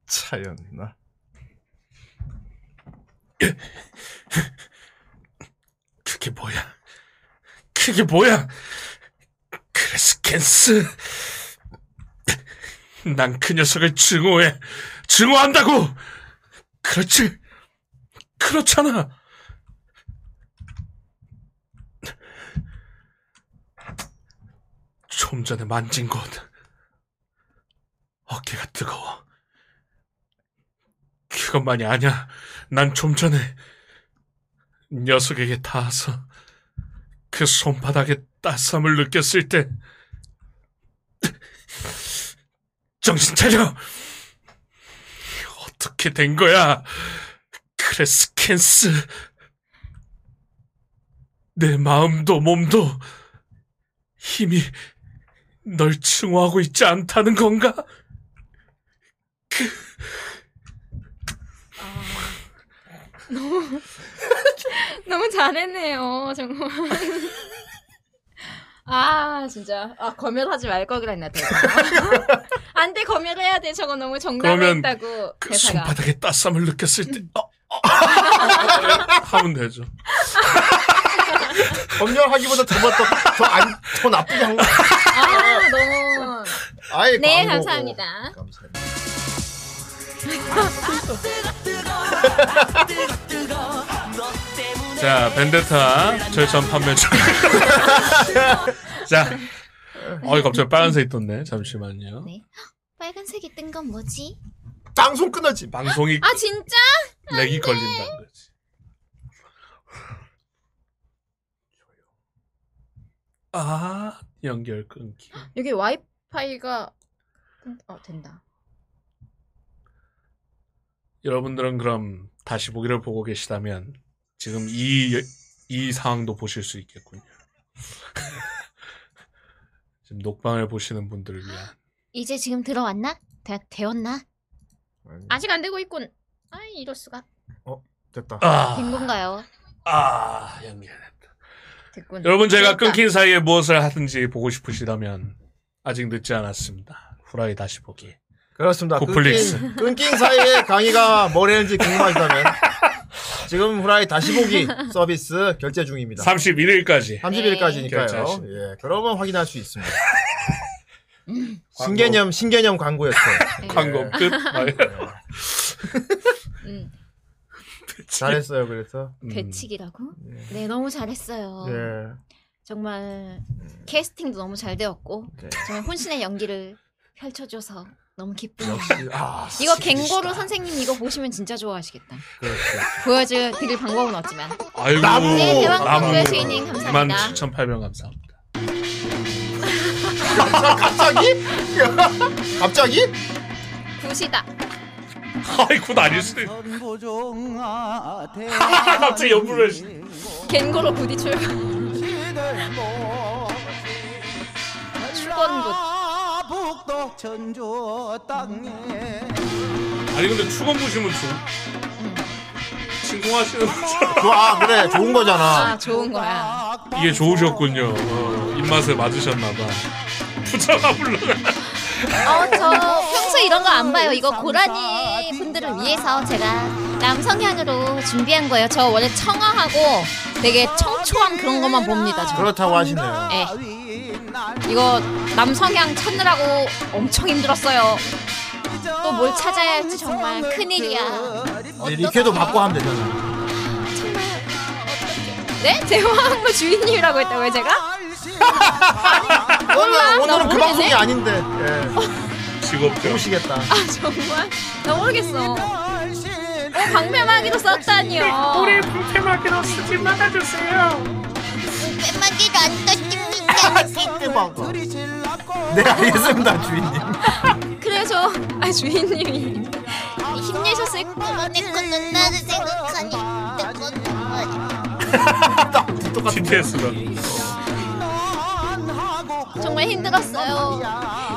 차였나? 그게 뭐야? 그게 뭐야? 크레스켄스. 난 그 녀석을 증오해. 증오한다고! 그렇지. 그렇잖아. 좀 전에 만진 곳. 어깨가 뜨거워. 그것만이 아니야. 난 좀 전에 녀석에게 닿아서 그 손바닥에 따스함을 느꼈을 때 정신 차려! 어떻게 된 거야? 크레스켄스 내 마음도 몸도 힘이 널 증오하고 있지 않다는 건가? 너무 너무 잘했네요 정말. 아 진짜 아 검열하지 말 걸 그랬나 안돼 검열해야 돼 저거 너무 정당해 그러면 있다고 그 대사가 음. 손바닥에 따스함을 느꼈을 때 어, 어. 하면 되죠. 검열하기보다 정말 더더안 더 나쁘게 한 거. 아 너무 아예 네 광고고. 감사합니다 자, 벤데타 절찬 판매 중. 자, 어이 갑자기 빨간색 떴네. 잠시만요. 빨간색이 뜬 건 뭐지? 방송 끊어지. 방송이 아 진짜? 렉이 걸린다는 거지. 아, 연결 끊기. 여기 와이파이가 어 된다 여러분들은 그럼 다시 보기를 보고 계시다면 지금 이, 이 상황도 보실 수 있겠군요. 지금 녹방을 보시는 분들을 위한. 이제 지금 들어왔나? 되, 되었나? 아직 안 되고 있군 아 이럴 수가 됐다. 된 건가요? 아 연결 됐군 여러분 제가 됐다. 끊긴 사이에 무엇을 하든지 보고 싶으시다면 아직 늦지 않았습니다. 후라이 다시 보기. 그렇습니다. 구플릭스. 끊긴, 끊긴 사이에 강의가 뭘 했는지 궁금하시다면 지금 후라이 다시 보기 서비스 결제 중입니다. 31일까지. 31일까지니까요. 결제하시- 예, 그러면 확인할 수 있습니다. 신개념 신개념 광고였어요. 예. 광고 끝. 아, 아, 예. 음, 잘했어요. 그래서 배치기라고? 네 너무 잘했어요 음. 예. 정말 캐스팅도 너무 잘 되었고 네. 정말 혼신의 연기를 펼쳐줘서 너무 기쁘네요. 역시 아 이거 갱고로 선생님 이거 보시면 진짜 좋아하시겠다. 그렇죠. 보여줄 드릴 방법은 없지만 아이고 나무! 네, 대왕 광고의 주인님 감사합니다. 17,800 감사합니다. 갑자기? 갑자기? 굿이다. 아이 굿 아닐 수도 있. 아, 갑자기 연불을. 하시- 갱고로 굿이 출근. 출건 굿. 북도 전주 땅에 아니 근데 추건 보시면 좋. 신공하시는 아 그래 좋은 거잖아. 아 좋은 거야. 이게 좋으셨군요. 어, 입맛에 맞으셨나봐. 부자가 불러. 어저 평소에 이런 거 안 봐요. 이거 고라니 분들을 위해서 제가 남성향으로 준비한 거예요. 저 원래 청아하고 되게 청초한 그런 것만 봅니다. 저. 그렇다고 하시네요. 예. 이거 남성향 찾느라고 엄청 힘들었어요. 또 뭘 찾아야 할지 정말 큰일이야. 이제 네, 리케도 받고 하면 되잖아. 네? 대왕의 주인님이라고 했다고요, 제가? 몰라, 오늘 나 오늘은 그 모르겠네. 방송이 아닌데. 예. 직업병. 보시겠다. 아, 정말? 나 모르겠어. 어, 방패막이도 썼다니요. 우리 불패마기로 쓰지 말아주세요. 빼마기를 안 아, 떴습니다. 네 알겠습니다 주인님. 그래요, 저. 아, 주인님이. 힘내셨을 거내거는 나를 생각하니 내건 TTS가. 정말 힘들었어요.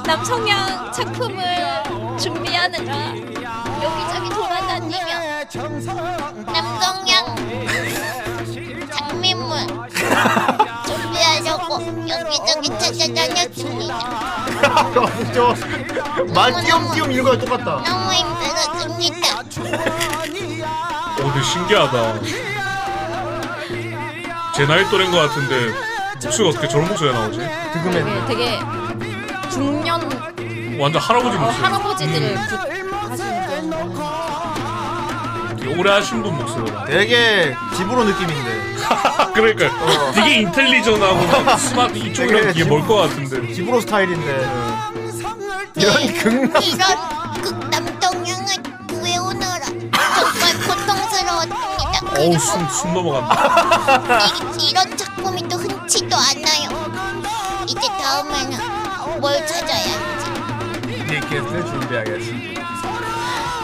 남성향 작품을 준비하느라 여기저기 돌아다니며 남성향 장미물 준비하려고 여기저기 찾아다녔습니다. 저말 띄엄띄엄 읽어요 똑같다. 너무 힘들었습니다. 오, 근데 어, 신기하다. 제 나이 또래인 것 같은데 목소리가 어떻게 저런 목소리 나오지? 네, 어, 되게, 되게 중년 완전 할아버지 어, 목소리. 할아버지들 음, 되게 오래 하신 분 목소리가. 되게 집으로 느낌인데. 어. 그러니까 요 되게 인텔리전하고 막 스마트 이쪽이랑 이게 뭘 것 같은데. 집으로 스타일인데. 이런 극남. 이런 극남동향을 구해오느라 정말 고통스러웠습니다. 어우 숨, 숨 넘어간다. 이- 이런 작품이 또 흔치도 않아요. 이제 다음에는 뭘 찾아야 리퀘스트 음, 준비하겠습니다.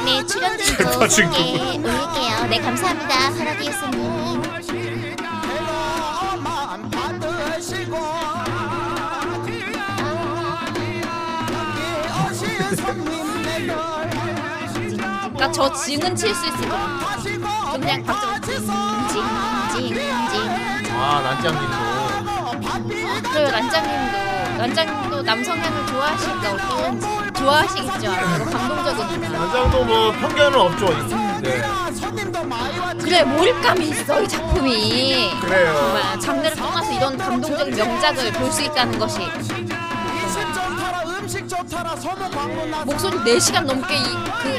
네 출연진도 제가 지금 소개 올릴게요. 네 감사합니다 설아디 교수님. 만 받으시고 그러니까 저 징은 칠 수 있을 것 같아. 그냥 갑자기 징, 징, 징. 아 난짱님도 그리고 란짱님도 란짱님도 남성향을 좋아하시니까 어떤 좋아하시겠죠. 아무래도 감동적이니까. 난짱도 뭐 편견은 없죠 네. 그래 몰입감이 있어 이 작품이. 그래요. 정말 장르를 떠나서 이런 감동적인 명작을 볼 수 있다는 것이 목소리 4시간 넘게 그,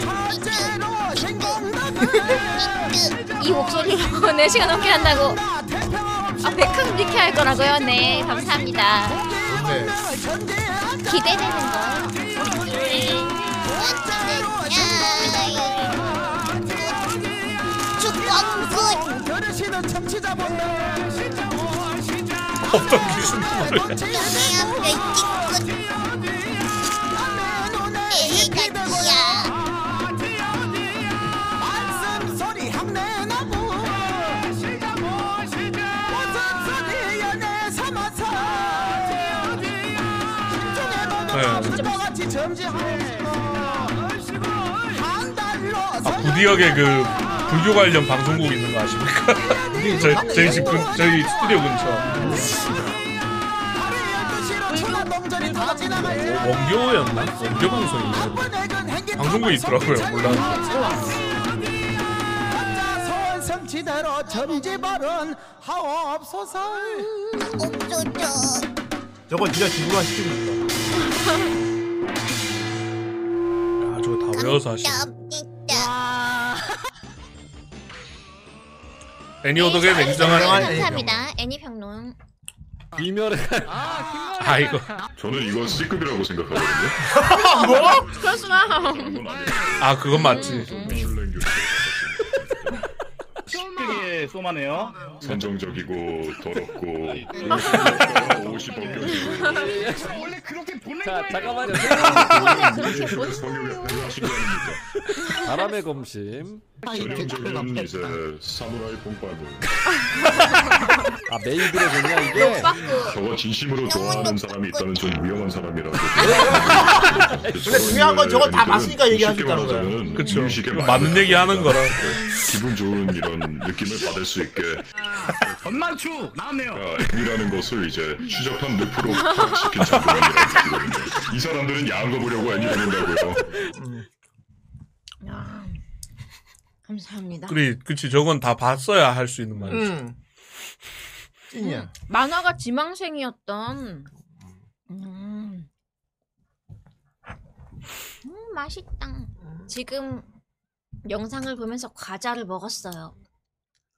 이그이 목소리로 4시간 넘게 한다고 아 백합 리케 할 거라고요? 네 감사합니다 네. 기대되는 거 축광군 들으시는 청취자분들 어떤 귀신 아, 말이야. 아, 구디역에 그 불교 관련 방송국 있는 거 아십니까? 저, 저희 집 근, 저희 스튜디오 근처 원교였나? 원교 방송이 방송국에 있더라고요. 몰라. 성치대로 점지발언 하옵소서 저건 진짜 지구가 시키는 거다 아 저거 다 외워서 하시. 애니 오덕의 아, 네, 냉정한 아, 감사합니다 애니 평론 이멸의 아 이거 저는 이건 시크비라고 생각하거든요. 뭐? 그렇구나 아 그건 맞지. 음, 시끄리에 쏘마네요. 선정적이고 더럽고 50억 자, 잠깐만요. 네. 바람의 검심. 전형적인 이제 사무라이 뽕빠는 아 메이드를 보냐 이게? 저거 진심으로 좋아하는 사람이 있다는 좀 위험한 사람이라고 근데 중요한 건 저거 그 다 봤으니까 얘기할 수 있다는 거야 그쵸 맞는 얘기 하는 거라 기분 좋은 이런 느낌을 받을 수 있게 전만추 나왔네요. 애니라는 것을 이제 추적한 루프로 시킨 장면이라는 느낌이 사람들은 야한 거 보려고 애니 보는다고요 감사합니다 그래 그치 저건 다 봤어야 할 수 있는 말이지. 음. 찐이야 음. 만화가 지망생이었던 음. 음, 맛있다. 지금 영상을 보면서 과자를 먹었어요.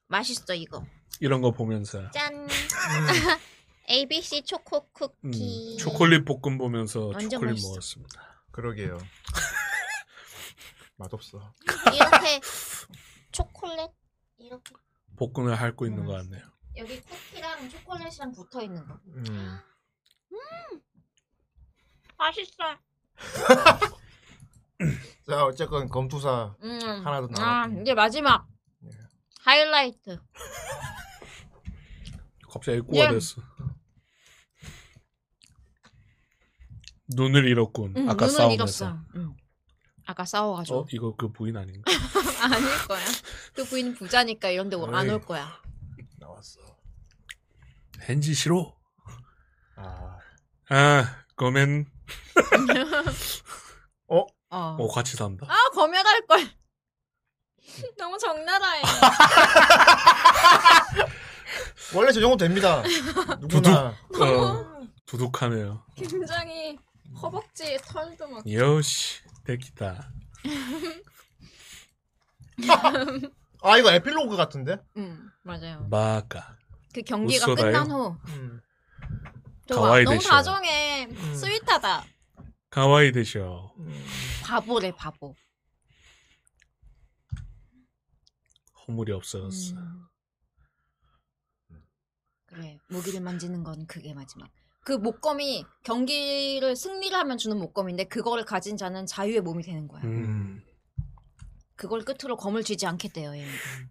맛있어 이거. 이런 거 보면서 짠. ABC 초코 음, 쿠키. 초콜릿 볶음 보면서 완전 초콜릿 맛있어. 먹었습니다. 그러게요. 맛없어. 이렇게 초콜릿 이렇게 볶음을 핥고 있는 것 같네요. 여기 쿠키랑 초콜릿이랑 붙어 있는 거. 음. 맛있어. 자 어쨌건 검투사 음. 하나 더 아, 나와. 이제 마지막. 네. 하이라이트. 갑자기 애꾸가 예. 됐어. 눈을 잃었군. 응, 아까 음, 눈을 싸움에서. 잃었어. 응. 아까 싸워가지고. 어 이거 그 부인 아닌가? 아닐 거야. 그 부인 부자니까 이런 데 안 올 어이. 거야. 헨지 싫어. 아 거맨. 어? 어. 어 같이 산다. 아, 검열할 걸. 너무 적나라해. 원래 저 정도 됩니다. 누구나. 어, 두둑하네요. 굉장히 허벅지에 털도 막. 여시 데키다. 아 이거 에필로그 같은데? 응, 맞아요. 마카. 그 경기가 웃어라요? 음. 끝난 후. 좋아. 가와이 음. 너무 되셔. 다정해. 스윗하다. 가와이 되셔. 음. 바보래, 바보. 허물이 없어졌어. 음. 그래, 모기를 만지는 건 그게 마지막. 그 목검이 경기를 승리를 하면 주는 목검인데 그거를 가진 자는 자유의 몸이 되는 거야. 음. 그걸 끝으로 검을 쥐지 않겠대요. 예. 얘는. 음.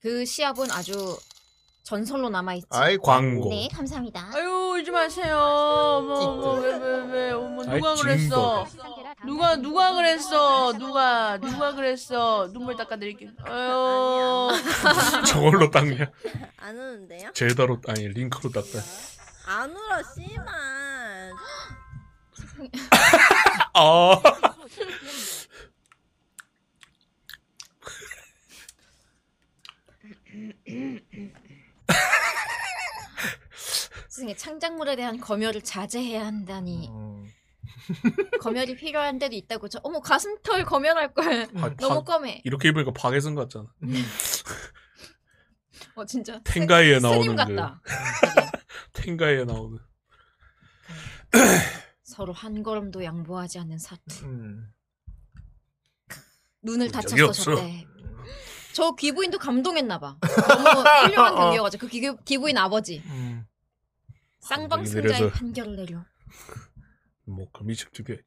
그 시합은 아주 전설로 남아 있지. 아이, 광고. 네, 감사합니다. 아유, 울지 마세요. 어머 어머 왜왜 왜? 어머 음. 누가 아이, 증거. 그랬어? 누가 누가 그랬어? 누가 누가 그랬어? 눈물 닦아드릴게. 아유. 저걸로 닦냐? 안 오는데요? 제다로 아니 링크로 닦다. 안 울어 씨발 어. 아. 세상에 창작물에 대한 검열을 자제해야 한다니. 어. 검열이 필요한 데도 있다고 저 어머 가슴털 검열할 걸 아, 음. 너무 박- 검해. 음. 이렇게 입으니까 박예선 같잖아. 어 진짜. 탱가이에 스- 스님 나오는 같다. 음, 그 탱가이에 나오는. 서로 한 걸음도 양보하지 않는 사투. 음. 뭐 눈을 적이 다쳤어 없어. 저때. 저 귀부인도 감동했나 봐. 너무 훌륭한 어. 경기여가지고 그 귀, 귀부인 아버지. 음. 쌍방승자의 내려서. 판결을 내려. 뭐 그럼 이집 죽여야지.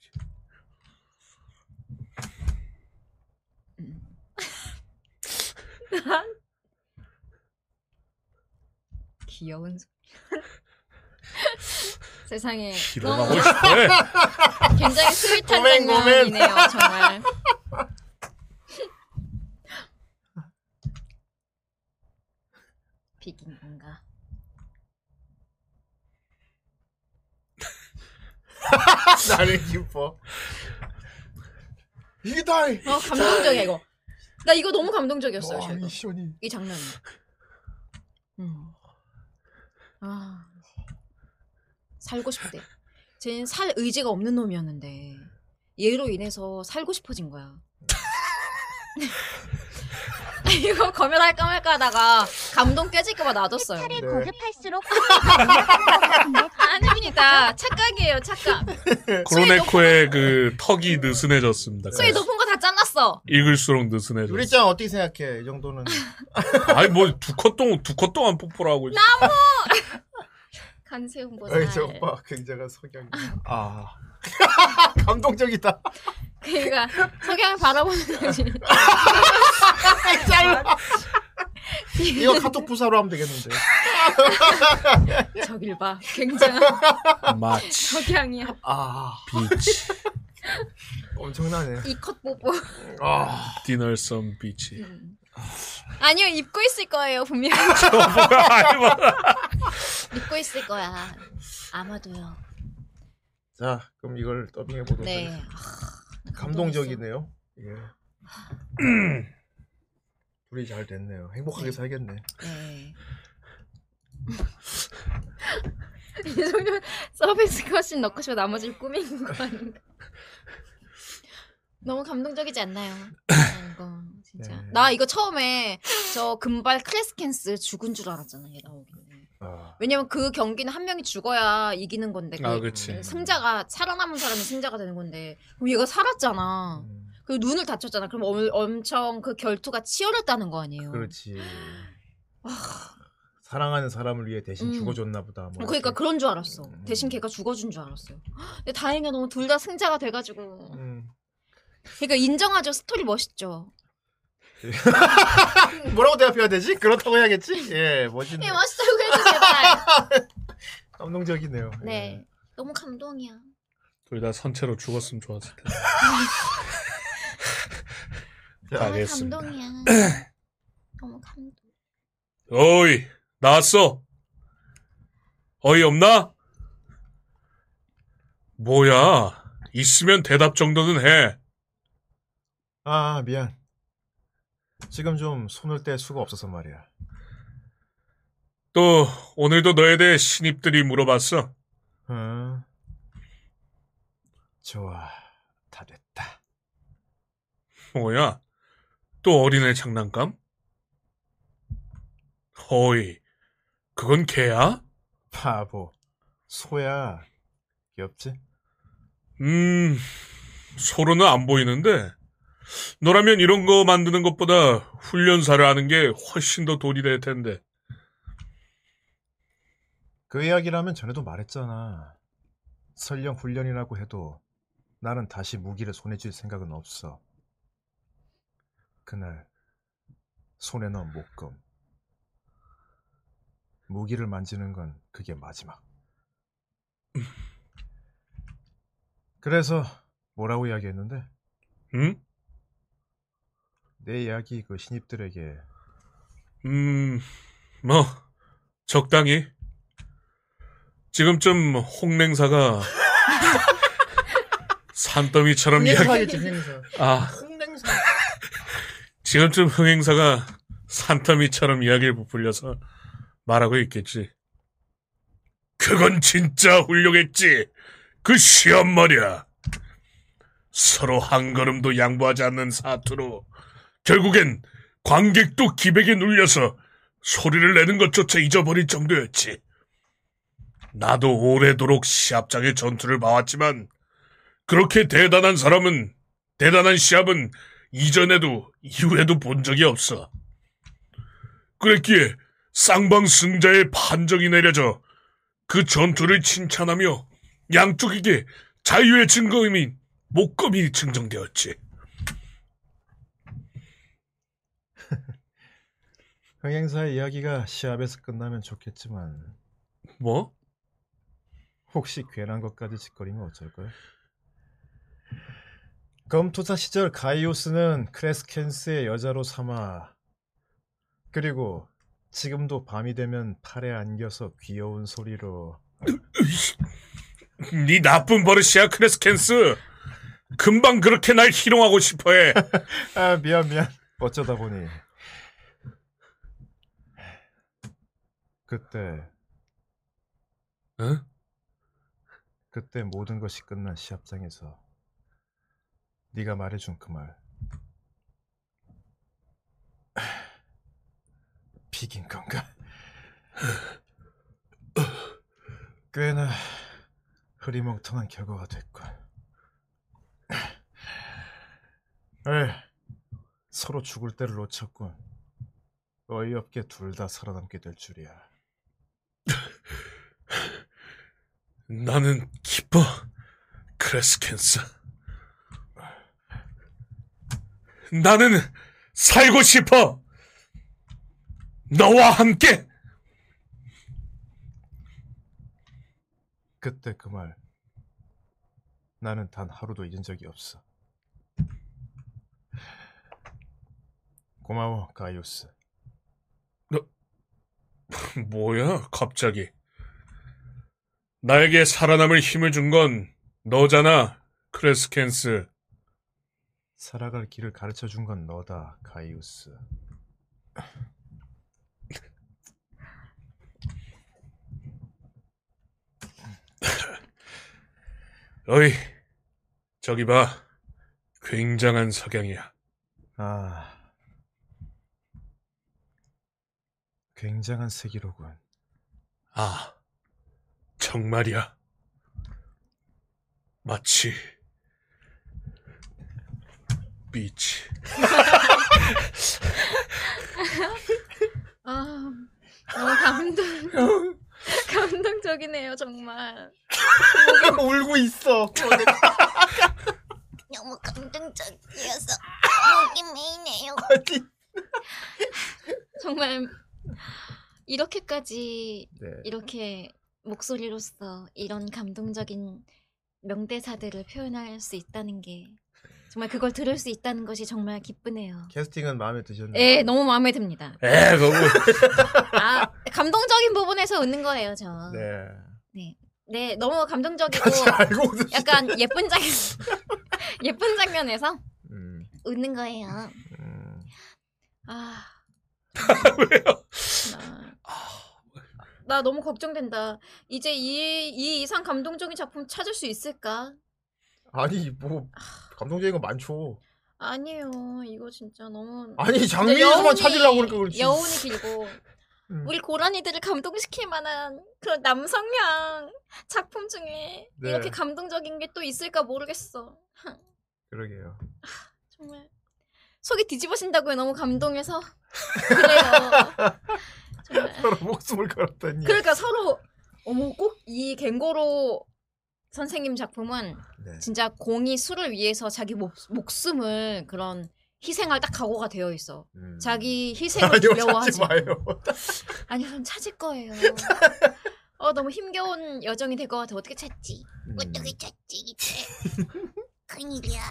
귀여운 소리. 세상에 일어나고 싶어. 굉장히 스윗한 고멘, 고멘. 장면이네요 정말. 비긴 건가? 나는 기뻐. 이게 다. 어 감동적이야 이거. 나 이거 너무 감동적이었어요. 저 이거. 이 장면. 음. 아 살고 싶대. 쟤는 살 의지가 없는 놈이었는데 얘로 인해서 살고 싶어진 거야. 이거 검열할까 말까 하다가 감동 깨질까봐 놔뒀어요. 차를 고급할수록 아닙니다. 착각이에요, 착각. 크로네코의 그 턱이 느슨해졌습니다. 소리 높은 거 다 잘랐어. 읽을수록 느슨해져. 유리짱 어떻게 생각해? 이 정도는. 아니 뭐 두 컷 동안 두컷 동안 폭포라고. 나무. 간세운 보살. 어이 저 오빠 굉장한 성향이. 아. 감동적이다. 그니까 석양을 그러니까 바라보는 거지. 잘라. 이거 카톡 부사로 하면 되겠는데. 저길 봐. 굉장한 마치. 석양이 야 아 비치. 엄청나네. 이컷 뽀뽀. 아. 디널섬 비치. 아니요 입고 있을 거예요 분명. 아니 뭐. 입고 있을 거야. 아마도요. 자 그럼 이걸 더빙해 보도록 네. 아, 하겠습니다. 감동적이네요. 예. 둘이 잘 됐네요. 행복하게 살겠네. 네. 이 정도면 서비스 컷신 넣고 싶어 나머지를 꾸민 거 아닌가? 너무 감동적이지 않나요? 아, 이거 진짜. 네. 나 이거 처음에 저 금발 클래스캔스 죽은 줄 알았잖아 얘 나오기. 어. 아. 왜냐면 그 경기는 한 명이 죽어야 이기는 건데 그 아, 그치. 승자가 살아남은 사람이 승자가 되는 건데 그럼 얘가 살았잖아. 음. 그리고 눈을 다쳤잖아. 그럼 엄- 엄청 그 결투가 치열했다는 거 아니에요. 그렇지. 사랑하는 사람을 위해 대신 음. 죽어줬나 보다. 뭐 어, 그러니까 그런 줄 알았어. 음. 대신 걔가 죽어준 줄 알았어요. 근데 다행이야 너무 둘 다 승자가 돼가지고. 음. 그러니까 인정하죠. 스토리 멋있죠. 이렇게. 뭐라고 대답해야 되지? 그렇다고 해야겠지? 예, 멋있네. 예 멋있다고 해주세요. 제발. 감동적이네요. 네. 너무 감동이야. 둘 다 선체로 죽었으면 좋았을 텐데. 너무 가겠습니다. 감동이야. 너무 감동. 어이 나왔어. 어이 없나? 뭐야? 있으면 대답 정도는 해. 아, 미안. 지금 좀 손을 뗄 수가 없어서 말이야. 또 오늘도 너에 대해 신입들이 물어봤어. 응. 좋아. 뭐야? 또 어린애 장난감? 어이 그건 개야? 바보. 소야. 귀엽지? 음, 소로는 안 보이는데, 너라면 이런 거 만드는 것보다 훈련사를 하는 게 훨씬 더 돈이 될 텐데. 그 이야기라면 전에도 말했잖아. 설령 훈련이라고 해도 나는 다시 무기를 손에 쥘 생각은 없어. 그날 손에 넣은 목금. 무기를 만지는 건 그게 마지막. 그래서 뭐라고 이야기했는데? 응? 내 이야기 그 신입들에게 음, 뭐, 적당히. 지금쯤 홍냉사가 산더미처럼 홍냉사겠지, 이야기- 홍냉사. 아, 홍냉사. 지금쯤 흥행사가 산더미처럼 이야기를 부풀려서 말하고 있겠지. 그건 진짜 훌륭했지. 그 시험 말이야. 서로 한 걸음도 양보하지 않는 사투로 결국엔 관객도 기백에 눌려서 소리를 내는 것조차 잊어버릴 정도였지. 나도 오래도록 시합장의 전투를 봐왔지만 그렇게 대단한 사람은 대단한 시합은 이전에도 이후에도 본 적이 없어. 그랬기에 쌍방 승자의 판정이 내려져 그 전투를 칭찬하며 양쪽에게 자유의 증거임인 목검이 증정되었지. 흥행사의 이야기가 시합에서 끝나면 좋겠지만 뭐? 혹시 괜한 것까지 짓거리면 어쩔 거야? 검투사 시절 가이오스는 크레스켄스의 여자로 삼아 그리고 지금도 밤이 되면 팔에 안겨서 귀여운 소리로 네 나쁜 버릇이야 크레스켄스. 금방 그렇게 날 희롱하고 싶어해. 아 미안 미안 어쩌다 보니 그때 응? 그때 모든 것이 끝난 시합장에서 네가 말해준 그 말 비긴 건가? 꽤나 흐리멍텅한 결과가 됐군 에 서로 죽을 때를 놓쳤군 어이없게 둘 다 살아남게 될 줄이야 나는 기뻐. 크레스켄스. 나는 살고 싶어. 너와 함께. 그때 그 말 나는 단 하루도 잊은 적이 없어. 고마워 가이오스. 뭐야, 갑자기. 나에게 살아남을 힘을 준 건 너잖아, 크레스켄스. 살아갈 길을 가르쳐 준 건 너다 가이오스. 어이, 저기 봐. 굉장한 석양이야. 아 굉장한 세기로군. 아, 정말이야. 마치 빛이 아, 너무 감동. 감동적이네요, 정말. 어, 네. 울고 있어. 너무 감동적이어서 목이 메이네요. 정말 이렇게까지 네. 이렇게 목소리로서 이런 감동적인 명대사들을 표현할 수 있다는 게 정말 그걸 들을 수 있다는 것이 정말 기쁘네요. 캐스팅은 마음에 드셨나요? 예, 너무 마음에 듭니다. 에 예, 너무. 아, 감동적인 부분에서 웃는 거예요, 저. 네. 네. 네, 너무 감동적이고 알고 약간 예쁜 장 예쁜 장면에서 음. 웃는 거예요. 아. 왜요? 아. 나, 나 너무 걱정된다. 이제 이, 이 이상 감동적인 작품 찾을 수 있을까? 아니 뭐 감동적인 거 많죠. 아니에요. 이거 진짜 너무 아니, 장미에서만 근데 여운이- 찾으려고 그러니까 그렇지. 음. 여운이 길고 우리 고라니들을 감동시킬 만한 그런 남성향 작품 중에 네. 이렇게 감동적인 게 또 있을까 모르겠어. 그러게요. 정말 속이 뒤집어진다고요. 너무 감동해서 그래요. 서로 목숨을 걸었다니. 그러니까 서로 어머 꼭 이 갱고로 선생님 작품은 네. 진짜 공이 수를 위해서 자기 목, 목숨을 그런 희생할 딱 각오가 되어 있어. 자기 희생을 음. 아니요, 두려워하지. 어. 찾지 마요. 아니요, 전 찾을 거예요. 어 너무 힘겨운 여정이 될 것 같아. 어떻게 찾지? 음. 어떻게 찾지? 큰일이야.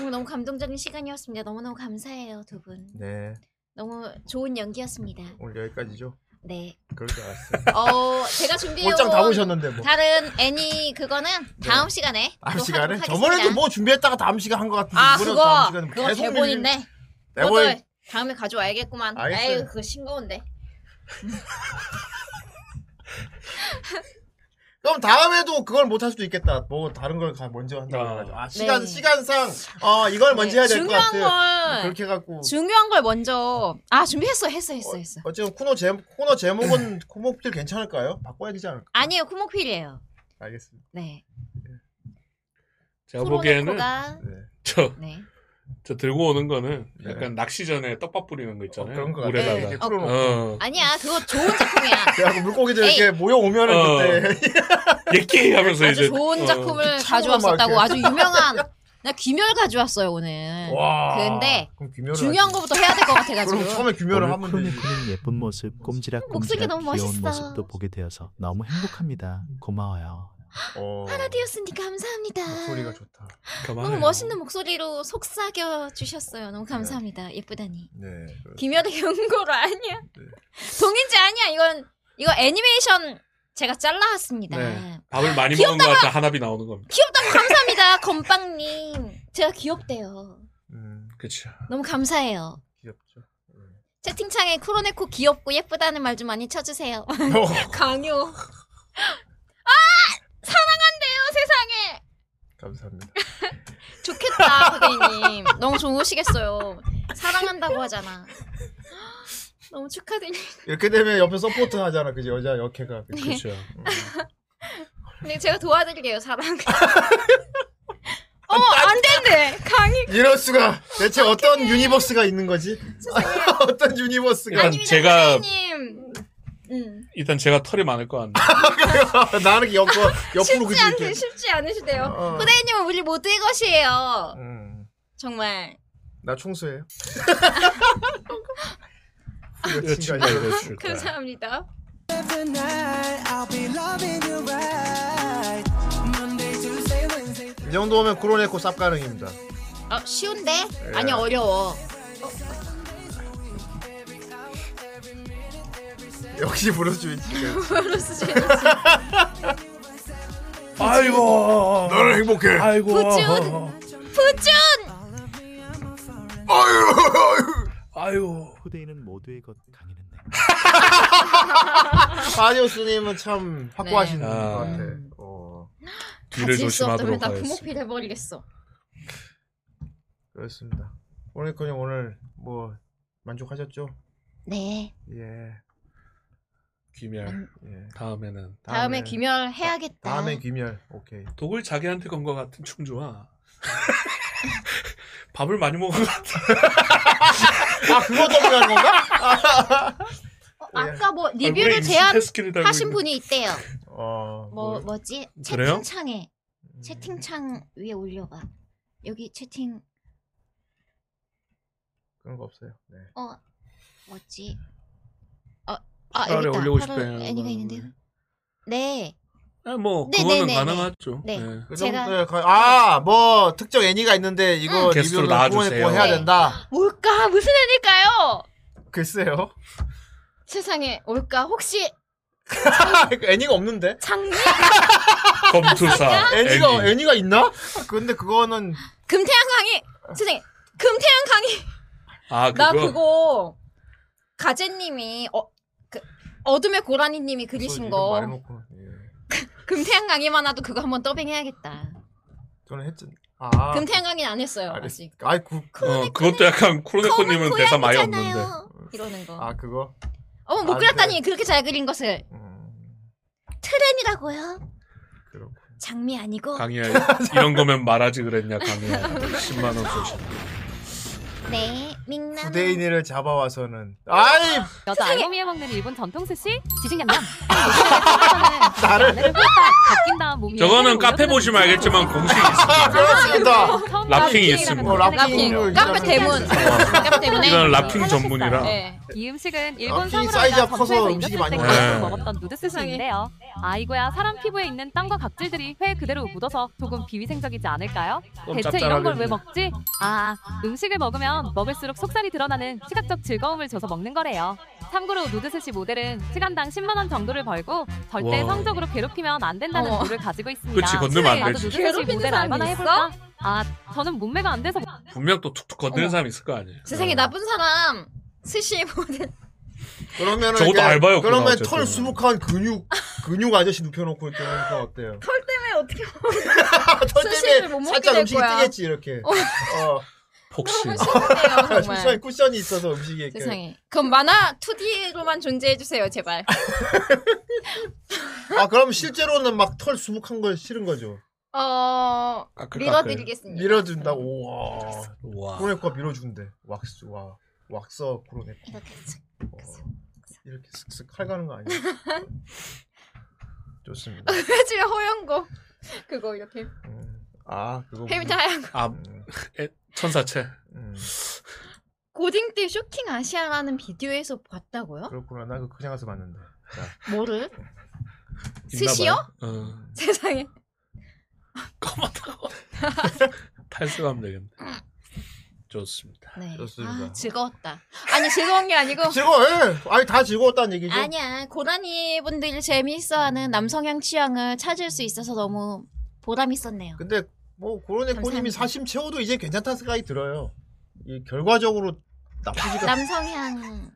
오늘 너무 감동적인 시간이었습니다. 너무너무 감사해요 두 분. 네. 너무 좋은 연기였습니다. 오늘 여기까지죠. 네. 그럴 줄 알았어요. 어 제가 준비해온 옷장 다 보셨는데 뭐. 네. 다른 애니 그거는 다음 시간에 다음 또 시간에 하도록 저번에도 하겠습니다. 뭐 준비했다가 다음 시간 한 것 같은데 아 이번에도 그거 다음 시간은 그거 계속 대본인데 밀- 그것도 대본 다음에 가져와야겠구만. 알겠어요. 에휴 그거 싱거운데. 그럼 다음에도 그걸 못 할 수도 있겠다. 뭐 다른 걸 가- 먼저 한다고 해가지고 아 시간 네. 시간상 어 이걸 먼저 해야 될 것 중요한 같아요. 걸- 그렇게 갖고 중요한 걸 먼저 아 준비했어 했어 했어 했어. 어쨌든 코너 제 코너 제목은 코목필 괜찮을까요? 바꿔야 되지 않을까? 아니에요 쿠모필이에요. 알겠습니다. 네. 제가 코로나 보기에는 코가- 저, 네. 저 들고 오는 거는 약간 낚시 전에 떡밥 뿌리는 거 있잖아요. 네. 그런 거 같아요. 물에다가. 네, 이렇게 어. 아니야 그거 좋은 작품이야. 그래갖고 물고기들 에이. 이렇게 모여 오면은 어. 그때 예끼 하면서 아주 이제 어. 어, 좋은 작품을 그 가져왔었다고 아주 유명한 나 귀멸 가져왔어요 오늘. 와. 근데 그럼 귀멸을 중요한 하지. 거부터 해야 될 것 같아가지고. 그럼 처음에 규멸을 하면 크롬의 되지. 그는 예쁜 모습, 꼼지락 목소리 꼼지락 너무 귀여운 멋있어. 모습도 보게 되어서 너무 행복합니다. 고마워요. 아, 하나 되었으니까 감사합니다. 어, 좋다. 너무 멋있는 목소리로 속삭여 주셨어요. 너무 감사합니다. 예쁘다니. 네. 김연의 경고로 아니야. 동인지 아니야. 이건 이거 애니메이션 제가 잘라왔습니다. 네. 밥을 많이 먹은 것 같아 하나비 나오는 겁니다. 귀엽다고 감사합니다, 건빵님. 제가 귀엽대요. 그렇죠. 너무 감사해요. 귀엽죠. 네. 채팅창에 쿠로네코 귀엽고 예쁘다는 말 좀 많이 쳐주세요. 어. 강요. 아 사랑한대요 세상에. 감사합니다. 좋겠다 고객님. 너무 좋으시겠어요. 사랑한다고 하잖아. 너무 축하드립니다. 이렇게 되면 옆에 서포트 하잖아, 그지 여자 역해가. 네. 그렇죠. 그쵸. 근데 제가 도와드릴게요 사랑. 아. 어안 된대 강의. 이럴 수가. 대체 어떤 유니버스가 있는 거지? 어떤 유니버스가? 일단 제가 님. 음. 일단 제가 털이 많을 것 같네. 나는 옆 옆으로 쉽지 않으 쉽지 어. 않으시대요. 후대인님은 우리 모두의 것이에요. 정말. 음, 나 총수예요. 여친과 이랬을 거야. 감사합니다. Every night I'll be loving you right. Monday, Tuesday, Wednesday. 이 정도면 크로네코 쌉 가능입니다. 어 쉬운데? 예. 아니 어려워. 역시 브루스 위치가. 브루스 지 아이고. 너는 행복해. 아이고. 부준! 부준. 아유. 후대인은 모두의 것 강의는 내. 파디오스님은 참 확고하신 네. 것 아. 같아. 어, 뒤를 질수 없다면 조심하도록 나 하겠습니다. 구목필 해버리겠어. 그렇습니다. 크로네코님 오늘 뭐 만족하셨죠? 네. 예. 귀멸. 다음에는 다음에 귀멸 해야겠다. 다음에 귀멸. 오케이. 독을 자기한테 건 것 같은 충주와 밥을 많이 먹은 것 같은. 아 그거 더블한 건가? 예. 어, 아까 뭐 얼굴에 리뷰를 익숙한 스킬을 달고 제안하신 있는. 분이 있대요. 어. 뭐 뭐지? 그래요? 음. 채팅창에 채팅창 위에 올려봐. 여기 채팅 그런 거 없어요. 네. 어 뭐지? 어, 아 아래 여기 있다. 올리고 바로 싶어요. 애니가 있는데요. 네. 아, 뭐 네, 그거는 네, 네, 가능하죠. 네. 네. 그 제가- 정도에 거의- 아, 뭐 특정 애니가 있는데 이거 응. 음. 게스트로 리뷰를 나와주세요. 크로네코 해야 네. 된다. 올까 무슨 애니까요? 글쎄요. 세상에 올까 혹시 그 애니가 없는데? 장미? 검투사 애니가 애니. 애니. 가 있나? 근데 그거는 금태양 강의 세상에 금태양 강의 아 나 그거 가제님이 어, 그, 어둠의 고라니님이 그리신 이거 거 말해놓고 예. 금태양 강의만 와도 그거 한번 더빙해야겠다. 저는 했죠. 아, 금태양 강의는 안 했어요 아직. 아이 그 어, 그것도 약간 쿠로네코님은 대사 많이 없는데. 이러는 거. 아 그거 어머 못 아, 음. 그렸다니 그렇게 잘 그린 것을. 트렌이라고요? 장미 아니고 네, 강희야 이런 거면 말하지 그랬냐 강희야 10만 원 소식 네, 민남. 부대인이를 잡아와서는 아이 여자 알몸이에 먹는 일본 전통 스시 지식양념 나를 바뀐 다음 몸이 저거는 카페 보시면 알겠지만 공식 아, 그렇습니다. 랍핑이 있습니다. 어, 랍핑. 카페 대문. 카페 대문에. 이건 랍핑 전문이라. 네. 이 음식은 일본 아, 랍핑이 사무라이가 사이즈가 커서 전투에서 음식이 이겼을 많이 때 네. 먹어요. 먹었던 누드 스시인데요. 아이고야 사람 피부에 있는 땀과 각질들이 회 그대로 묻어서 조금 비위생적이지 않을까요? 좀 대체 이런 걸 짭짤하겠네. 왜 먹지? 아 음식을 먹으면 먹을수록 속살이 드러나는 시각적 즐거움을 줘서 먹는 거래요. 참고로 누드 스시 모델은 시간당 10만 원 정도를 벌고 절대 와. 성적으로 괴롭히면 안 된다는 어머. 룰을 가지고 있습니다. 그치, 건들면 안 나도 되지. 누드 스시 괴롭히는 모델 사람이 얼마나 있어? 해볼까? 아 저는 몸매가 안 돼서 네. 분명 또 툭툭 건드는 사람 있을 거 아니에요. 세상에 나쁜 사람. 스시 모델. 그러면은 저것도 그러니까 이게- 알바였구나, 그러면 어쨌든. 털 수북한 근육 근육 아저씨 눕혀놓고 이렇게 하니까 어때요? 털 때문에 어떻게 털 스시를 못 먹게 살짝 될 음식이 거야. 뜨겠지 이렇게. 어. 폭신. 정말. 쿠션이 쿠션이 있어서 음식이 이렇게. 세상에. 그럼 만화 2D로만 존재해 주세요, 제발. 아 그럼 실제로는 막 털 수북한 걸 싫은 거죠. 어, 아, 밀어드리겠습니다. 음. 아, 그 밀어준다. 우와. 우와. 코네코가 밀어준대. 왁스 와 왁서 코로네코. 어, 이렇게 이렇게 슥슥 칼 가는 거 아니야? 좋습니다. 그래지 허영고 그거 이렇게 아 그거. 음. 헤비타 하얀 거. 아 에, 천사체. 고딩 때 쇼킹 아시아라는 비디오에서 봤다고요? 그렇구나. 나 그거 그냥 가서 봤는데. 뭐를? 있나 스시요? 봐요. 어, 음. 세상에. 탈수하면 되겠네. 좋습니다. 네. 좋습니다. 아, 즐거웠다. 아니 즐거운 게 아니고 즐거워. 예. 아니 다 즐거웠다는 얘기죠. 아니야 고라니 분들이 재미있어하는 남성향 취향을 찾을 수 있어서 너무 보람 있었네요. 근데 뭐 고로네코님이 사심 채워도 이제 괜찮다는 생각이 들어요. 이 결과적으로 나쁘지가. 남성향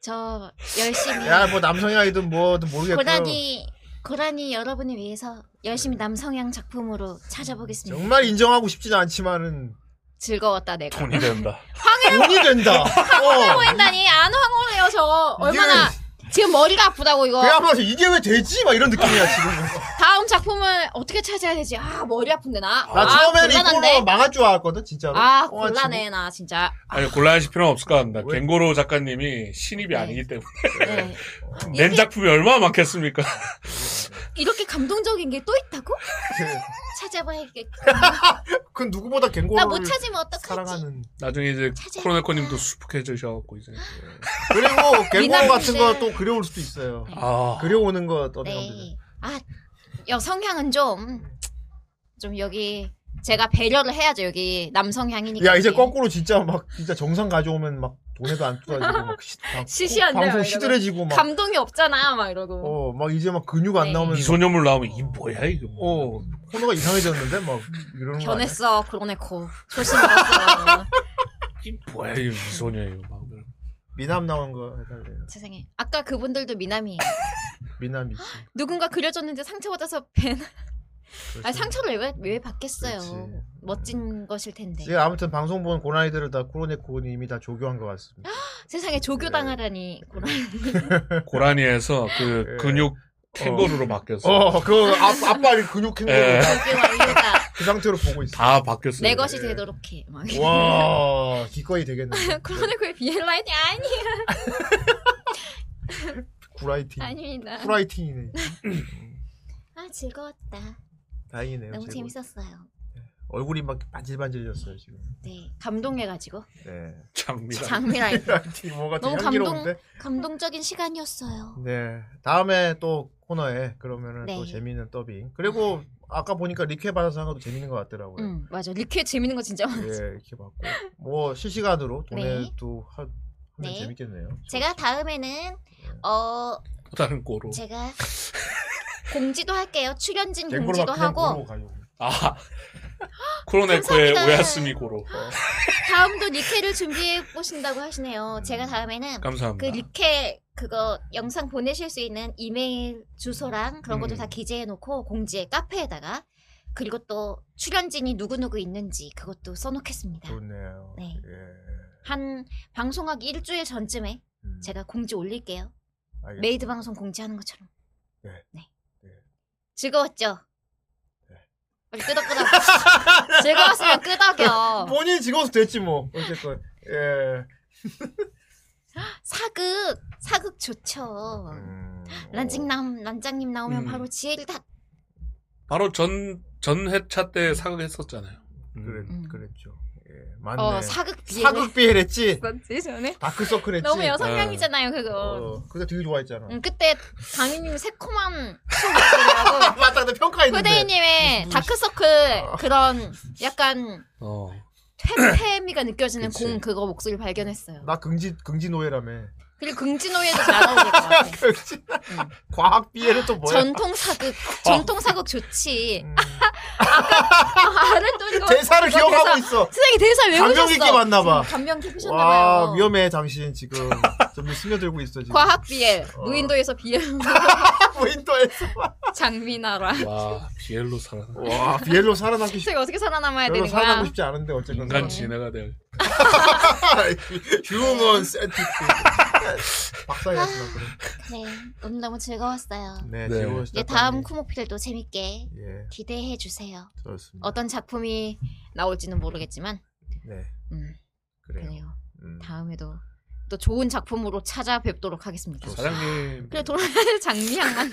저 열심히 야뭐 남성이 아이든 뭐든 모르겠고. 고라니 고라니 여러분을 위해서 열심히 남성향 작품으로 찾아보겠습니다. 네. 정말 인정하고 싶진 않지만은 즐거웠다 내가. 돈이 된다. 돈이 된다. 황홀해 어. 보인다니 안 황홀해요 저 얼마나 지금 머리가 아프다고 이거. 그야말로 이게 왜 되지? 막 이런 느낌이야 지금. 다음 작품을 어떻게 찾아야 되지? 아 머리 아픈데 나. 나 처음에는 이 곤란한데. 코너 망할 줄 알았거든 진짜로. 아 어, 곤란해 나 진짜. 아니 곤란하실 필요는 없을 것 같습니다. 갱고로 작가님이 신입이 아니기 네. 때문에 낸 작품이 얼마나 많겠습니까? 이렇게 감동적인 게 또 있다고? 네. 찾아봐야겠. 그 누구보다 갱고를 나못 찾으면 어떡하지? 사랑하는. 나중에 이제 코로네코님도 수북해지셔갖고 이제 그리고 갱고 미남 같은 거 문제. 또 그려올 수도 있어요. 아. 그려오는 거 어디 가면 되죠? 네. 아 여성향은 좀 좀 여기 제가 배려를 해야죠 여기 남성향이니까. 야 이제 여기. 거꾸로 진짜 막 진짜 정상 가져오면 막 돈에도 안 떠가지고 막 시- 막 시시한데 방송 막 이러고. 시들해지고 막 감동이 없잖아 막 이러고. 어 막 이제 막 근육 네. 안 나오면 미소녀물 나오면 이 뭐야 이거 어 코너가 이상해졌는데 막 이러는 거 아니야? 변했어 그로네코 어, 조심하세요 뭐야 이거 미소녀 이거 막 미남 나온 거 해달래요 세상에 아까 그분들도 미남이에요 미남이지 아, 누군가 그려줬는데 상처받아서 배나 아 상처를 왜, 왜 받겠어요 그렇지. 멋진 것일 텐데 예, 아무튼 방송 본 고라니들을 다 코로네코님이 다 조교한 것 같습니다 세상에 조교당하라니 고라니에서 그 근육 캥거루로 바뀌었어. 네. 어 그거 아, 아빠 이 근육 예. 캥거루 그 상태로 보고 있어 다 바뀌었어요. 내 것이 되도록 해 막. 와 기꺼이 되겠네 그로네코의 비엘라인이 아니야 구라이팅 아닙니다 후라이팅이네 아 즐거웠다 다행이네요 너무 제가. 재밌었어요 얼굴이 막 반질반질해졌어요 지금 네 감동해가지고 네 장미라 장미라이팅. 뭐가 너무 되게 감동 향기로운데 감동적인 시간이었어요 네 다음에 또 코너에 그러면은 네. 또 재미있는 더빙 그리고 아까 보니까 리퀘 받아서 한 것도 재밌는 것 같더라고요 응 음, 맞아 리케 재밌는 거 진짜 많아 예 이렇게 받고 뭐 실시간으로 음. 네. 돈에도 하, 하면 네. 재밌겠네요 제가 다음에는 어 또 다른 꼬로. 제가 공지도 할게요. 출연진 된 걸로 공지도 그냥 하고 꼬로 아 코로네코의 감사합니다. 오야스미 고로. 다음도 리케를 준비해 보신다고 하시네요. 제가 다음에는 감사합니다. 그 리케 그거 영상 보내실 수 있는 이메일 주소랑 그런 것도 음. 다 기재해 놓고 공지에 카페에다가 그리고 또 출연진이 누구누구 있는지 그것도 써놓겠습니다. 좋네요 네. 예 한 방송하기 일주일 전쯤에 제가 공지 올릴게요. 알겠습니다. 메이드 방송 공지하는 것처럼. 네. 즐거웠죠? 빨리 끄덕끄덕. 즐거웠으면 끄덕여. 본인이 즐거워서 됐지 뭐 어쨌건 예. 사극 사극 좋죠. 음, 란직남 란장님 나오면 음. 바로 지혜를 다 바로 전, 전 회차 때 사극했었잖아요. 음. 그래, 그랬죠. 예, 맞네. 음. 어, 사극 비엘 사극 비엘 했지. 맞지 전에 다크서클 했지. 너무 여성향이잖아요 그거. 어, 그때 되게 좋아했잖아. 음, 그때 강희님 새콤한 맞다 근데 어. 평가했는데. 후대인님의 다크서클 그런 약간 어. 퇴폐미가 느껴지는 그치. 공 그거 목소리 발견했어요. 나 긍지 긍지 노예라며. 그리고 긍진호에도 잘 나오니까 과학 비엘은 또 뭐야? 아. 음. 전통 사극 전통 사극 좋지. 아까 아는 또 이거 대사를 이거 기억하고 대사- 있어. 선생님 대사 외우셨어. 감명 깊게 봤나 봐. 음, 감명 깊으셨나봐요. 와 위험해 당신 지금 좀 스며들고 있어 지금. 과학 비엘 무인도에서 비엘 무인도에서 장미나라. 와, 비엘로 살아나. 와 비엘로 살아남기 쉽. 제가 어떻게 살아남아야 별로 되는 살아남고 거야? 싶지 않은데 어쨌건 인간 진해가 될. 휴먼 센티피 아. 박사였어 그래. 네 오늘 너무 즐거웠어요. 네, 네. 즐거우시다, 예 다음 쿠모피를도 재밌게 예. 기대해 주세요. 좋습니다. 어떤 작품이 나올지는 모르겠지만 네. 음, 그래요. 그래요. 음. 다음에도 또 좋은 작품으로 찾아뵙도록 하겠습니다. 사장님. 그래 돌아 장미향만.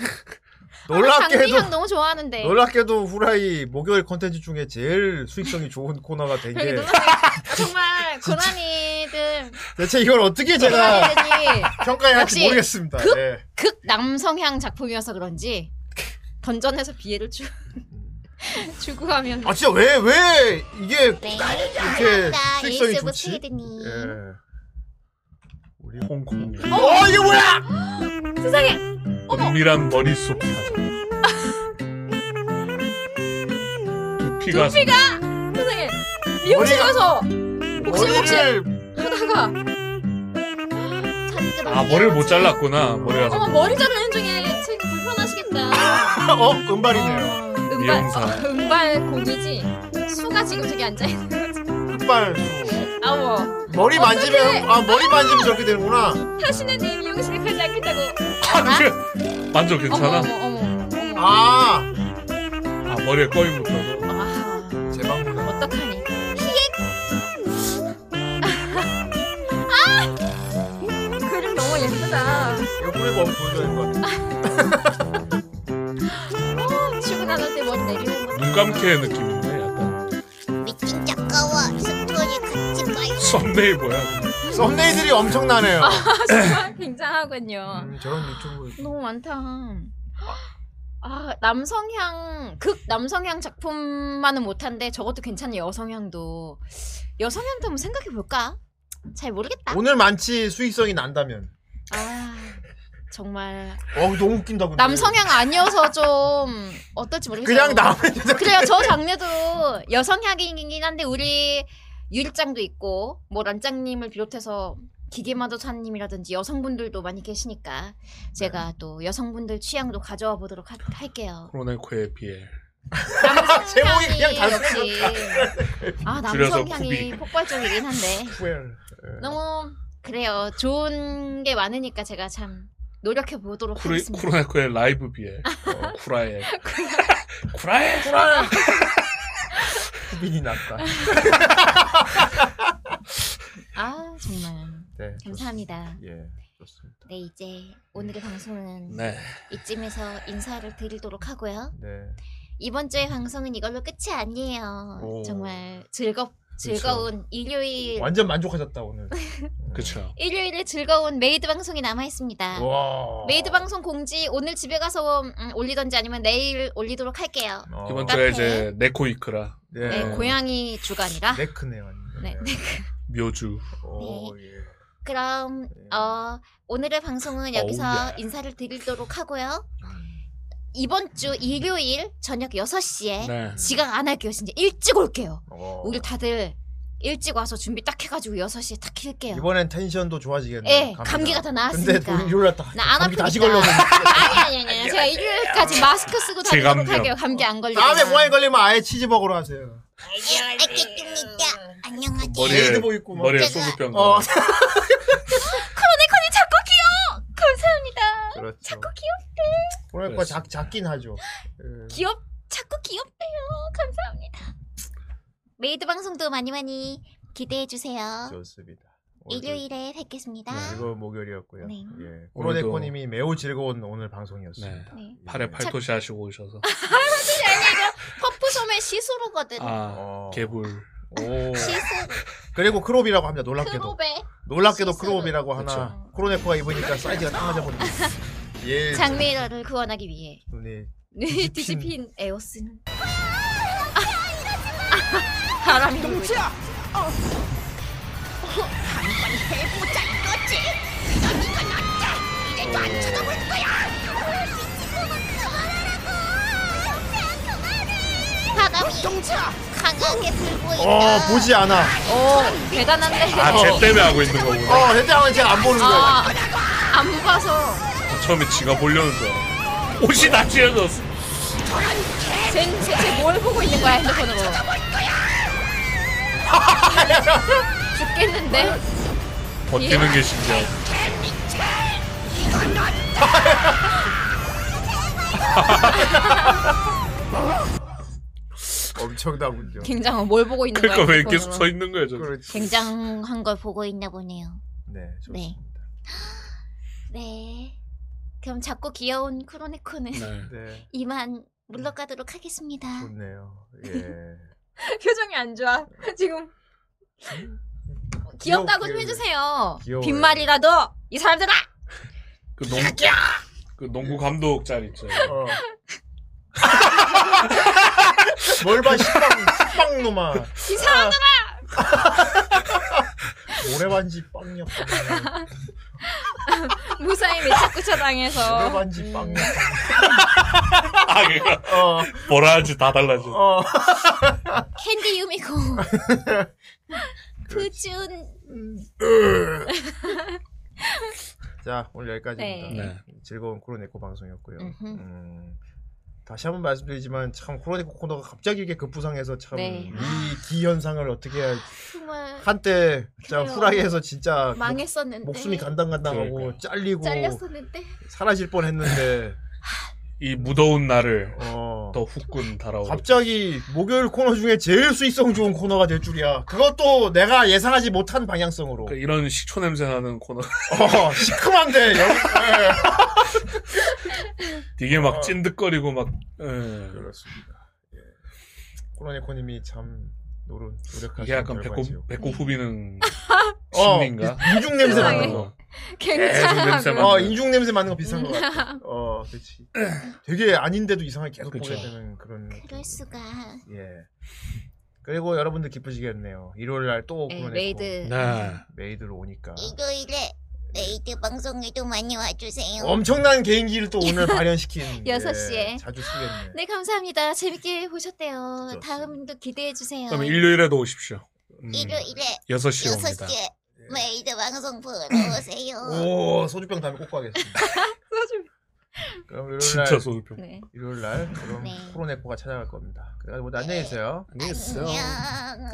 아, 놀랍게도- 장미향 너무 좋아하는데. 음. 놀랍게도 후라이 목요일 콘텐츠 중에 제일 수익성이 좋은 코너가 된 그러게 게 놀랍게 정말 고난이들 대체 이걸 어떻게 제가 고난이들이 평가해야 할지 역시 모르겠습니다. 극, 예. 극 남성향 작품이어서 그런지 던전에서 비애를 주 주구하면. 아 진짜 왜 왜 네. 이게 이렇게 감사합니다. 수익성이 에이스 좋지? 부스이드님. 예. 우리 홍콩. 어 이게 뭐야? 세상에. 은밀한 머릿속 사정. 두피가. 두피가 세상에 미용실 가서 복실복실 하다가 아 머리를 못 잘랐구나. 머리가. 어머 머리 자르는 중에 지금 불편하시겠다. 어 은발이네요. 은발 미용사. 어, 은발 공이지 수가 지금 저기 앉아 있는 거지. 은발 아워. 머리 만지면 어. 어떡해. 아 머리 만지면 저렇게 되는구나. 다시는 내 미용실에 가지 않겠다고. 아? 만져 아, 괜찮아? 어머 어머 어머. 아, 아 머리에 꺼이 붙어서. 제방구나. 어떡하니? 아 그림 너무 예쁘다. 이거 뿌리고 한번 보여줘야 될 것 같아. 어, 출근하는 때 머리 내리는 거. 눈 감게 느낌인데 약간. 미친 작가와 스토리 같이 봐요. 썸네일 뭐야? 썸네일들이 엄청나네요. 아, 정말 굉장하군요. 음, 저런 유튜브 너무 많다. 아 남성향 극 남성향 작품만은 못한데 저것도 괜찮은 여성향도 여성향도 한번 생각해 볼까? 잘 모르겠다. 오늘 만치 수익성이 난다면. 아 정말 어 너무 웃긴다 근데. 남성향 아니어서 좀 어떨지 모르겠어요. 그냥 남의 여자- 그래요 저 장르도 여성향이긴 한데 우리 유일장도 있고 뭐 란장님을 비롯해서 기계마도사님이라든지 여성분들도 많이 계시니까 네. 제가 또 여성분들 취향도 가져와 보도록 하- 할게요. 코로네코의 비엘. 제목이 그냥 남성향이 단순히 역시 아 줄여서 남성향이 쿠비. 폭발적이긴 한데 웰. 너무 그래요 좋은 게 많으니까 제가 참 노력해 보도록 쿠리, 하겠습니다. 쿠로네코의 라이브 비엘. 어, 쿠라엘. 쿠라엘. 쿠라엘. 후빈이 났다. 아 정말 네, 감사합니다. 예, 좋습니다. 네 이제 오늘의 방송은 네. 이쯤에서 인사를 드리도록 하고요. 네. 이번 주의 방송은 이걸로 끝이 아니에요. 오. 정말 즐겁 즐거운 일요일 완전 만족하셨다 오늘. 그쵸. 일요일에 즐거운 메이드 방송이 남아 있습니다. 와. 메이드 방송 공지 오늘 집에 가서 음, 올리던지 아니면 내일 올리도록 할게요. 어. 이번 카페에. 주에 이제 네코이크라. 네, 어, 고양이 주간이라. 네. 네크네요. 그- 네. 묘주. 어, 예. 그럼 어, 오늘의 방송은 여기서 어우, 야. 인사를 드리도록 하고요. 이번 주 일요일 저녁 6시에 네. 지각 안 할게요. 진짜 일찍 올게요. 어. 우리 다들 일찍 와서 준비 딱 해가지고 6시에 딱 킬게요. 이번엔 텐션도 좋아지겠네. 예, 감기가 다 나았으니까. 근데 일요일 날 나 그러니까. 안 감기 아프니까. 다시 걸려서. 아니 아니 아니. 제가 일요일까지 마스크 쓰고 다니도록 제감염. 할게요. 감기 안 걸리게. 다음에 뭐 모아에 걸리면 아예 치즈버거로 하세요. 알겠습니다. 아, 안녕하세요. 머리에 레이드보 입고 막. 머리에 소주병. 뭐 어. 크로네코니 자꾸 귀여워. 감사합니다. 그렇죠. 자꾸 귀엽대. 오늘 거 작, 작긴 하죠. 예. 귀엽 자꾸 귀엽대요. 감사합니다. 메이드 방송도 많이 많이 기대해 주세요. 좋습니다. 어, 일요일에 뵙겠습니다. 네, 즐거운 목요일이었고요. 아. 네. 예, 오늘도- 코로네코님이 매우 즐거운 오늘 방송이었습니다. 예. 네. 팔에 팔토시 하시고 오셔서 할아버지 아니고 퍼프솜의 시소로거든. 아 개불 어. 오. 시소 그리고 크롭이라고 합니다. 놀랍게도 크로베. 놀랍게도 크롭이라고 하나 코로네코가 입으니까 사이즈가 딱 맞아버리네. 예. 장미라를 구원하기 위해 눈이 네, 뒤집힌 에오스는 바람이 불고 동치야! 어. 한번 해보자 이거지. 이건 이건 어때? 이제도 안 쳐다볼 거야. 바람이 강하게 불고 어 있다. 보지 않아. 오 어, 대단한데. 어. 아쟤 때문에 하고 있는 거구나 어 대장은 제가 안 보는 거야. 아, 안 봐서 처음에 지가 보려는 줄 알아 옷이 다 찢어졌어 쟤쟤뭘 보고 있는 거야 핸드폰으로. 죽겠는데. 예. 버티는 게 신기하다 엄청나군요. 굉장한 뭘 보고 있는 그러니까 거야? 왜 계속 서 있는 거야 저 굉장한 걸 보고 있나 보네요. 네. 네. 네. 어, 그럼 작고 귀여운 크로네코는 네. 네. 이만 물러가도록 하겠습니다. 좋네요. 예. 표정이 안 좋아. 지금 귀엽다고 좀 귀여워. 해주세요. 귀여워요. 빈말이라도 이 사람들아. 그 농구 그 농구 감독 짤 있죠 뭘 봐, 식빵, 식빵놈아. 이 사람들아. 모래반지 빵역. 무사히 밀착구차 당해서. 반지 빵. 어, 아 그니까 보라지 다 달라져 캔디 유미코. 음. 푸준. 자, 오늘 여기까지입니다. 네. 즐거운 코로네코 방송이었고요. 음흠. 음, 다시 한번 말씀드리지만 참 코로네코 코너가 갑자기 이렇게 급부상해서 참 이 네. 기현상을 어떻게 해야 정말 한때 진짜 그래요. 후라이에서 진짜 목- 망했었는데. 목숨이 간당간당하고 잘리고 잘렸었는데. 사라질 뻔했는데 이 무더운 날을 더 후끈 달아오르 갑자기 목요일 코너 중에 제일 수익성 좋은 코너가 될 줄이야. 그것도 내가 예상하지 못한 방향성으로. 그 이런 식초 냄새 나는 코너 뭐. 어, 시큼한데 예. 되게 어. 막 찐득거리고 막 예. 그렇습니다. 코로네코님이 참 노력 노력하신 이게 약간 결과지요. 배꼽 배꼽 후비는 어, 심리인가? 이- 인중 냄새 네. 세상에. 맡는 거. 계속 냄새 맡는 어, 거. 인중 냄새 맡는 거 비슷한 거 같아. 어, 그렇지. 되게 아닌데도 이상하게 계속 보게 되는 그런. 그럴 수가. 아. 예. 그리고 여러분들 기쁘시겠네요. 일요일 날 또 네, 코로네코 메이드. 네. 메이드로 오니까. 일요일에 레이드 방송에도 많이 와주세요. 엄청난 개인기를 또 오늘 발현시킨. 여섯 예, 시에. 자주 쓰겠네. 네 감사합니다. 재밌게 보셨대요. 다음도 기대해 주세요. 그렇죠. 그럼 일요일에도 오십시오. 음, 일요일에 여섯 시에 여섯 옵니다. 네. 시에 메이드 방송 보러 오세요. 오 소주병 다음에 꼭 가겠습니다. 소주. 그럼 일요일 날 진짜 소주병. 네. 일요일 날 그럼 코로네코가 찾아갈 겁니다. 그래가지고 모두 뭐 안녕히 계세요. 안녕히 계세요. 안녕.